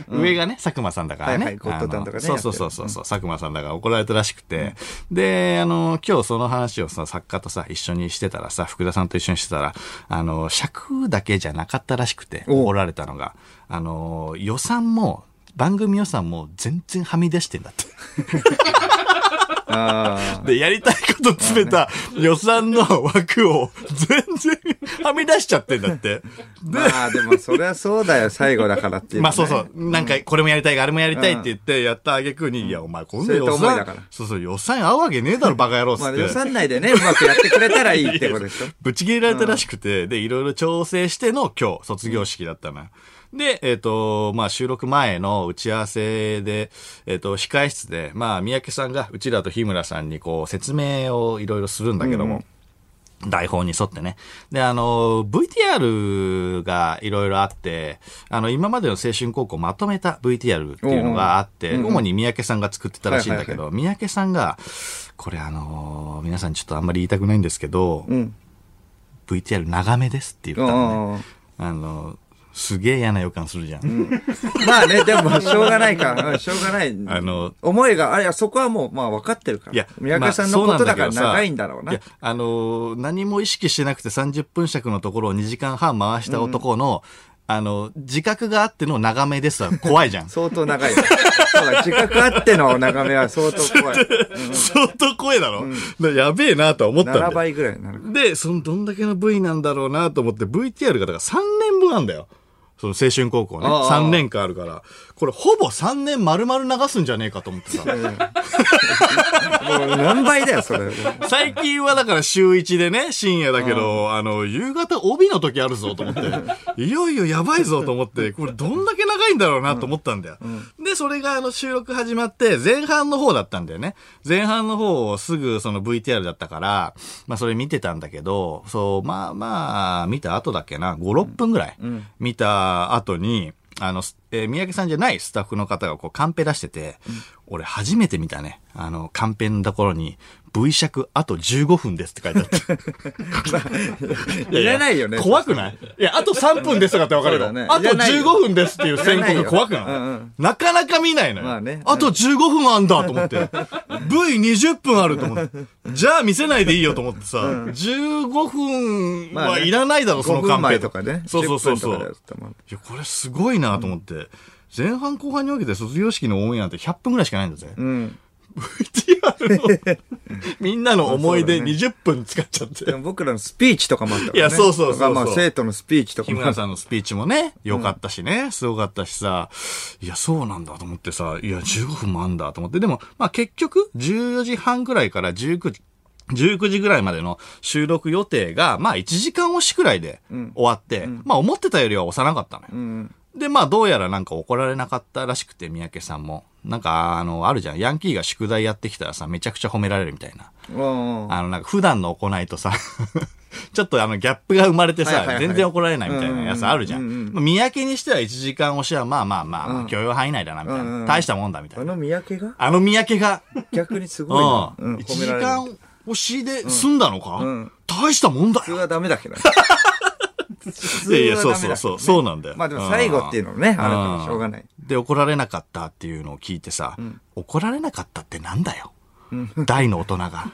Speaker 1: 上がね、佐久間さんだからね。
Speaker 2: はいはいゴッドタンとかね
Speaker 1: あのそうそうそうそう、佐久間さんだから怒られたらしくて。で、あの、今日その話をさ、作家とさ、一緒にしてたらさ、福田さんと一緒にしてたら、あの、尺だけじゃなかったらしくて、
Speaker 2: お
Speaker 1: 怒られたのが。あの、予算も、番組予算も全然はみ出してんだって。
Speaker 2: あ
Speaker 1: で、やりたいこと詰めた予算の枠を全然はみ出しちゃってんだって。
Speaker 2: ーまあでもそりゃそうだよ、最後だからっていう。
Speaker 1: まあそうそう。なんか、これもやりたい、あれもやりたいって言って、やった挙句に、いや、お前、こんな予
Speaker 2: そういった思いだ
Speaker 1: 算
Speaker 2: から、
Speaker 1: そうそう、予算合うわけねえだろ、バカ野郎っつ
Speaker 2: まあ
Speaker 1: っ
Speaker 2: 予
Speaker 1: て。
Speaker 2: 算内でね、うまくやってくれたらいいってことで しょ。
Speaker 1: ぶち切れられたらしくて、で、いろいろ調整しての今日、卒業式だったな。で、えっ、と、まあ、収録前の打ち合わせで、えっ、と、控室で、まあ、三宅さんが、うちらと日村さんにこう、説明をいろいろするんだけども、台本に沿ってね。で、あの、VTR がいろいろあって、あの、今までの青春高校をまとめた VTR っていうのがあって、主に三宅さんが作ってたらしいんだけど、三宅さんが、これあの皆さんちょっとあんまり言いたくないんですけど、
Speaker 2: ん
Speaker 1: VTR 長めですって言ったのね。あの、すげえ嫌な予感するじゃん。
Speaker 2: まあね、でも、しょうがないか。うんしょうがない。
Speaker 1: あの
Speaker 2: 思いが、あれはそこはもう、まあ分かってるから。
Speaker 1: いや、
Speaker 2: 宮
Speaker 1: まあ
Speaker 2: 家さんのことだから
Speaker 1: そうなん
Speaker 2: 長
Speaker 1: けどさ
Speaker 2: いんだろうな。
Speaker 1: いや、あのー何も意識してなくて30分尺のところを2時間半回した男の、あの、自覚があっての長めですは怖 いじゃん。
Speaker 2: 相当長いよ。そうだ、自覚あっての眺めは相当 怖い。
Speaker 1: 相当怖いだろ、だからやべえなとは思ったんだ
Speaker 2: 7
Speaker 1: よ
Speaker 2: 倍ぐらいになる。
Speaker 1: で、そのどんだけの部位なんだろうなと思って VTR がだから3年分なんだよ。その青春高校ね。
Speaker 2: ああ
Speaker 1: 3年間あるから。これほぼ3年丸々流すんじゃねえかと思って さ。
Speaker 2: もう何倍だよ、それ。
Speaker 1: 最近はだから週1でね、深夜だけど、あの、夕方帯の時あるぞと 思って、いよいよやばいぞと思って、これどんだけ長いんだろうなと思ったんだよ。で、それがあの収録始まって、前半の方だったんだよね。前半の方をすぐその VTR だったから、まあそれ見てたんだけど、そう、まあまあ、見た後だっけな、5、6分ぐらい、見た後に、あの、すえー三宅さんじゃないスタッフの方がこうカンペ出してて、俺初めて見たね。あの、カンペのところに、V 尺あと15分ですって書いてあった。
Speaker 2: いらないよ ね。
Speaker 1: 怖くないいや、あと3分ですとかってわかる
Speaker 2: そう
Speaker 1: よ、
Speaker 2: だね
Speaker 1: あと
Speaker 2: いらない
Speaker 1: 15
Speaker 2: よ
Speaker 1: 分ですっていう宣
Speaker 2: いらない
Speaker 1: 告怖
Speaker 2: よ
Speaker 1: くないな,、
Speaker 2: うんうん
Speaker 1: かなか見ないのよ。
Speaker 2: まあね
Speaker 1: あと15分あんだと思って。V20 分あると思って。じゃあ見せないでいいよと思ってさ、15分
Speaker 2: まあ
Speaker 1: は
Speaker 2: ね
Speaker 1: いらないだろ、その
Speaker 2: 5
Speaker 1: カ
Speaker 2: 分
Speaker 1: ンペ
Speaker 2: 前とかね。
Speaker 1: そうそうそうそ
Speaker 2: 10分と
Speaker 1: う
Speaker 2: かだよ。多分
Speaker 1: いや、これすごいなと思って、前半後半に分けて卒業式のオンエアなんて100分ぐらいしかないんだぜ。
Speaker 2: うん。
Speaker 1: VTR のみんなの思い出
Speaker 2: まあ
Speaker 1: 20分使っちゃって。
Speaker 2: でも僕らのスピーチとかもあったからね。
Speaker 1: いやそうそうそうそう
Speaker 2: とかまあ生徒のスピーチとか
Speaker 1: 日
Speaker 2: も
Speaker 1: 村さんのスピーチもね、良かったしね、すごかったしさ、いや、そうなんだと思ってさ、いや、15分もあんだと思って、でも、まあ結局、14時半ぐらいから19時、19時ぐらいまでの収録予定が、まあ1時間押しくらいで終わって、まあ思ってたよりは幼かったのよ。
Speaker 2: うん。
Speaker 1: で、まあ、どうやらなんか怒られなかったらしくて、三宅さんも。なんか、あの、あるじゃん。ヤンキーが宿題やってきたらさ、めちゃくちゃ褒められるみたいな。
Speaker 2: うん
Speaker 1: あの、なんか、普段の行いとさ、ちょっとあの、ギャップが生まれてさ、
Speaker 2: はいはいはい
Speaker 1: 全然怒られないみたいなやつあるじゃん。まあ三宅にしては1時間押しは、まあまあまあ、許容範囲内だな、みたいな、
Speaker 2: うんうん
Speaker 1: 大したもんだ、みた
Speaker 2: あ
Speaker 1: いな。
Speaker 2: の三宅が
Speaker 1: あの三宅が、
Speaker 2: 逆にすごいな。
Speaker 1: うん、1
Speaker 2: 褒
Speaker 1: 時
Speaker 2: められる。
Speaker 1: 間押しで済んだのか、
Speaker 2: ん
Speaker 1: 大したもんだ
Speaker 2: 普通
Speaker 1: よ。
Speaker 2: はダメだけど。
Speaker 1: いやいや、そう
Speaker 2: 普通
Speaker 1: そ
Speaker 2: はダメだ
Speaker 1: うそう、そうなんだよ。
Speaker 2: まあでも最後っていうのもね、あるから
Speaker 1: ん
Speaker 2: しょうがない。
Speaker 1: で、怒られなかったっていうのを聞いてさ、怒られなかったってなんだよ。大の大人が。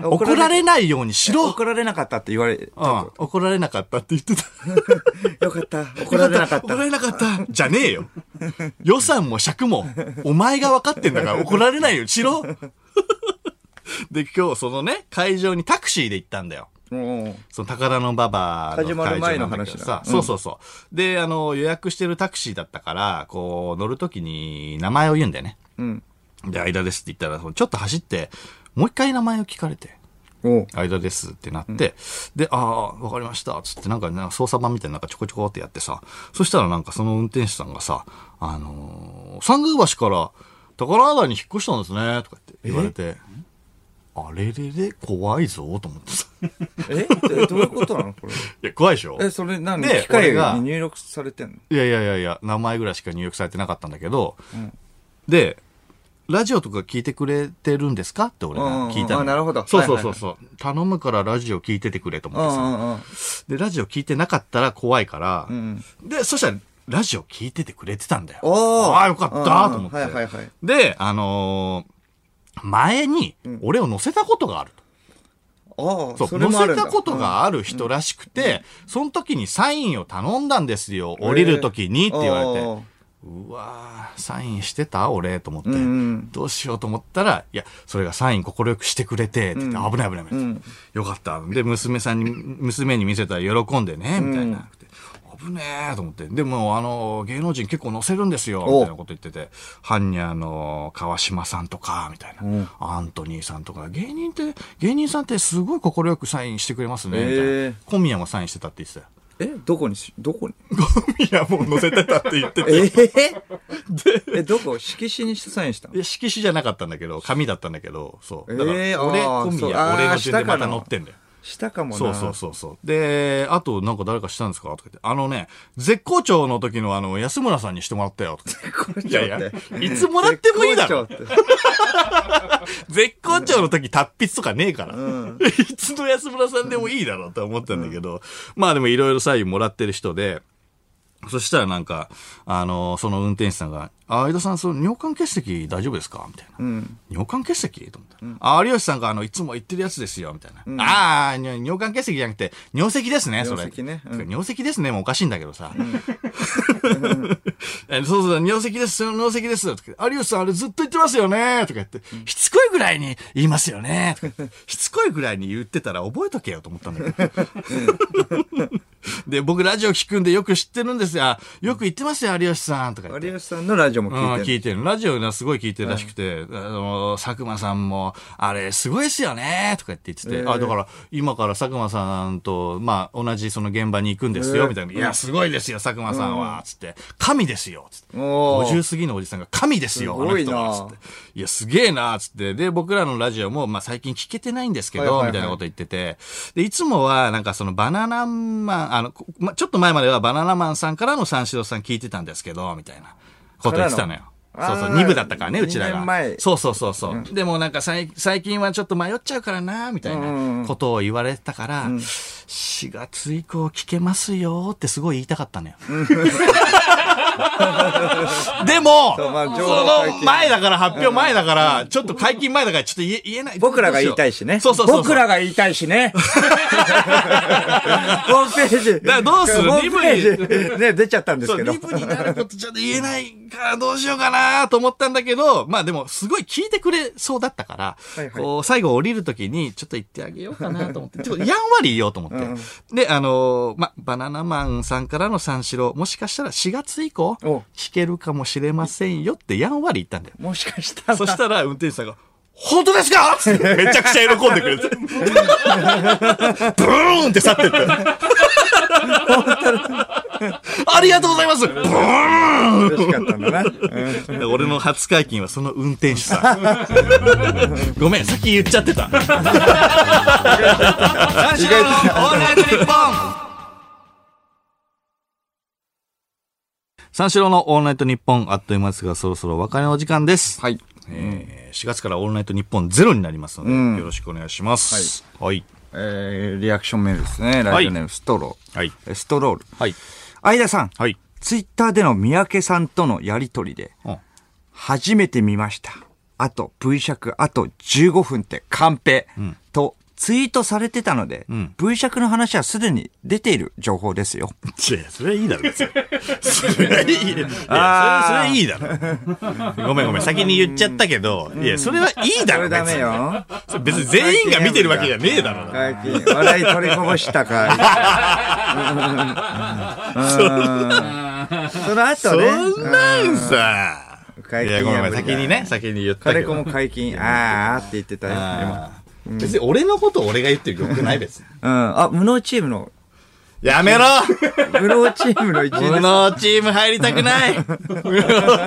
Speaker 1: 怒られないようにしろ、
Speaker 2: 怒られなかったって言われ、
Speaker 1: うん怒られなかったって言ってた。
Speaker 2: よかった。怒られなかっ
Speaker 1: 怒
Speaker 2: た
Speaker 1: ら。れなかった。じゃねえよ。予算も尺も、お前が分かってんだから怒られないようにしろ。 で、今日そのね、会場にタクシーで行ったんだよ。
Speaker 2: うん
Speaker 1: その高田の馬場の
Speaker 2: 始まる前の話
Speaker 1: 会場な
Speaker 2: だ
Speaker 1: んだけどさ、
Speaker 2: うん
Speaker 1: そうそうそう。で、あの、予約してるタクシーだったから、こう、乗るときに名前を言うんだよね。
Speaker 2: うん。
Speaker 1: で、間ですって言ったら、ちょっと走って、もう一回名前を聞かれて、
Speaker 2: おう
Speaker 1: 間ですってなって、で、ああ、わかりました、つってなんか、なんか操作版みたいななんかちょこちょこってやってさ、そしたらなんかその運転手さんがさ、あのー三宮橋から宝田に引っ越したんですね、とかって言われて、あれれれ、怖いぞ、と思ってさ。
Speaker 2: え どういうことなのこれ。
Speaker 1: いや、怖いでしょ
Speaker 2: え、それ何
Speaker 1: で
Speaker 2: 機械
Speaker 1: 俺が
Speaker 2: に入力されてんの
Speaker 1: いやいやいやいや、名前ぐらいしか入力されてなかったんだけど、で、ラジオとか聞いてくれてるんですかって俺が聞いた
Speaker 2: うんうんう
Speaker 1: の。
Speaker 2: んあなるほど
Speaker 1: そうそうそうそう、頼むからラジオ聞いててくれと
Speaker 2: う
Speaker 1: 思ってさ。
Speaker 2: んうんうん。
Speaker 1: で、ラジオ聞いてなかったら怖いから、
Speaker 2: ん
Speaker 1: で、そしたら、ラジオ聞いててくれてたんだよ。
Speaker 2: おー
Speaker 1: ああ、よかったーと思って。
Speaker 2: うんうんはいはいはい
Speaker 1: で、あのー前に、俺を乗せたことがあると。
Speaker 2: ああ、
Speaker 1: そう、
Speaker 2: それ
Speaker 1: 乗
Speaker 2: もある
Speaker 1: せ
Speaker 2: んだ
Speaker 1: たことがある人らしくて、その時にサインを頼んだんですよ、降りる時にって言われて。
Speaker 2: えーおー
Speaker 1: うわーサインしてた俺と思って、
Speaker 2: うんうん
Speaker 1: どうしようと思ったら、いや、それがサイン快くしてくれて、って言って、危ない危ない危ない、よかった。で、娘さんに、娘に見せたら喜んでね、みたいな。危ねえと思って。でも、あの、芸能人結構載せるんですよ、みたいなこと言ってて。般若の川島さんとか、みたいな、アントニーさんとか、芸人って、芸人さんってすごい快くサインしてくれますね、みたいな
Speaker 2: へえ
Speaker 1: 小宮もサインしてたって言 ってたよ。
Speaker 2: え、どこにし、どこに
Speaker 1: 小宮も載せてたって言ってて
Speaker 2: え ーえ、どこ色紙にサインしたの
Speaker 1: いや色紙じゃなかったんだけど、紙だったんだけど、そう。だから、
Speaker 2: えーあー
Speaker 1: 俺、小
Speaker 2: そう
Speaker 1: 宮、
Speaker 2: あー
Speaker 1: 俺の順でま
Speaker 2: 下
Speaker 1: た
Speaker 2: から
Speaker 1: 乗ってんだよ。
Speaker 2: したかもな。
Speaker 1: そうそうそうそう。で、あとなんか誰かしたんですかとか言って。あのね、絶好調の時のあの、安村さんにしてもらったよ。とか
Speaker 2: これち
Speaker 1: い
Speaker 2: ょっ
Speaker 1: やい
Speaker 2: とい
Speaker 1: や、いつもらってもいいだろ。
Speaker 2: 絶好調って
Speaker 1: 絶好調の時達筆とかねえから。いつの安村さんでもいいだろうと思ったんだけど。まあでもいろいろサインもらってる人で、そしたらなんか、あの、その運転手さんが、あ、相田さん、その尿管結石大丈夫ですかみたいな。尿管結石と思った。あ、有吉さんがあの、いつも言ってるやつですよ、みたいな。ああ、に尿管結石じゃなくて、尿石ですね、それ。
Speaker 2: 尿石ねうん
Speaker 1: てか尿石ですね、もうおかしいんだけどさ。えそうそう、尿石です、尿石です。とか言って有吉さん、あれずっと言ってますよねとか言って、しつこいぐらいに言いますよねとか言ってしつこいぐらいに言ってたら覚えとけよと思ったんだけど。で、僕ラジオ聞くんでよく知ってるんですよ。あよく言ってますよ、有吉さん。とか言って
Speaker 2: 有。吉さんのラジオも
Speaker 1: うん
Speaker 2: 聞いて
Speaker 1: 聞
Speaker 2: る。
Speaker 1: いてる。ラジオがすごい聞いてるらしくて、あの、佐久間さんも、あれ、すごいですよねとか言って言ってて、あ、だから、今から佐久間さんと、まあ、同じその現場に行くんですよ、みたいな。いや、すごいですよ、佐久間さんは、つって。神ですよ、つって。
Speaker 2: おー
Speaker 1: 50過ぎのおじさんが神ですよ、
Speaker 2: すごいな
Speaker 1: あの人は、つって。いや、すげえな、つって。で、僕らのラジオも、まあ、最近聞けてないんですけ
Speaker 2: はいはい
Speaker 1: ど、
Speaker 2: はい
Speaker 1: みたいなこと言ってて、で、いつもは、なんかそのバナナマン、あの、こまちょっと前まではバナナマンさんからの三四郎さん聞いてたんですけど、みたいなこと言ってたのよ。
Speaker 2: から
Speaker 1: そう
Speaker 2: の
Speaker 1: そう、
Speaker 2: あー
Speaker 1: 2部だったからね、うちら
Speaker 2: 二
Speaker 1: が
Speaker 2: 年前。
Speaker 1: そうそうそうそう。でもなんかさい最近はちょっと迷っちゃうからな、みたいなことを言われてたから、4月以降聞けますよってすごい言いたかったのよ。 でも、
Speaker 2: そうまあ
Speaker 1: そ
Speaker 2: 情報解
Speaker 1: の
Speaker 2: 禁
Speaker 1: 前だから、発表前だから、ちょっと解禁前だから、ちょっと言え言えない。
Speaker 2: 僕らが言いたいしね。
Speaker 1: そうそうそうそう。
Speaker 2: 僕らが言いたいし ね。ホームページ。
Speaker 1: だからどうする
Speaker 2: ホームページ。ね、出ちゃったんです
Speaker 1: そう、
Speaker 2: けど。
Speaker 1: リブになることちょっと言えないからどうしようかなと思ったんだけど、まあでもすごい聞いてくれそうだったから、
Speaker 2: はいはい
Speaker 1: こう最後降りるときにちょっと言ってあげようかなと思って、ちょっとやんわり言おうと思って。で、あのーまあ、バナナマンさんからの三四郎、もしかしたら4月以降、
Speaker 2: お
Speaker 1: 聞けるかもしれませんよってやんわり言ったんだよ。
Speaker 2: もしかした ら。
Speaker 1: そしたら運転手さんが、本当ですかつってめちゃくちゃ喜んでくれて。 ブーンって去ってって。 ありがとうございますブーン
Speaker 2: 嬉しかったんだな。うん
Speaker 1: 俺の初解禁はその運転手さん。 ごめん、先言っちゃってた。三四郎のオールナイトニッポン三四郎のオールナイトニッポン、あっという間ですが、そろそろお別れのお時間です。
Speaker 2: はい。
Speaker 1: えー4月からオールナイトニッポンゼロになりますので、
Speaker 2: うん
Speaker 1: よろしくお願いします。はい。
Speaker 2: えー、リアクションメールですね。ラジオネーム、ストロー。
Speaker 1: はい。
Speaker 2: えストロール。
Speaker 1: はい。
Speaker 2: 相田さん。
Speaker 1: はい。
Speaker 2: ツイッターでの三宅さんとのやりとりで、
Speaker 1: うん
Speaker 2: 初めて見ました。あと V 尺、あと15分ってカンペ、とツイートされてたので、
Speaker 1: ん
Speaker 2: V 尺の話はすでに出ている情報ですよ。
Speaker 1: いや、それはいいだろ、別 に。それはいい。いや、それ
Speaker 2: あー
Speaker 1: はいいだろ。ごめんごめん、先に言っちゃったけど、いや、それはいいだろ、別に。
Speaker 2: よ。
Speaker 1: それ別に全員が見てるわけじゃねえだろ
Speaker 2: 最近、笑い取りこぼしたか。うんその後ね、
Speaker 1: な。そんなんさ。い
Speaker 2: 解
Speaker 1: や、
Speaker 2: 禁
Speaker 1: ごめんごめ
Speaker 2: 破
Speaker 1: ん、
Speaker 2: りだ
Speaker 1: 先にね、先に言った
Speaker 2: 金
Speaker 1: け
Speaker 2: 子も
Speaker 1: ど。
Speaker 2: 解禁、あーあーって言ってたよ。今
Speaker 1: あー別に俺のことを俺が言ってるよくない、別に。
Speaker 2: うん。あ、無能チームの、
Speaker 1: やめ ろ
Speaker 2: 無能チームの一
Speaker 1: 無
Speaker 2: 員です
Speaker 1: 能チーム入りたく ない無能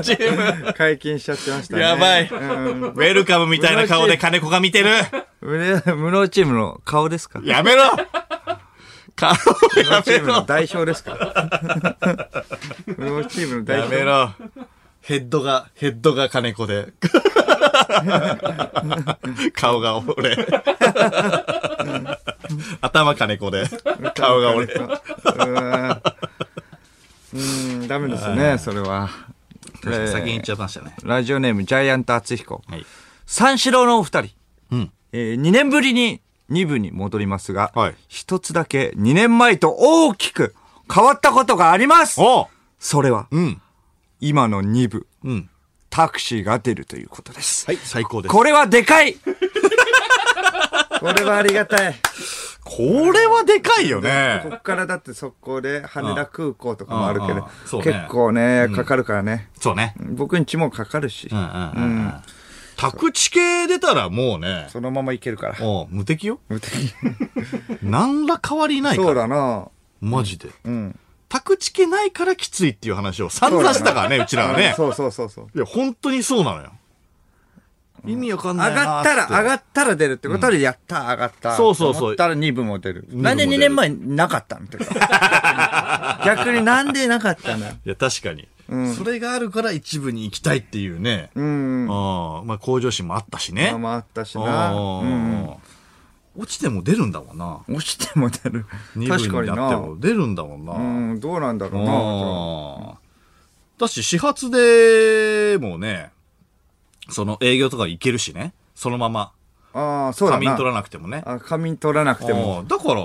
Speaker 1: チーム。
Speaker 2: 解禁しちゃってましたね。
Speaker 1: やばい。ウ
Speaker 2: うん
Speaker 1: ェルカムみたいな顔で金子が見てる。
Speaker 2: 無能無能チームの顔ですか
Speaker 1: やめろ顔
Speaker 2: 無能
Speaker 1: や
Speaker 2: チ
Speaker 1: め
Speaker 2: ームの
Speaker 1: ろ
Speaker 2: 代表ですか 無能チームの代
Speaker 1: や
Speaker 2: 表。
Speaker 1: めろ。ヘッドが、ヘッドが金子 で。顔が俺。頭金子で。顔が俺。
Speaker 2: うん。うん、ダメですね、それは。
Speaker 1: 先に言っちゃいましたね。
Speaker 2: ラジオネーム、ジャイアント厚彦。
Speaker 1: はい。
Speaker 2: 三四郎のお二人。
Speaker 1: うん。
Speaker 2: え2年ぶりに2部に戻りますが、
Speaker 1: はい
Speaker 2: 一つだけ2年前と大きく変わったことがあります
Speaker 1: お
Speaker 2: それは、
Speaker 1: うん。
Speaker 2: 今の2部、
Speaker 1: うん。
Speaker 2: タクシーが出るということです。
Speaker 1: はい、最高です。こ
Speaker 2: これはでかいこれはありがたい。
Speaker 1: れはでかいよね
Speaker 2: こ。っからだって速攻で羽田空港とかもあるけ
Speaker 1: うん
Speaker 2: ど
Speaker 1: うん、そうね
Speaker 2: 結構ね、かかるからね。
Speaker 1: そうね。
Speaker 2: 僕んちもかかるし
Speaker 1: う、んうんうんうん。宅地系出たらもうね、
Speaker 2: そのまま行けるから。
Speaker 1: おう無敵よ。
Speaker 2: 無敵
Speaker 1: 何ら変わりない
Speaker 2: そ
Speaker 1: か
Speaker 2: う
Speaker 1: ら。
Speaker 2: だな。
Speaker 1: マジで。
Speaker 2: うん。
Speaker 1: 宅地系ないからきついっていう話を散々したからね、うちらはね。
Speaker 2: そうそうそうそう。
Speaker 1: いや、本当にそうなのよ。意味わかん
Speaker 2: 上
Speaker 1: ないな
Speaker 2: がったら、上
Speaker 1: っ
Speaker 2: がったら出るってことで、やった、上がった。
Speaker 1: そうそうそう
Speaker 2: 思ったら2部も出る。
Speaker 1: 部も出る
Speaker 2: なんで2年前なかったのとか。逆になんでなかったのよ。
Speaker 1: ていや、確かに、それがあるから一部に行きたいっていうね。
Speaker 2: うん。
Speaker 1: ああまあ、向上心もあったしね。
Speaker 2: まああったし
Speaker 1: あ
Speaker 2: な。
Speaker 1: あ
Speaker 2: うん。
Speaker 1: 落ちても出るんだもんな。
Speaker 2: 落ちても出る。
Speaker 1: 二
Speaker 2: 確
Speaker 1: 部
Speaker 2: か
Speaker 1: に
Speaker 2: に
Speaker 1: なって
Speaker 2: な。
Speaker 1: も出るんだもんな。
Speaker 2: うん、どうなんだろうな。
Speaker 1: ああだし、始発でもね、その営業とか行けるしね。そのまま。
Speaker 2: ああ、そうだ
Speaker 1: 仮
Speaker 2: な。
Speaker 1: 眠取らなくてもね。
Speaker 2: あ仮眠取らなくても。
Speaker 1: ああだから、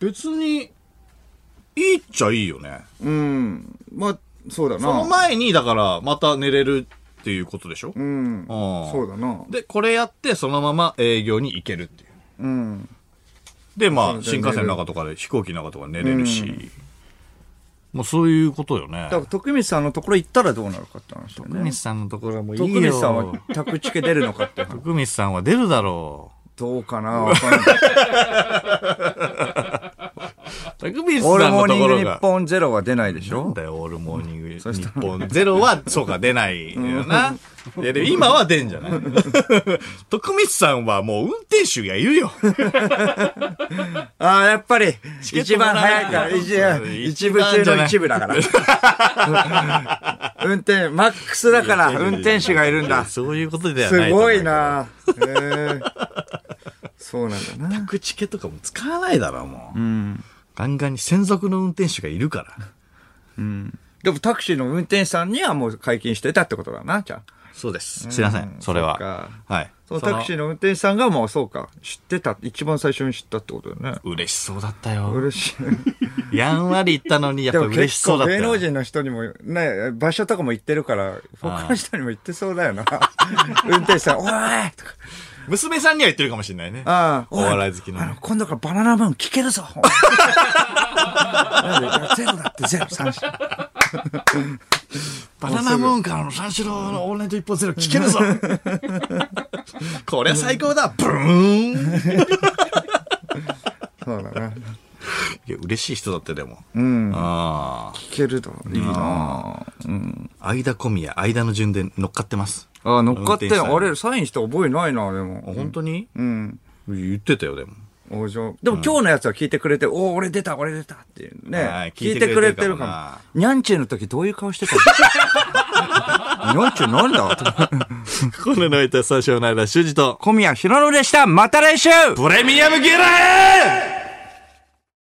Speaker 1: 別に、いいっちゃいいよね。
Speaker 2: うん。まあ、そうだ
Speaker 1: その
Speaker 2: な。
Speaker 1: 前に、だから、また寝れるっていうことでしょ、
Speaker 2: うん。
Speaker 1: ああ
Speaker 2: そうだな。
Speaker 1: で、これやって、そのまま営業に行けるっていう。
Speaker 2: うん。
Speaker 1: で、まあ、
Speaker 2: そう
Speaker 1: 新
Speaker 2: だね
Speaker 1: 幹線の中とかで、飛行機の中とかで寝れるし。まあ、そういうことよね
Speaker 2: だ。から、徳光さんのところ行ったらどうなるかって話だよ
Speaker 1: 徳光
Speaker 2: ね。
Speaker 1: さんのところはもういい
Speaker 2: 徳
Speaker 1: よ。
Speaker 2: 光さんは宅地家出るのかっ て話。
Speaker 1: 徳光さんは出るだろ
Speaker 2: どうかなわかんない。
Speaker 1: う。徳光
Speaker 2: オー
Speaker 1: さ
Speaker 2: ル
Speaker 1: ん
Speaker 2: モ
Speaker 1: のと
Speaker 2: ーニン
Speaker 1: こ
Speaker 2: グ
Speaker 1: ろ
Speaker 2: 日
Speaker 1: が。
Speaker 2: 本ゼロは出ないでし
Speaker 1: なん
Speaker 2: ょ
Speaker 1: だよ、オールモーニング日本ゼロは、そうか、出ないよな。いや、でも今は出んじゃない 徳光さんはもう運転手がいるよ。
Speaker 2: ああ、やっぱり、
Speaker 1: ケット
Speaker 2: 一番
Speaker 1: もらえ
Speaker 2: 早
Speaker 1: ないい
Speaker 2: から、一一部
Speaker 1: 一番じゃ
Speaker 2: 中
Speaker 1: な
Speaker 2: の
Speaker 1: い
Speaker 2: 一部だから。 運転、マックスだから、運転手がいるんだ。
Speaker 1: そういうことではない
Speaker 2: す
Speaker 1: と思う
Speaker 2: ご
Speaker 1: けど
Speaker 2: い。なへえ。そうなんだな。
Speaker 1: 宅地系とかも使わないだろ、もう。
Speaker 2: うん。
Speaker 1: ガンガンに専属の運転手がいるから。
Speaker 2: でもタクシーの運転手さんにはもう解禁してたってことだな、じゃあ。
Speaker 1: そうです。すいません、それ
Speaker 2: そっ
Speaker 1: は
Speaker 2: か。
Speaker 1: はい。
Speaker 2: そのタクシーの運転手さんがもうそうか、知ってた、一番最初に知ったってことだよね。
Speaker 1: 嬉しそうだったよ。
Speaker 2: 嬉しい。
Speaker 1: やんわり言ったのに、やっ
Speaker 2: で
Speaker 1: ぱ
Speaker 2: も
Speaker 1: 嬉し
Speaker 2: 結
Speaker 1: そうだっ
Speaker 2: 構
Speaker 1: たよ。
Speaker 2: 芸能人の人にも、ね、場所とかも行ってるから、他の人にも行ってそうだよ な。運転手さん、おーいとか、
Speaker 1: 娘さんには言ってるかもしれないね。
Speaker 2: ああ
Speaker 1: お笑い好きの
Speaker 2: あ
Speaker 1: ね
Speaker 2: の、今度からバナナマン聞けるぞなんでゼロだってゼロ、三振。
Speaker 1: バナナムーンからの三四郎のオールナイト一本ゼロ聞ける ぞこれ最高だブーン
Speaker 2: そうだな。
Speaker 1: いや、嬉しい人だってでも。
Speaker 2: うん。
Speaker 1: ああ。
Speaker 2: 聞けるといいなうん。
Speaker 1: 間小宮、間の順で乗っかってます。
Speaker 2: ああ、乗っかって
Speaker 1: 運転
Speaker 2: ん、
Speaker 1: 手さん
Speaker 2: あれ、サインした覚えないな、でも。
Speaker 1: 本当に
Speaker 2: うん。
Speaker 1: 言ってたよ、でも。
Speaker 2: お嬢。でも今日のやつは聞いてくれて、おお、俺出た、俺出たっていうね。
Speaker 1: はい
Speaker 2: 聞いてくれてる
Speaker 1: 聞いてくれてる
Speaker 2: か
Speaker 1: か
Speaker 2: も。にゃんちゅうの時どういう顔してたの にゃんちゅうなんだ
Speaker 1: このノイト最初の間、主人と、
Speaker 2: 小宮浩信でした。また来週
Speaker 1: プレミアムゲラー